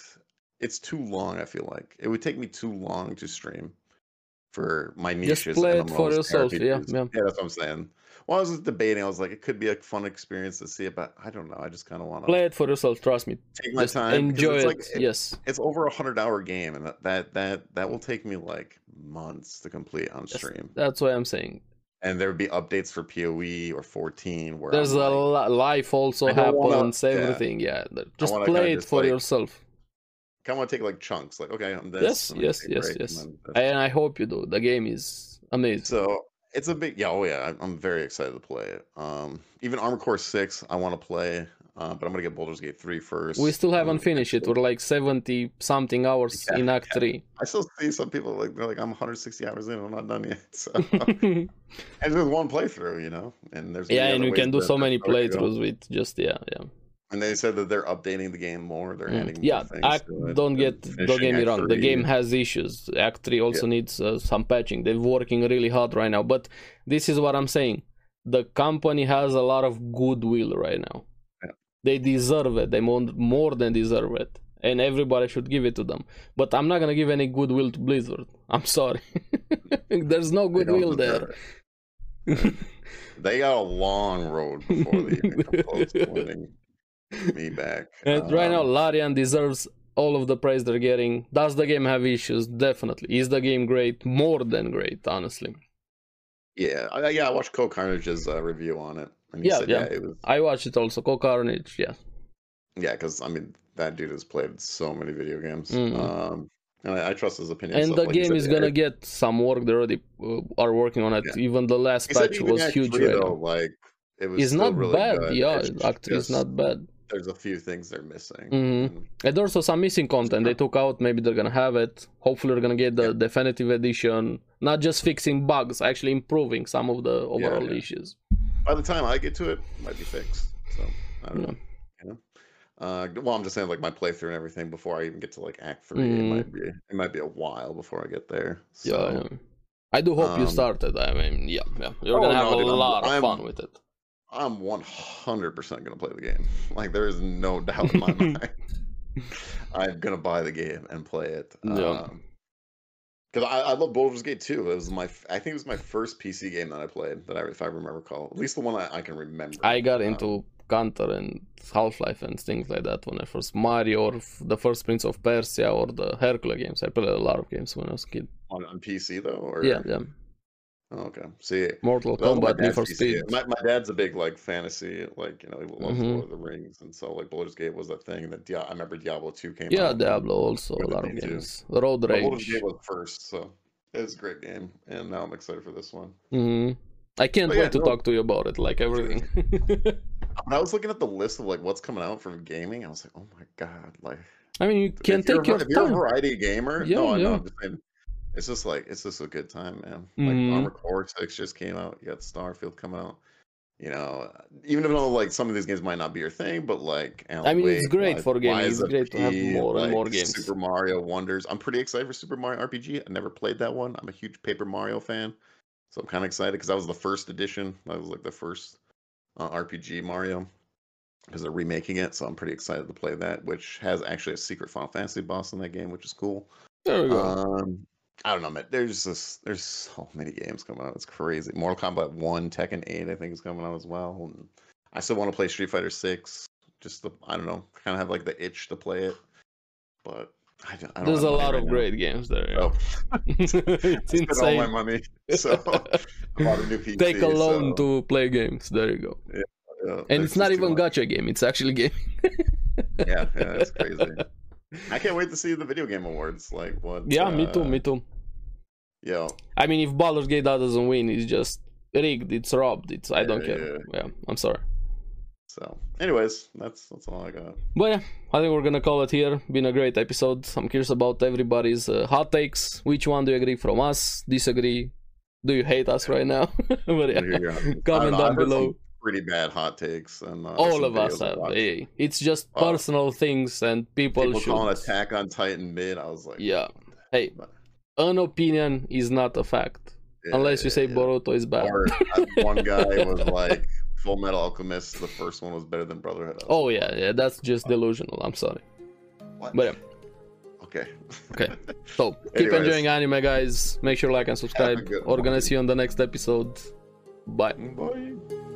Speaker 1: It's too long. I feel like it would take me too long to stream. for my
Speaker 2: Just
Speaker 1: niches.
Speaker 2: play
Speaker 1: MMOs,
Speaker 2: it for yourself. Yeah,
Speaker 1: RPGs.
Speaker 2: yeah.
Speaker 1: that's what I'm saying. Well, I was debating. I was like, it could be a fun experience to see it, but I don't know. I just kind of want to
Speaker 2: Play it for yourself. Trust me.
Speaker 1: take my
Speaker 2: Just
Speaker 1: time. 'cause
Speaker 2: enjoy
Speaker 1: it's
Speaker 2: it.
Speaker 1: Like, it-
Speaker 2: yes.
Speaker 1: It's over a hundred hour game, and that, that that that will take me like months to complete on
Speaker 2: Yes.
Speaker 1: stream.
Speaker 2: That's what I'm saying.
Speaker 1: And there would be updates for POE or 14. Where
Speaker 2: There's
Speaker 1: I'm
Speaker 2: a
Speaker 1: like,
Speaker 2: lot. Life also
Speaker 1: I don't wanna-
Speaker 2: happens.
Speaker 1: yeah.
Speaker 2: Everything. Yeah. th- Just
Speaker 1: wanna kinda
Speaker 2: play it
Speaker 1: just,
Speaker 2: for
Speaker 1: like,
Speaker 2: yourself.
Speaker 1: I want to take like chunks. Like, okay, I'm this.
Speaker 2: Yes,
Speaker 1: and then
Speaker 2: yes,
Speaker 1: take a
Speaker 2: yes,
Speaker 1: break,
Speaker 2: yes.
Speaker 1: and then this.
Speaker 2: And I hope you do. The game is amazing.
Speaker 1: So it's a big yeah. Oh yeah, I'm- I'm very excited to play it. Um, even Armor Core Six, I want to play, uh, but I'm gonna get Baldur's Gate Three first. Um,
Speaker 2: We still
Speaker 1: and
Speaker 2: haven't
Speaker 1: then
Speaker 2: finished it. We're like 70 something hours
Speaker 1: Yeah,
Speaker 2: in Act
Speaker 1: I still see some people like they're like I'm 160 hours in, I'm not done yet. So
Speaker 2: 3.
Speaker 1: and there's one playthrough, you know, and there's
Speaker 2: yeah
Speaker 1: many
Speaker 2: and
Speaker 1: other
Speaker 2: you
Speaker 1: ways
Speaker 2: can do
Speaker 1: to-
Speaker 2: so many
Speaker 1: to go.
Speaker 2: playthroughs with just yeah yeah
Speaker 1: And they said that they're updating the game more. They're
Speaker 2: Mm.
Speaker 1: adding more
Speaker 2: yeah
Speaker 1: things
Speaker 2: act,
Speaker 1: to it,
Speaker 2: don't
Speaker 1: and
Speaker 2: get don't
Speaker 1: finishing
Speaker 2: get me
Speaker 1: Act
Speaker 2: wrong the
Speaker 1: Three.
Speaker 2: game has issues act 3 also needs uh, some patching they're working really hard right now but this is what i'm saying the company has a lot of goodwill right now
Speaker 1: Yeah.
Speaker 2: they deserve it they more, more than deserve it and everybody should give it to them but i'm not gonna give any goodwill to blizzard i'm sorry there's no
Speaker 1: They don't
Speaker 2: goodwill
Speaker 1: deserve
Speaker 2: there
Speaker 1: it. They got a long road before they even come close to winning me back.
Speaker 2: And right now,
Speaker 1: Um,
Speaker 2: Larian deserves all of the praise they're getting. Does the game have issues? Definitely. Is the game great? More than great, honestly.
Speaker 1: Yeah, I, I- yeah. I watched Cole Carnage's uh, review on it, and he
Speaker 2: Yeah,
Speaker 1: said,
Speaker 2: yeah.
Speaker 1: yeah, it was,
Speaker 2: I watched it also. Co Carnage, yeah.
Speaker 1: yeah, because I mean that dude has played so many video games,
Speaker 2: Mhm.
Speaker 1: um, and I, I trust his opinion.
Speaker 2: and
Speaker 1: so,
Speaker 2: the
Speaker 1: like he
Speaker 2: game
Speaker 1: said,
Speaker 2: is
Speaker 1: yeah,
Speaker 2: gonna
Speaker 1: it-
Speaker 2: get some work. They already uh, are working on it.
Speaker 1: Yeah.
Speaker 2: Even the last
Speaker 1: He said
Speaker 2: patch
Speaker 1: even
Speaker 2: was
Speaker 1: Act
Speaker 2: huge
Speaker 1: Three,
Speaker 2: right
Speaker 1: though,
Speaker 2: now.
Speaker 1: like it was
Speaker 2: It's
Speaker 1: still
Speaker 2: not
Speaker 1: really
Speaker 2: bad,
Speaker 1: good.
Speaker 2: yeah.
Speaker 1: It's
Speaker 2: Act is
Speaker 1: just
Speaker 2: not bad.
Speaker 1: There's a few things they're missing.
Speaker 2: Mhm.
Speaker 1: and-
Speaker 2: And also some missing content they took out. Maybe they're gonna have it. Hopefully, they're gonna get the
Speaker 1: Yeah.
Speaker 2: definitive edition. Not just fixing bugs, actually improving some of the overall
Speaker 1: yeah.
Speaker 2: issues.
Speaker 1: By the time I get to it, it might be fixed. So I don't
Speaker 2: Yeah.
Speaker 1: know. You know? Uh, well, I'm just saying, like my playthrough and everything before I even get to like Act Three,
Speaker 2: Mhm.
Speaker 1: it might be it might be a while before I get there.
Speaker 2: Yeah,
Speaker 1: So.
Speaker 2: yeah. I do hope you
Speaker 1: um,
Speaker 2: started. I mean, yeah, yeah. You're
Speaker 1: Oh,
Speaker 2: gonna have
Speaker 1: no,
Speaker 2: a
Speaker 1: dude, I'm-
Speaker 2: lot of
Speaker 1: I'm-
Speaker 2: fun with it.
Speaker 1: I'm 100% going to play the game. Like, there is no doubt in my mind. I'm going to buy the game and play it.
Speaker 2: Yeah.
Speaker 1: because I, I love Baldur's Gate too. It was my, f- I think it was my first PC game that I played that I, if I remember call, at least the one I, I can remember.
Speaker 2: I got
Speaker 1: Uh,
Speaker 2: into Counter and Half Life and things like that when I first Mario or f- the first Prince of Persia or the Hercules games. I played a lot of games when I was a kid.
Speaker 1: on, on PC though. Or,
Speaker 2: Yeah, yeah.
Speaker 1: Oh, okay. See,
Speaker 2: Mortal
Speaker 1: that was my
Speaker 2: Kombat, Need
Speaker 1: dad's
Speaker 2: for
Speaker 1: PC.
Speaker 2: Speed.
Speaker 1: My, my dad's a big like fantasy, like you know, he loves
Speaker 2: Mhm.
Speaker 1: Lord of the Rings, and so like Baldur's Gate was a thing that yeah, I remember Diablo two came out.
Speaker 2: Yeah,
Speaker 1: and-
Speaker 2: Diablo also a
Speaker 1: With the
Speaker 2: lot of
Speaker 1: thing too.
Speaker 2: games. Road
Speaker 1: But Baldur's
Speaker 2: Rage.
Speaker 1: Gate was first, so it's a great game, and now I'm excited for this one.
Speaker 2: hmm I can't
Speaker 1: But yeah,
Speaker 2: wait to
Speaker 1: no.
Speaker 2: talk to you about it, like everything.
Speaker 1: When I was looking at the list of like what's coming out for gaming, I was like, oh my god, like
Speaker 2: I mean, you can
Speaker 1: if you're,
Speaker 2: take your
Speaker 1: a- if you're a
Speaker 2: time.
Speaker 1: variety gamer,
Speaker 2: Yeah,
Speaker 1: no, I know.
Speaker 2: yeah.
Speaker 1: I'm just saying, it's just like it's just a good time, man. Like
Speaker 2: Mhm.
Speaker 1: Armor Core Six just came out, you got Starfield coming out. You know, even though like some of these games might not be your thing, but like Alan
Speaker 2: I mean, it's
Speaker 1: Wake,
Speaker 2: great
Speaker 1: Lies-
Speaker 2: for gaming. It's
Speaker 1: Lies of
Speaker 2: great to have
Speaker 1: P,
Speaker 2: more and
Speaker 1: like,
Speaker 2: more games.
Speaker 1: Super Mario Wonders. I'm pretty excited for Super Mario RPG. I never played that one. I'm a huge Paper Mario fan, so I'm kind of excited because that was the first edition. That was like the first uh, RPG Mario because they're remaking it. So I'm pretty excited to play that, which has actually a secret Final Fantasy boss in that game, which is cool.
Speaker 2: There we go.
Speaker 1: Um, I don't know, man. There's just there's so many games coming out. It's crazy. Mortal Kombat One, Tekken Eight, I think is coming out as well. And I still want to play Street Fighter Six. Just the I don't know, kind of have like the itch to play it, but I don't. I don't
Speaker 2: There's a
Speaker 1: have money
Speaker 2: lot
Speaker 1: right
Speaker 2: of
Speaker 1: now.
Speaker 2: great games there. yeah.
Speaker 1: So,
Speaker 2: it's
Speaker 1: I spent all my
Speaker 2: insane.
Speaker 1: money. So I bought a new PC.
Speaker 2: Take a loan
Speaker 1: so,
Speaker 2: to play games. There you go.
Speaker 1: yeah,
Speaker 2: And
Speaker 1: there's
Speaker 2: it's not
Speaker 1: just too
Speaker 2: even
Speaker 1: much.
Speaker 2: gacha game. It's actually game.
Speaker 1: yeah, yeah, it's crazy. I can't wait to see the video game awards. Like what?
Speaker 2: Yeah, me too.
Speaker 1: uh,
Speaker 2: Me too.
Speaker 1: Yeah,
Speaker 2: I mean, if Baldur's Gate doesn't win, it's just rigged. It's robbed. It's I don't
Speaker 1: Yeah,
Speaker 2: care. Yeah, I'm sorry.
Speaker 1: So, anyways, that's that's all I got.
Speaker 2: But yeah, I think we're gonna call it here. Been a great episode. I'm curious about everybody's uh, hot takes. Which one do you agree from us? Disagree? Do you hate us right now? but
Speaker 1: I hear
Speaker 2: yeah,
Speaker 1: your hot takes. I don't
Speaker 2: comment
Speaker 1: know, I've
Speaker 2: down
Speaker 1: heard some
Speaker 2: below.
Speaker 1: Pretty bad hot takes, and uh,
Speaker 2: All
Speaker 1: some
Speaker 2: of us
Speaker 1: videos I
Speaker 2: have. eh,
Speaker 1: watched.
Speaker 2: Hey, it's just
Speaker 1: Uh,
Speaker 2: personal things, and people,
Speaker 1: people
Speaker 2: should.
Speaker 1: calling Attack on Titan mid. I was like,
Speaker 2: Yeah.
Speaker 1: what the-
Speaker 2: Hey, an opinion is not a fact
Speaker 1: yeah,
Speaker 2: unless you
Speaker 1: yeah,
Speaker 2: say
Speaker 1: yeah.
Speaker 2: Boruto is bad.
Speaker 1: Or, uh, one guy was like, Full Metal Alchemist. The first one was better than Brotherhood. I was
Speaker 2: Oh yeah, yeah, that's just delusional. I'm sorry,
Speaker 1: like, what?
Speaker 2: but yeah.
Speaker 1: Okay.
Speaker 2: Okay. So keep
Speaker 1: Anyways.
Speaker 2: enjoying anime, guys. Make sure like and subscribe.
Speaker 1: good
Speaker 2: Or gonna
Speaker 1: one.
Speaker 2: see you on the next episode. Bye.
Speaker 1: Bye.